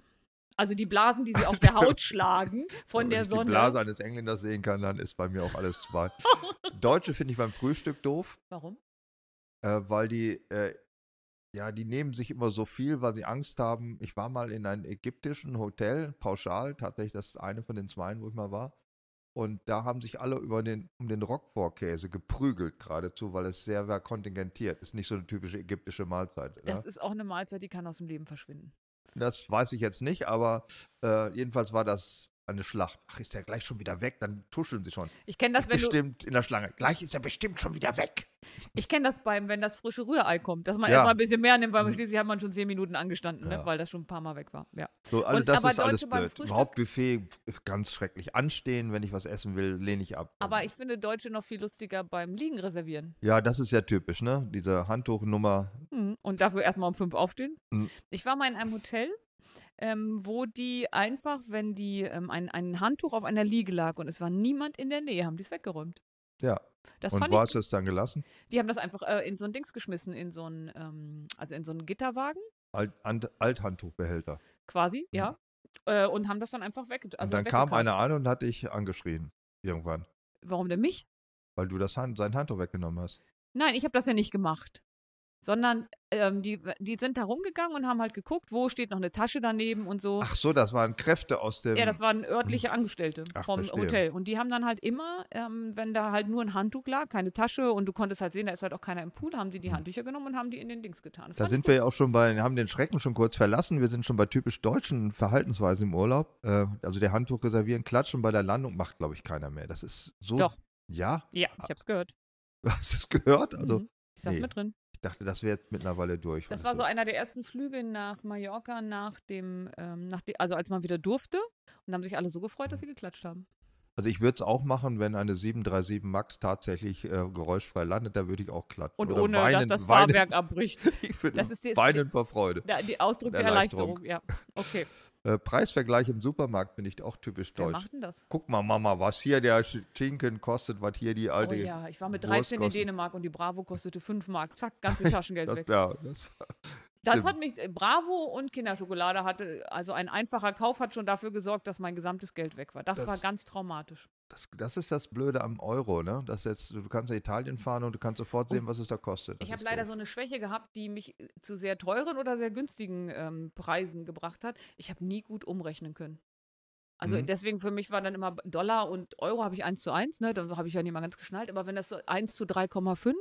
Speaker 4: Also die Blasen, die sie auf der Haut schlagen von
Speaker 3: Wenn
Speaker 4: der
Speaker 3: ich
Speaker 4: Sonne.
Speaker 3: die Blase eines Engländers sehen kann, dann ist bei mir auch alles zwei. Deutsche finde ich beim Frühstück doof,
Speaker 4: Warum?
Speaker 3: äh, weil die, äh, ja, die nehmen sich immer so viel, weil sie Angst haben. Ich war mal in einem ägyptischen Hotel, pauschal, tatsächlich, das ist eine von den zweien, wo ich mal war. Und da haben sich alle über den, um den Roquefort-Käse geprügelt geradezu, weil es sehr war kontingentiert. Ist nicht so eine typische ägyptische Mahlzeit. ne?
Speaker 4: Das ist auch eine Mahlzeit, die kann aus dem Leben verschwinden.
Speaker 3: Das weiß ich jetzt nicht, aber äh, jedenfalls war das eine Schlacht. Ach, ist der gleich schon wieder weg? Dann tuscheln sie schon.
Speaker 4: Ich kenne das, Also wenn du,
Speaker 3: bestimmt in der Schlange. Gleich ist er bestimmt schon wieder weg.
Speaker 4: ich kenne das beim, wenn das frische Rührei kommt, dass man
Speaker 3: Ja. Mhm.
Speaker 4: erstmal ein bisschen mehr nimmt, weil man schließlich hat man schon zehn Minuten angestanden,
Speaker 3: Ja.
Speaker 4: ne? weil das schon ein paar Mal weg war. Ja.
Speaker 3: So, also
Speaker 4: Und-
Speaker 3: das
Speaker 4: aber
Speaker 3: ist alles
Speaker 4: Deutsche beim
Speaker 3: blöd.
Speaker 4: Frühstück-
Speaker 3: Überhaupt Buffet ist ganz schrecklich. Anstehen, wenn ich was essen will, lehne ich ab.
Speaker 4: Aber ich finde Deutsche noch viel lustiger beim Liegen reservieren.
Speaker 3: ja, das ist ja typisch, ne? Diese Handtuchnummer.
Speaker 4: Mhm. Und dafür erstmal um fünf aufstehen.
Speaker 3: Mhm.
Speaker 4: Ich war mal in einem Hotel, ähm, wo die einfach, wenn die ähm, ein, ein Handtuch auf einer Liege lag und es war niemand in der Nähe, haben die es weggeräumt.
Speaker 3: Ja.
Speaker 4: Das
Speaker 3: Und
Speaker 4: fand
Speaker 3: war es
Speaker 4: ich,
Speaker 3: das dann gelassen?
Speaker 4: die haben das einfach äh, in so ein Dings geschmissen, in so ein, ähm, also in so einen Gitterwagen
Speaker 3: Alt, Ant- Althandtuchbehälter.
Speaker 4: quasi, ja. Äh, und haben das dann einfach weg. Also
Speaker 3: Mhm. und dann kam
Speaker 4: weggekarrt.
Speaker 3: einer an und hat dich angeschrien. Irgendwann.
Speaker 4: Warum denn mich?
Speaker 3: Weil du das Hand, sein Handtuch weggenommen hast.
Speaker 4: Nein, ich habe das ja nicht gemacht. Sondern ähm, die, die sind da rumgegangen und haben halt geguckt, wo steht noch eine Tasche daneben und so.
Speaker 3: Ach so, das waren Kräfte aus dem.
Speaker 4: Ja, das waren örtliche Angestellte
Speaker 3: Ach,
Speaker 4: vom
Speaker 3: verstehe.
Speaker 4: Hotel. Und die haben dann halt immer, ähm, wenn da halt nur ein Handtuch lag, keine Tasche und du konntest halt sehen, da ist halt auch keiner im Pool, haben die
Speaker 3: Hm.
Speaker 4: die Handtücher genommen und haben die in den Dings getan. Das
Speaker 3: Da
Speaker 4: fand
Speaker 3: sind wir ja auch schon bei, haben den Schrecken schon kurz verlassen. Wir sind schon bei typisch deutschen Verhaltensweisen im Urlaub. Äh, also der Handtuch reservieren, klatschen bei der Landung macht, glaube ich, keiner mehr. Das ist so.
Speaker 4: Doch.
Speaker 3: Ja,
Speaker 4: ich, ja, ich hab's gehört.
Speaker 3: du hast es gehört. Also
Speaker 4: Mhm. Ich saß
Speaker 3: nee.
Speaker 4: mit drin.
Speaker 3: ich dachte, das wäre jetzt mittlerweile durch.
Speaker 4: Das
Speaker 3: Und
Speaker 4: war so einer der ersten Flüge nach Mallorca, nach dem, ähm, nach de also als man wieder durfte. Und haben sich alle so gefreut, dass sie geklatscht haben.
Speaker 3: Also ich würde es auch machen, wenn eine 737 Max tatsächlich äh, geräuschfrei landet, da würde ich auch klatschen.
Speaker 4: Und
Speaker 3: Oder
Speaker 4: ohne,
Speaker 3: weinen,
Speaker 4: dass das
Speaker 3: weinen,
Speaker 4: Fahrwerk abbricht.
Speaker 3: Ich würde
Speaker 4: Das ist die-
Speaker 3: weinen vor Freude.
Speaker 4: Da, die Ausdruck der
Speaker 3: Erleichterung.
Speaker 4: Erleichterung, ja. Okay,
Speaker 3: Äh, Preisvergleich im Supermarkt finde ich auch typisch
Speaker 4: wer
Speaker 3: deutsch.
Speaker 4: macht denn das?
Speaker 3: Guck mal, Mama, was hier der Schinken kostet, was hier die
Speaker 4: Oh
Speaker 3: alte
Speaker 4: ja, ich war mit
Speaker 3: Wurst
Speaker 4: 13 in
Speaker 3: kostet-
Speaker 4: Dänemark und die Bravo kostete 5 Mark. Zack, ganze Taschengeld
Speaker 3: Das,
Speaker 4: weg.
Speaker 3: ja, das,
Speaker 4: Das
Speaker 3: Stimmt.
Speaker 4: hat mich, äh, Bravo und Kinderschokolade hatte, also ein einfacher Kauf hat schon dafür gesorgt, dass mein gesamtes Geld weg war. Das,
Speaker 3: Das-
Speaker 4: war ganz traumatisch.
Speaker 3: Das, das ist das Blöde am Euro, ne? Das jetzt, du kannst nach Italien fahren und du kannst sofort sehen, was es da kostet. Das
Speaker 4: ich habe
Speaker 3: ist
Speaker 4: leider
Speaker 3: doof.
Speaker 4: so eine Schwäche gehabt, die mich äh, zu sehr teuren oder sehr günstigen ähm, Preisen gebracht hat. Ich habe nie gut umrechnen können. Also
Speaker 3: Mhm.
Speaker 4: deswegen für mich war dann immer Dollar und Euro habe ich 1 zu 1, ne? Dann habe ich ja nicht mal ganz geschnallt, aber wenn das so 1 zu 3,5,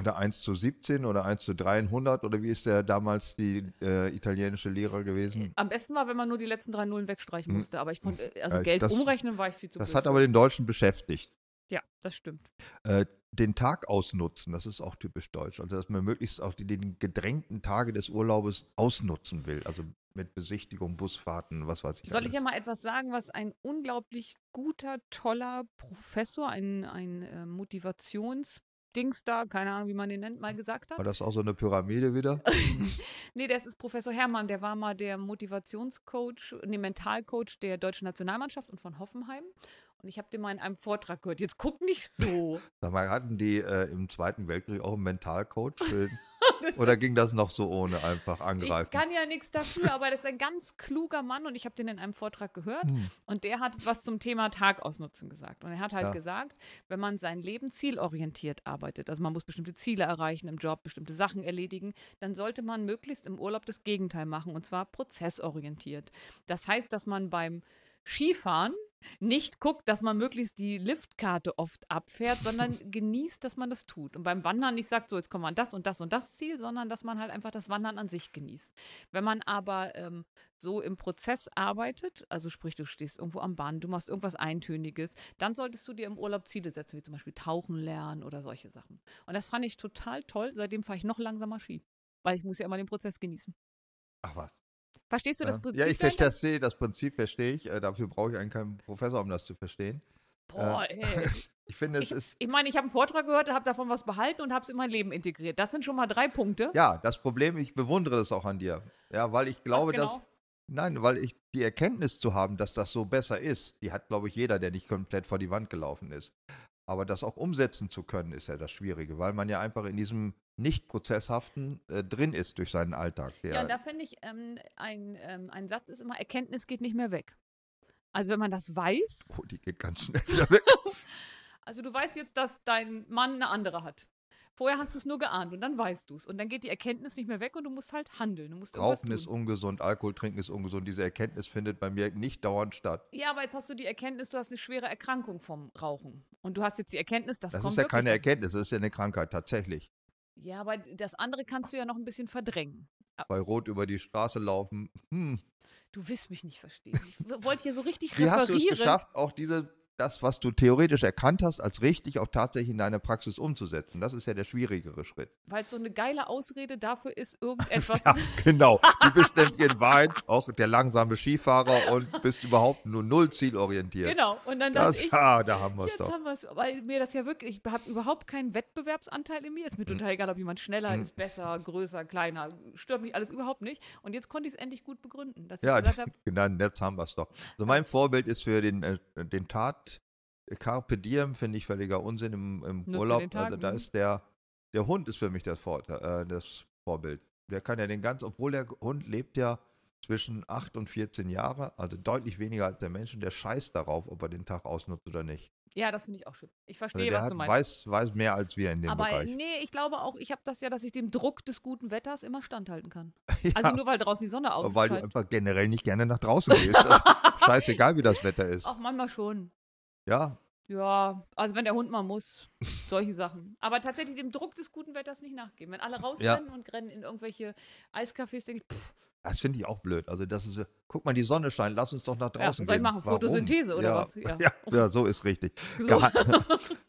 Speaker 3: Oder 1 zu 17 oder 1 zu 300 oder wie ist der damals die äh, italienische Lehrer gewesen?
Speaker 4: am besten war, wenn man nur die letzten drei Nullen wegstreichen
Speaker 3: Mhm.
Speaker 4: musste, aber ich konnte, äh, also
Speaker 3: Ja, ich-
Speaker 4: Geld
Speaker 3: das-
Speaker 4: umrechnen war ich viel zu
Speaker 3: Das
Speaker 4: blöd
Speaker 3: hat
Speaker 4: für.
Speaker 3: aber den Deutschen beschäftigt.
Speaker 4: Ja, das stimmt.
Speaker 3: Äh, den Tag ausnutzen, das ist auch typisch deutsch. Also, dass man möglichst auch die, den gedrängten Tage des Urlaubes ausnutzen will. Also mit Besichtigung, Busfahrten, was weiß ich.
Speaker 4: Soll
Speaker 3: alles.
Speaker 4: ich ja mal etwas sagen, was ein unglaublich guter, toller Professor, ein, ein äh, Motivationsdings da, keine Ahnung, wie man den nennt, mal gesagt
Speaker 3: War
Speaker 4: hat?
Speaker 3: das auch so eine Pyramide wieder?
Speaker 4: Nee, das ist Professor Hermann, der war mal der Motivationscoach, nee, Mentalcoach der deutschen Nationalmannschaft und von Hoffenheim. Und ich habe den mal in einem Vortrag gehört. Jetzt guck nicht so.
Speaker 3: Sag mal, hatten die äh, im Zweiten Weltkrieg auch einen Mentalcoach? Für,
Speaker 4: Das
Speaker 3: oder ging das noch so ohne einfach
Speaker 4: Ich
Speaker 3: angreifen?
Speaker 4: kann ja nichts dafür, aber das ist ein ganz kluger Mann und ich habe den in einem Vortrag gehört
Speaker 3: Hm.
Speaker 4: und der hat was zum Thema Tag ausnutzen gesagt. Und er hat halt
Speaker 3: Ja.
Speaker 4: gesagt, wenn man sein Leben zielorientiert arbeitet, also man muss bestimmte Ziele erreichen im Job, bestimmte Sachen erledigen, dann sollte man möglichst im Urlaub das Gegenteil machen und zwar prozessorientiert. Das heißt, dass man beim Skifahren nicht guckt, dass man möglichst die Liftkarte oft abfährt, sondern genießt, dass man das tut. Und beim Wandern nicht sagt, so jetzt kommt man das und das und das Ziel, sondern dass man halt einfach das Wandern an sich genießt. Wenn man aber ähm, so im Prozess arbeitet, also sprich, du stehst irgendwo am Bahn, du machst irgendwas Eintöniges, dann solltest du dir im Urlaub Ziele setzen, wie zum Beispiel Tauchen lernen oder solche Sachen. Und das fand ich total toll. Seitdem fahre ich noch langsamer Ski, weil ich muss ja immer den Prozess genießen.
Speaker 3: Ach was.
Speaker 4: Verstehst du das Prinzip?
Speaker 3: ja, ich
Speaker 4: dahinter?
Speaker 3: verstehe das, das Prinzip verstehe ich. Äh, dafür brauche ich einen keinen Professor, um das zu verstehen.
Speaker 4: Boah, ey.
Speaker 3: Ich finde, es
Speaker 4: Ich,
Speaker 3: ist
Speaker 4: ich meine, ich habe einen Vortrag gehört, habe davon was behalten und habe es in mein Leben integriert. Das sind schon mal drei Punkte.
Speaker 3: ja das Problem. Ich bewundere das auch an dir, ja, weil ich glaube,
Speaker 4: genau?
Speaker 3: dass nein, weil ich die Erkenntnis zu haben, dass das so besser ist, die hat glaube ich jeder, der nicht komplett vor die Wand gelaufen ist. Aber das auch umsetzen zu können, ist ja das Schwierige, weil man ja einfach in diesem nicht prozesshaften äh, drin ist durch seinen Alltag. Der,
Speaker 4: Ja, und da finde ich, ähm, ein, ähm, ein Satz ist immer, Erkenntnis geht nicht mehr weg. Also wenn man das weiß,
Speaker 3: oh, die geht ganz schnell wieder weg.
Speaker 4: also du weißt jetzt, dass dein Mann eine andere hat. Vorher hast du es nur geahnt und dann weißt du es. Und dann geht die Erkenntnis nicht mehr weg und du musst halt handeln. Du musst irgendwas
Speaker 3: Rauchen ist
Speaker 4: tun.
Speaker 3: ungesund, Alkohol trinken ist ungesund. Diese Erkenntnis findet bei mir nicht dauernd statt.
Speaker 4: Ja, aber jetzt hast du die Erkenntnis, du hast eine schwere Erkrankung vom Rauchen. Und du hast jetzt die Erkenntnis, das,
Speaker 3: Das
Speaker 4: kommt
Speaker 3: ist ja
Speaker 4: wirklich
Speaker 3: keine
Speaker 4: davon.
Speaker 3: Erkenntnis, das ist ja eine Krankheit, tatsächlich.
Speaker 4: Ja, aber das andere kannst du ja noch ein bisschen verdrängen.
Speaker 3: Bei Rot über die Straße laufen. Hm.
Speaker 4: Du wirst mich nicht verstehen. Ich w- wollte hier so richtig
Speaker 3: Wie
Speaker 4: referieren.
Speaker 3: hast du es geschafft, auch diese, das, was du theoretisch erkannt hast, als richtig auch tatsächlich in deine Praxis umzusetzen? Das ist ja der schwierigere Schritt.
Speaker 4: Weil es so eine geile Ausrede dafür ist, irgendetwas.
Speaker 3: Ja, genau. Du bist nämlich in Wein auch der langsame Skifahrer und bist überhaupt nur null zielorientiert.
Speaker 4: genau. Und dann
Speaker 3: Das,
Speaker 4: dachte ich,
Speaker 3: ah, da haben wir es
Speaker 4: jetzt
Speaker 3: doch.
Speaker 4: haben wir es. Weil mir das ja wirklich, ich habe überhaupt keinen Wettbewerbsanteil in mir. Ist mir
Speaker 3: Hm.
Speaker 4: total egal, ob jemand schneller ist, besser, größer, kleiner. Stört mich alles überhaupt nicht. Und jetzt konnte ich es endlich gut begründen, dass ich
Speaker 3: Ja,
Speaker 4: gesagt habe,
Speaker 3: genau, jetzt haben wir es doch. Also mein Vorbild ist für den, äh, den Tat Carpe Diem, finde ich völliger Unsinn im, im
Speaker 4: Nutze
Speaker 3: Urlaub.
Speaker 4: den Tag,
Speaker 3: also da
Speaker 4: mhm.
Speaker 3: ist der, der Hund ist für mich das, Vor äh, das Vorbild. Der kann ja den ganz, obwohl der Hund lebt ja zwischen 8 und 14 Jahre, also deutlich weniger als der Mensch und der scheißt darauf, ob er den Tag ausnutzt oder nicht.
Speaker 4: ja, das finde ich auch schön. Ich
Speaker 3: Also
Speaker 4: verstehe,
Speaker 3: der
Speaker 4: was
Speaker 3: hat,
Speaker 4: du meinst.
Speaker 3: weiß, weiß mehr als wir in dem
Speaker 4: Aber
Speaker 3: Bereich.
Speaker 4: nee, ich glaube auch, ich habe das ja, dass ich dem Druck des guten Wetters immer standhalten kann.
Speaker 3: Ja,
Speaker 4: Also nur weil draußen die Sonne aus
Speaker 3: weil du einfach generell nicht gerne nach draußen gehst. Das, scheißegal, wie das Wetter ist.
Speaker 4: Auch manchmal schon.
Speaker 3: Ja,
Speaker 4: Ja, also wenn der Hund mal muss, solche Sachen. Aber tatsächlich dem Druck des guten Wetters nicht nachgeben. Wenn alle rausrennen und rennen in irgendwelche Eiscafés, denke ich, pff,
Speaker 3: Das finde ich auch blöd. Also das ist, so, guck mal, die Sonne scheint, lass uns doch nach
Speaker 4: Ja,
Speaker 3: draußen
Speaker 4: soll ich
Speaker 3: gehen.
Speaker 4: machen,
Speaker 3: Warum?
Speaker 4: Photosynthese oder
Speaker 3: ja,
Speaker 4: was?
Speaker 3: Ja.
Speaker 4: Ja.
Speaker 3: Ja, so ist richtig.
Speaker 4: So.
Speaker 3: Geheim,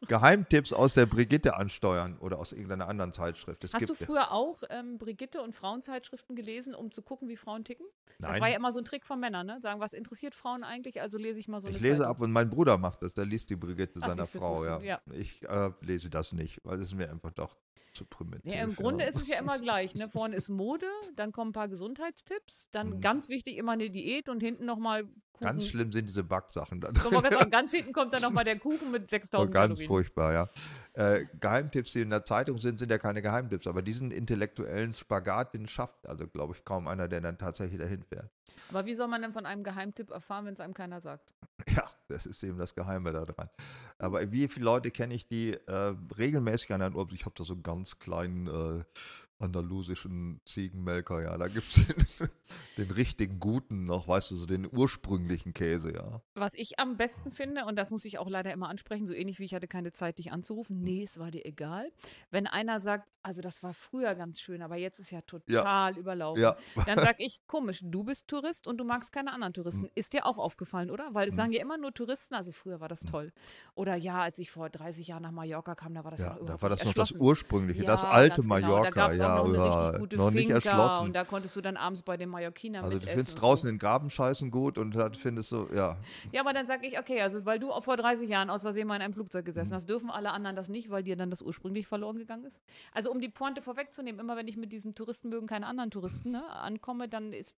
Speaker 3: Geheimtipps aus der Brigitte ansteuern oder aus irgendeiner anderen Zeitschrift. Es
Speaker 4: hast du
Speaker 3: gibt,
Speaker 4: früher auch ähm, Brigitte und Frauenzeitschriften gelesen, um zu gucken, wie Frauen ticken? Das
Speaker 3: Nein.
Speaker 4: war ja immer so ein Trick von Männern, ne? Sagen, was interessiert Frauen eigentlich? Also lese ich mal so eine
Speaker 3: ich lese
Speaker 4: Zeitung.
Speaker 3: ab und mein Bruder macht das. Der liest die Brigitte
Speaker 4: Ach,
Speaker 3: seiner
Speaker 4: siehst du,
Speaker 3: Frau. Ja.
Speaker 4: siehst du, ja.
Speaker 3: Ich äh, lese das nicht, weil es ist mir einfach doch zu primitiv.
Speaker 4: Ja, im Grunde
Speaker 3: ja.
Speaker 4: ist es ja immer gleich. Ne? Vorne ist Mode, dann kommen ein paar Gesundheitstipps, dann ganz wichtig immer eine Diät und hinten nochmal Kuchen.
Speaker 3: Mhm. Ganz schlimm sind diese Backsachen da
Speaker 4: So, wollte
Speaker 3: drin.
Speaker 4: gerade sagen, ganz hinten kommt dann nochmal der Kuchen mit
Speaker 3: Oh,
Speaker 4: 6000
Speaker 3: ganz
Speaker 4: Kalorien.
Speaker 3: furchtbar, ja. Äh, Geheimtipps, die in der Zeitung sind, sind ja keine Geheimtipps, aber diesen intellektuellen Spagat, den schafft also, glaube ich, kaum einer, der dann tatsächlich dahin fährt.
Speaker 4: Aber wie soll man denn von einem Geheimtipp erfahren, wenn es einem keiner sagt?
Speaker 3: Ja, das ist eben das Geheime daran. Aber wie viele Leute kenne ich, die äh, regelmäßig an einen Urlaub, ich habe da so einen ganz kleinen äh, andalusischen Ziegenmelker, ja, da gibt es den, den richtigen guten noch, weißt du, so den ursprünglichen Käse, ja.
Speaker 4: Was ich am besten finde, und das muss ich auch leider immer ansprechen, so ähnlich wie ich hatte keine Zeit, dich anzurufen.
Speaker 3: Mhm.
Speaker 4: Nee, es war dir egal. Wenn einer sagt, also das war früher ganz schön, aber jetzt ist ja total überlaufen.
Speaker 3: Ja,
Speaker 4: Dann sag ich, komisch, du bist Tourist und du magst keine anderen
Speaker 3: Mhm.
Speaker 4: Touristen. Ist dir auch aufgefallen, oder? Weil es sagen ja immer nur Touristen, also früher war das
Speaker 3: Mhm.
Speaker 4: toll. Oder ja, als ich vor 30 Jahren nach Mallorca kam, da war das ja,
Speaker 3: ja da
Speaker 4: überhaupt
Speaker 3: war
Speaker 4: nicht
Speaker 3: das noch das
Speaker 4: erschlossen.
Speaker 3: ursprüngliche, das
Speaker 4: Ja,
Speaker 3: alte
Speaker 4: ganz
Speaker 3: Mallorca,
Speaker 4: genau. Da
Speaker 3: ja,
Speaker 4: gab's auch noch eine richtig
Speaker 3: über-
Speaker 4: gute
Speaker 3: noch nicht
Speaker 4: Finca
Speaker 3: erschlossen.
Speaker 4: Und da konntest du dann abends bei den Mallorquinern
Speaker 3: also du
Speaker 4: mitessen
Speaker 3: findest
Speaker 4: und
Speaker 3: draußen
Speaker 4: so.
Speaker 3: den Grabenscheißen gut und dann findest du, ja,
Speaker 4: Ja, aber dann sage ich, okay, also weil du auch vor 30 Jahren aus Versehen mal in einem Flugzeug gesessen
Speaker 3: Mhm.
Speaker 4: hast, dürfen alle anderen das nicht, weil dir dann das ursprünglich verloren gegangen ist. Also um die Pointe vorwegzunehmen, immer wenn ich mit diesem Touristen mögen keine anderen Touristen ne, ankomme, dann ist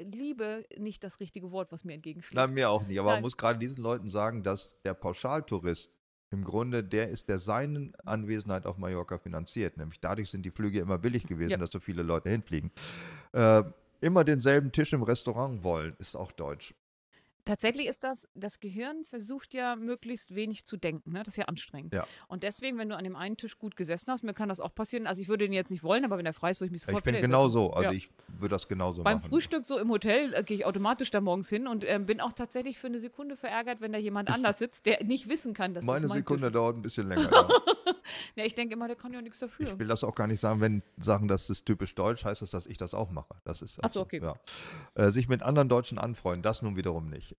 Speaker 4: Liebe nicht das richtige Wort, was mir entgegenschlägt.
Speaker 3: Nein, mir auch nicht. Aber man
Speaker 4: Nein.
Speaker 3: muss gerade diesen Leuten sagen, dass der Pauschaltourist im Grunde der ist, der seinen Anwesenheit auf Mallorca finanziert. Nämlich dadurch sind die Flüge immer billig gewesen,
Speaker 4: Ja.
Speaker 3: dass so viele Leute hinfliegen. Äh, immer denselben Tisch im Restaurant wollen, ist auch deutsch.
Speaker 4: Tatsächlich ist das, das Gehirn versucht ja möglichst wenig zu denken. Ne? Das ist ja anstrengend.
Speaker 3: Ja.
Speaker 4: Und deswegen, wenn du an dem einen Tisch gut gesessen hast, mir kann das auch passieren. Also ich würde den jetzt nicht wollen, aber wenn er frei ist, würde ich mich sofort
Speaker 3: ich bin
Speaker 4: wieder hinsetzen.
Speaker 3: genau so. Also
Speaker 4: Ja.
Speaker 3: ich würde das genauso
Speaker 4: Beim
Speaker 3: machen.
Speaker 4: Frühstück so im Hotel äh, gehe ich automatisch da morgens hin und ähm, bin auch tatsächlich für eine Sekunde verärgert, wenn da jemand anders sitzt, der nicht wissen kann, dass
Speaker 3: Meine
Speaker 4: das mein
Speaker 3: Sekunde
Speaker 4: Tisch
Speaker 3: dauert ein bisschen länger. ja.
Speaker 4: ist. Ja, ich denke immer, der kann ja nichts dafür.
Speaker 3: Ich will das auch gar nicht sagen, wenn sagen, das ist typisch deutsch, heißt das, dass ich das auch mache. Das ist also,
Speaker 4: Ach so, okay.
Speaker 3: Ja. Äh, sich mit anderen Deutschen anfreunden, das nun wiederum nicht.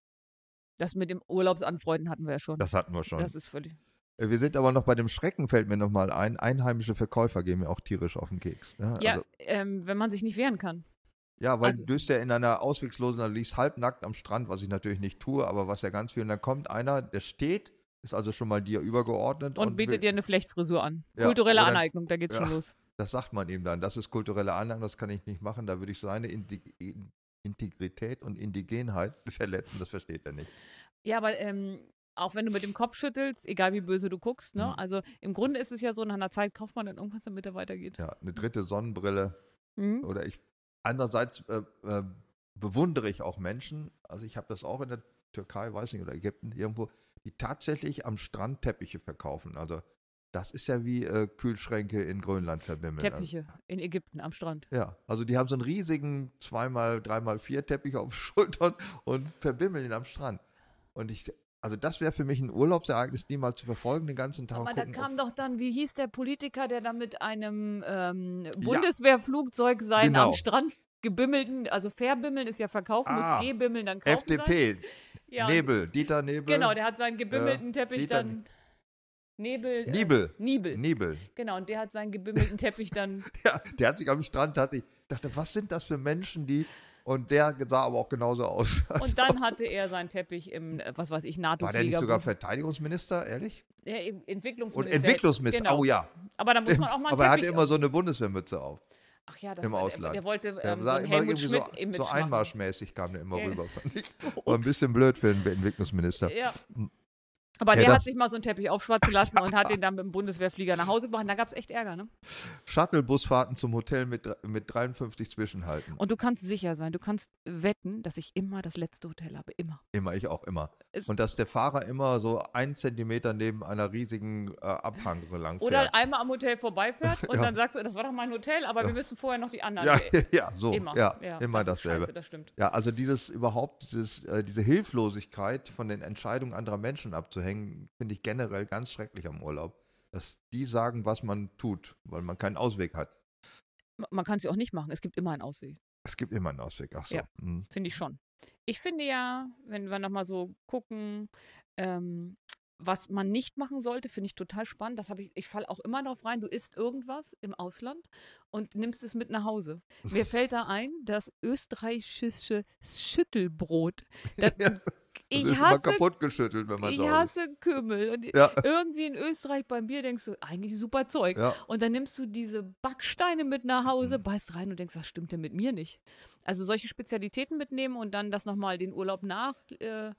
Speaker 4: Das mit dem Urlaubsanfreunden hatten wir ja schon.
Speaker 3: Das hatten wir schon.
Speaker 4: Das ist völlig.
Speaker 3: Äh, Wir sind aber noch bei dem Schrecken, fällt mir nochmal ein. Einheimische Verkäufer gehen mir auch tierisch auf den Keks. Ne?
Speaker 4: Ja,
Speaker 3: also,
Speaker 4: ähm, wenn man sich nicht wehren kann.
Speaker 3: ja weil
Speaker 4: also-
Speaker 3: du bist ja in einer auswegslosen, du liegst halbnackt am Strand, was ich natürlich nicht tue, aber was ja ganz viel. Und dann kommt einer, der steht, ist also schon mal dir übergeordnet.
Speaker 4: Und, bietet
Speaker 3: will,
Speaker 4: dir eine Flechtfrisur an.
Speaker 3: Ja,
Speaker 4: Kulturelle
Speaker 3: oder-
Speaker 4: Aneignung, da geht's schon
Speaker 3: Ja.
Speaker 4: los.
Speaker 3: Das sagt man ihm dann. Das ist kulturelle Anlage, das kann ich nicht machen. Da würde ich seine Indi In- Integrität und Indigenheit verletzen. Das versteht er nicht.
Speaker 4: Ja, aber ähm, auch wenn du mit dem Kopf schüttelst, egal wie böse du guckst, ne?
Speaker 3: Mhm.
Speaker 4: Also im Grunde ist es ja so, nach einer Zeit kauft man dann irgendwas, damit er weitergeht.
Speaker 3: Ja, eine dritte Sonnenbrille.
Speaker 4: Mhm.
Speaker 3: oder ich andererseits äh, äh, bewundere ich auch Menschen, also ich habe das auch in der Türkei, weiß nicht, oder Ägypten irgendwo, die tatsächlich am Strand Teppiche verkaufen. Also das ist ja wie äh, Kühlschränke in Grönland verbimmelt.
Speaker 4: Teppiche in Ägypten am Strand.
Speaker 3: Also, ja, also die haben so einen riesigen zweimal, dreimal vier Teppich auf den Schultern und verbimmeln ihn am Strand. Und ich, also das wäre für mich ein Urlaubsereignis, die mal zu verfolgen, den ganzen Tag.
Speaker 4: Aber
Speaker 3: und
Speaker 4: da
Speaker 3: gucken,
Speaker 4: kam doch dann, wie hieß der Politiker, der da mit einem ähm, Bundeswehrflugzeug seinen
Speaker 3: Genau.
Speaker 4: am Strand gebimmelten, also verbimmeln ist ja verkaufen,
Speaker 3: Ah,
Speaker 4: muss gebimmeln, dann
Speaker 3: ob,
Speaker 4: kaufen Sein.
Speaker 3: FDP,
Speaker 4: Ja, und-
Speaker 3: Nebel, Äh, Dieter Nebel.
Speaker 4: Genau, der hat seinen gebimmelten Teppich
Speaker 3: Dieter-
Speaker 4: dann Nebel. äh,
Speaker 3: Niebel.
Speaker 4: Niebel.
Speaker 3: Nebel.
Speaker 4: Genau, und der hat seinen gebimmelten Teppich dann.
Speaker 3: Ja, der hat sich am Strand, hatte ich dachte, was sind das für Menschen, die. Und der sah aber auch genauso aus. Also,
Speaker 4: Und dann hatte er seinen Teppich im, äh, was weiß ich, nato
Speaker 3: war der nicht sogar Verteidigungsminister, ehrlich? Und
Speaker 4: Entwicklungsminister.
Speaker 3: Entwicklungsminister,
Speaker 4: Genau.
Speaker 3: oh ja.
Speaker 4: Aber da muss man auch mal einen
Speaker 3: aber er hatte
Speaker 4: Teppich
Speaker 3: immer so eine Bundeswehrmütze auf.
Speaker 4: Ach ja, das
Speaker 3: im
Speaker 4: war, der-
Speaker 3: Ausland.
Speaker 4: Der wollte
Speaker 3: Der
Speaker 4: ähm, so
Speaker 3: sah
Speaker 4: ein
Speaker 3: immer
Speaker 4: Helmut
Speaker 3: irgendwie so,
Speaker 4: Schmidt-Image
Speaker 3: so
Speaker 4: machen.
Speaker 3: einmarschmäßig kam der immer
Speaker 4: Ja. Äh.
Speaker 3: rüber, fand ich. War ein bisschen blöd für einen Entwicklungsminister.
Speaker 4: Ja. Aber
Speaker 3: Ja,
Speaker 4: der hat
Speaker 3: das-
Speaker 4: sich mal so einen Teppich aufschwatzen lassen und hat den dann mit dem Bundeswehrflieger nach Hause gebracht. Und Da gab es echt Ärger, ne?
Speaker 3: Shuttlebusfahrten zum Hotel mit, dr- mit 53 Zwischenhalten.
Speaker 4: Und du kannst sicher sein, du kannst wetten, dass ich immer das letzte Hotel habe. Immer.
Speaker 3: immer, ich auch immer.
Speaker 4: Es-
Speaker 3: Und dass der Fahrer immer so einen Zentimeter neben einer riesigen äh, Abhang lang
Speaker 4: Oder
Speaker 3: fährt.
Speaker 4: einmal am Hotel vorbeifährt und
Speaker 3: Ja.
Speaker 4: dann sagst du, das war doch mein Hotel, aber wir müssen vorher noch die anderen.
Speaker 3: ja,
Speaker 4: Ey,
Speaker 3: ja, so.
Speaker 4: Immer.
Speaker 3: ja, immer
Speaker 4: das ist
Speaker 3: dasselbe.
Speaker 4: Scheiße, das stimmt.
Speaker 3: Ja, also dieses überhaupt, dieses, äh, diese Hilflosigkeit von den Entscheidungen anderer Menschen abzuhängen, finde ich generell ganz schrecklich am Urlaub. Dass die sagen, was man tut, weil man keinen Ausweg hat.
Speaker 4: Ma- Man kann es ja auch nicht machen. Es gibt immer einen Ausweg.
Speaker 3: Es gibt immer einen Ausweg, ach so.
Speaker 4: Ja.
Speaker 3: Hm.
Speaker 4: Finde ich schon. Ich finde ja, wenn wir nochmal so gucken, ähm, was man nicht machen sollte, finde ich total spannend. Das habe ich, ich falle auch immer drauf rein. Du isst irgendwas im Ausland und nimmst es mit nach Hause. Mir fällt da ein, das österreichische Schüttelbrot. Das
Speaker 3: Das
Speaker 4: Äh, ich
Speaker 3: ist immer
Speaker 4: hasse
Speaker 3: kaputt geschüttelt, wenn man
Speaker 4: ich
Speaker 3: sauer ist.
Speaker 4: hasse Kümmel. Und
Speaker 3: Ja.
Speaker 4: irgendwie in Österreich beim Bier denkst du, eigentlich super Zeug.
Speaker 3: Ja.
Speaker 4: Und dann nimmst du diese Backsteine mit nach Hause,
Speaker 3: Mhm.
Speaker 4: beißt rein und denkst, was stimmt denn mit mir nicht? Also solche Spezialitäten mitnehmen und dann das nochmal den Urlaub nach äh,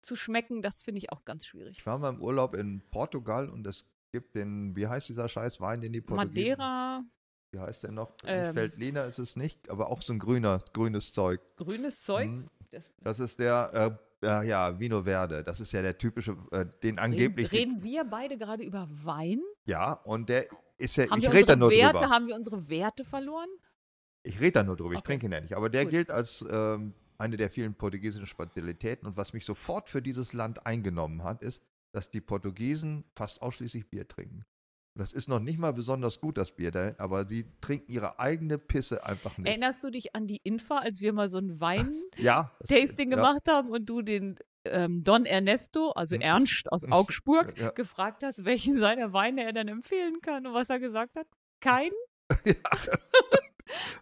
Speaker 4: zu schmecken, das finde ich auch ganz schwierig.
Speaker 3: Ich war mal im Urlaub in Portugal und es gibt den, wie heißt dieser scheiß Wein, den die Portugiesen...
Speaker 4: Madeira,
Speaker 3: Wie heißt der noch? Äh,
Speaker 4: Ähm.
Speaker 3: Nicht Feldliner ist es nicht, aber auch so ein grüner, grünes Zeug.
Speaker 4: grünes Zeug.
Speaker 3: Mhm.
Speaker 4: Das
Speaker 3: Das ist der, äh, äh, ja, Vino Verde. Das ist ja der typische, äh, den angeblich...
Speaker 4: reden, reden wir beide gerade über Wein?
Speaker 3: Ja, und der ist ja,
Speaker 4: Haben
Speaker 3: ich
Speaker 4: wir
Speaker 3: rede da
Speaker 4: unsere
Speaker 3: nur
Speaker 4: Werte,
Speaker 3: drüber.
Speaker 4: haben wir unsere Werte verloren?
Speaker 3: Ich rede da nur drüber, ich
Speaker 4: Okay.
Speaker 3: trinke ihn ja nicht. Aber der
Speaker 4: Gut.
Speaker 3: gilt als ähm, eine der vielen portugiesischen Spezialitäten. Und was mich sofort für dieses Land eingenommen hat, ist, dass die Portugiesen fast ausschließlich Bier trinken. Und das ist noch nicht mal besonders gut, das Bier da, aber sie trinken ihre eigene Pisse einfach nicht.
Speaker 4: Erinnerst du dich an die Infa, als wir mal so einen Wein
Speaker 3: ja. das-
Speaker 4: Tasting
Speaker 3: ja,
Speaker 4: gemacht haben und du den ähm, Don Ernesto,
Speaker 3: Mhm.
Speaker 4: also Ernst aus Augsburg,
Speaker 3: Ja.
Speaker 4: gefragt hast, welchen seiner Weine er dann empfehlen kann und was er gesagt hat. Kein.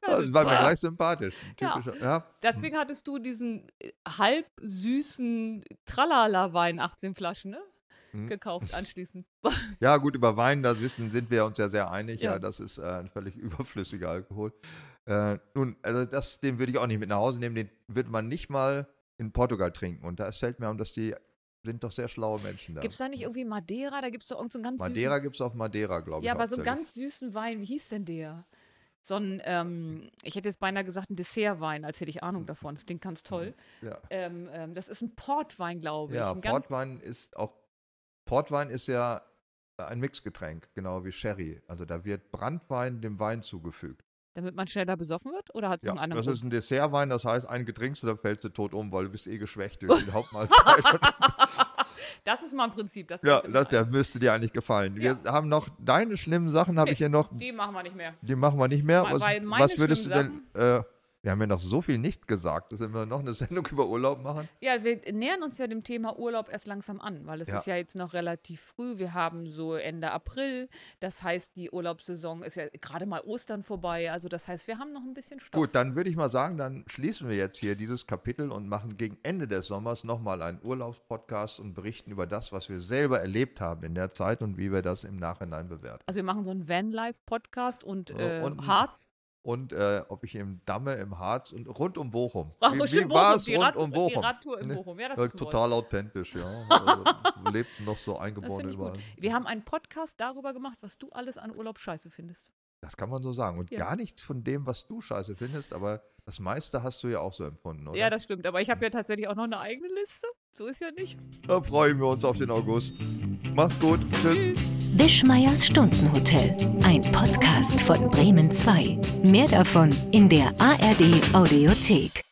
Speaker 3: Das war mir gleich sympathisch.
Speaker 4: Ja.
Speaker 3: Typischer, ja.
Speaker 4: Deswegen hattest du diesen äh, halb süßen Tralala-Wein, 18 Flaschen, ne?
Speaker 3: Mhm.
Speaker 4: Gekauft anschließend.
Speaker 3: Ja, gut, über Wein, da wissen, sind wir uns ja sehr einig. Ja,
Speaker 4: Ja.
Speaker 3: das ist äh, ein völlig überflüssiger Alkohol. Äh, nun, also das, den würde ich auch nicht mit nach Hause nehmen. Den wird man nicht mal in Portugal trinken. Und da fällt mir an, dass die sind doch sehr schlaue Menschen da.
Speaker 4: Gibt es da nicht irgendwie Madeira? Da gibt es doch irgendeinen so einen ganz
Speaker 3: Madeira
Speaker 4: süßen.
Speaker 3: gibt es auf Madeira, glaube ich.
Speaker 4: Ja, aber so einen
Speaker 3: hauptsächlich.
Speaker 4: ganz süßen Wein. Wie hieß denn der? So ein, ähm, ich hätte jetzt beinahe gesagt, ein Dessertwein, als hätte ich
Speaker 3: Hm.
Speaker 4: Ahnung davon. Das klingt ganz toll. Ähm, ähm, das ist ein Portwein, glaube ich.
Speaker 3: Ja, ja
Speaker 4: ein ganz-
Speaker 3: Portwein ist auch. Portwein ist ja ein Mixgetränk, genau wie Sherry. Also da wird Brandwein dem Wein zugefügt.
Speaker 4: Damit man schneller besoffen wird? Oder hat es
Speaker 3: Ja,
Speaker 4: einen anderen
Speaker 3: das
Speaker 4: Grund?
Speaker 3: ist ein Dessertwein, das heißt, ein Getränk, da fällst du tot um, weil du bist eh geschwächt durch die Hauptmahlzeit.
Speaker 4: das ist mal ein Prinzip. Das
Speaker 3: Ja,
Speaker 4: kann ich
Speaker 3: das,
Speaker 4: immer
Speaker 3: der müsste dir eigentlich gefallen. Wir haben noch deine schlimmen Sachen, habe
Speaker 4: Nee,
Speaker 3: ich hier noch.
Speaker 4: ein. Die machen wir nicht mehr.
Speaker 3: Die machen wir nicht mehr.
Speaker 4: Weil-
Speaker 3: Was,
Speaker 4: weil meine
Speaker 3: was würdest du denn?
Speaker 4: schlimmen
Speaker 3: Äh, wir haben ja noch so viel nicht gesagt, dass wir noch eine Sendung über Urlaub machen.
Speaker 4: Ja, wir nähern uns ja dem Thema Urlaub erst langsam an, weil es
Speaker 3: Ja.
Speaker 4: ist ja jetzt noch relativ früh. Wir haben so Ende April. Das heißt, die Urlaubssaison ist ja gerade mal Ostern vorbei. Also das heißt, wir haben noch ein bisschen Stoff.
Speaker 3: Gut, dann würde ich mal sagen, dann schließen wir jetzt hier dieses Kapitel und machen gegen Ende des Sommers nochmal einen Urlaubspodcast und berichten über das, was wir selber erlebt haben in der Zeit und wie wir das im Nachhinein bewerten.
Speaker 4: Also wir machen so einen Vanlife-Podcast und, äh,
Speaker 3: und ein-
Speaker 4: Harz.
Speaker 3: Und äh, ob ich im Damme, im Harz und rund um Bochum.
Speaker 4: Ach,
Speaker 3: Wie,
Speaker 4: so
Speaker 3: wie
Speaker 4: schön
Speaker 3: war
Speaker 4: Bochum,
Speaker 3: es
Speaker 4: die
Speaker 3: rund
Speaker 4: Rad-
Speaker 3: um
Speaker 4: Die
Speaker 3: Bochum?
Speaker 4: Radtour in
Speaker 3: Ne?
Speaker 4: Bochum. Ja, das
Speaker 3: Ja,
Speaker 4: ist ein Wort.
Speaker 3: total authentisch, ja. Also, lebten noch so
Speaker 4: Das
Speaker 3: eingeborene
Speaker 4: finde ich
Speaker 3: überall.
Speaker 4: gut. Wir haben einen Podcast darüber gemacht, was du alles an Urlaub scheiße findest.
Speaker 3: Das kann man so sagen. Und
Speaker 4: Ja.
Speaker 3: gar nichts von dem, was du scheiße findest, aber das meiste hast du ja auch so empfunden, oder? Hm.
Speaker 4: Ja, das stimmt. Aber ich habe ja tatsächlich auch noch eine eigene Liste. So ist ja nicht.
Speaker 3: da freuen wir uns auf den August. Macht's gut. Tschüss.
Speaker 1: Wischmeiers Stundenhotel. Ein Podcast von Bremen 2. Mehr davon in der ARD Audiothek.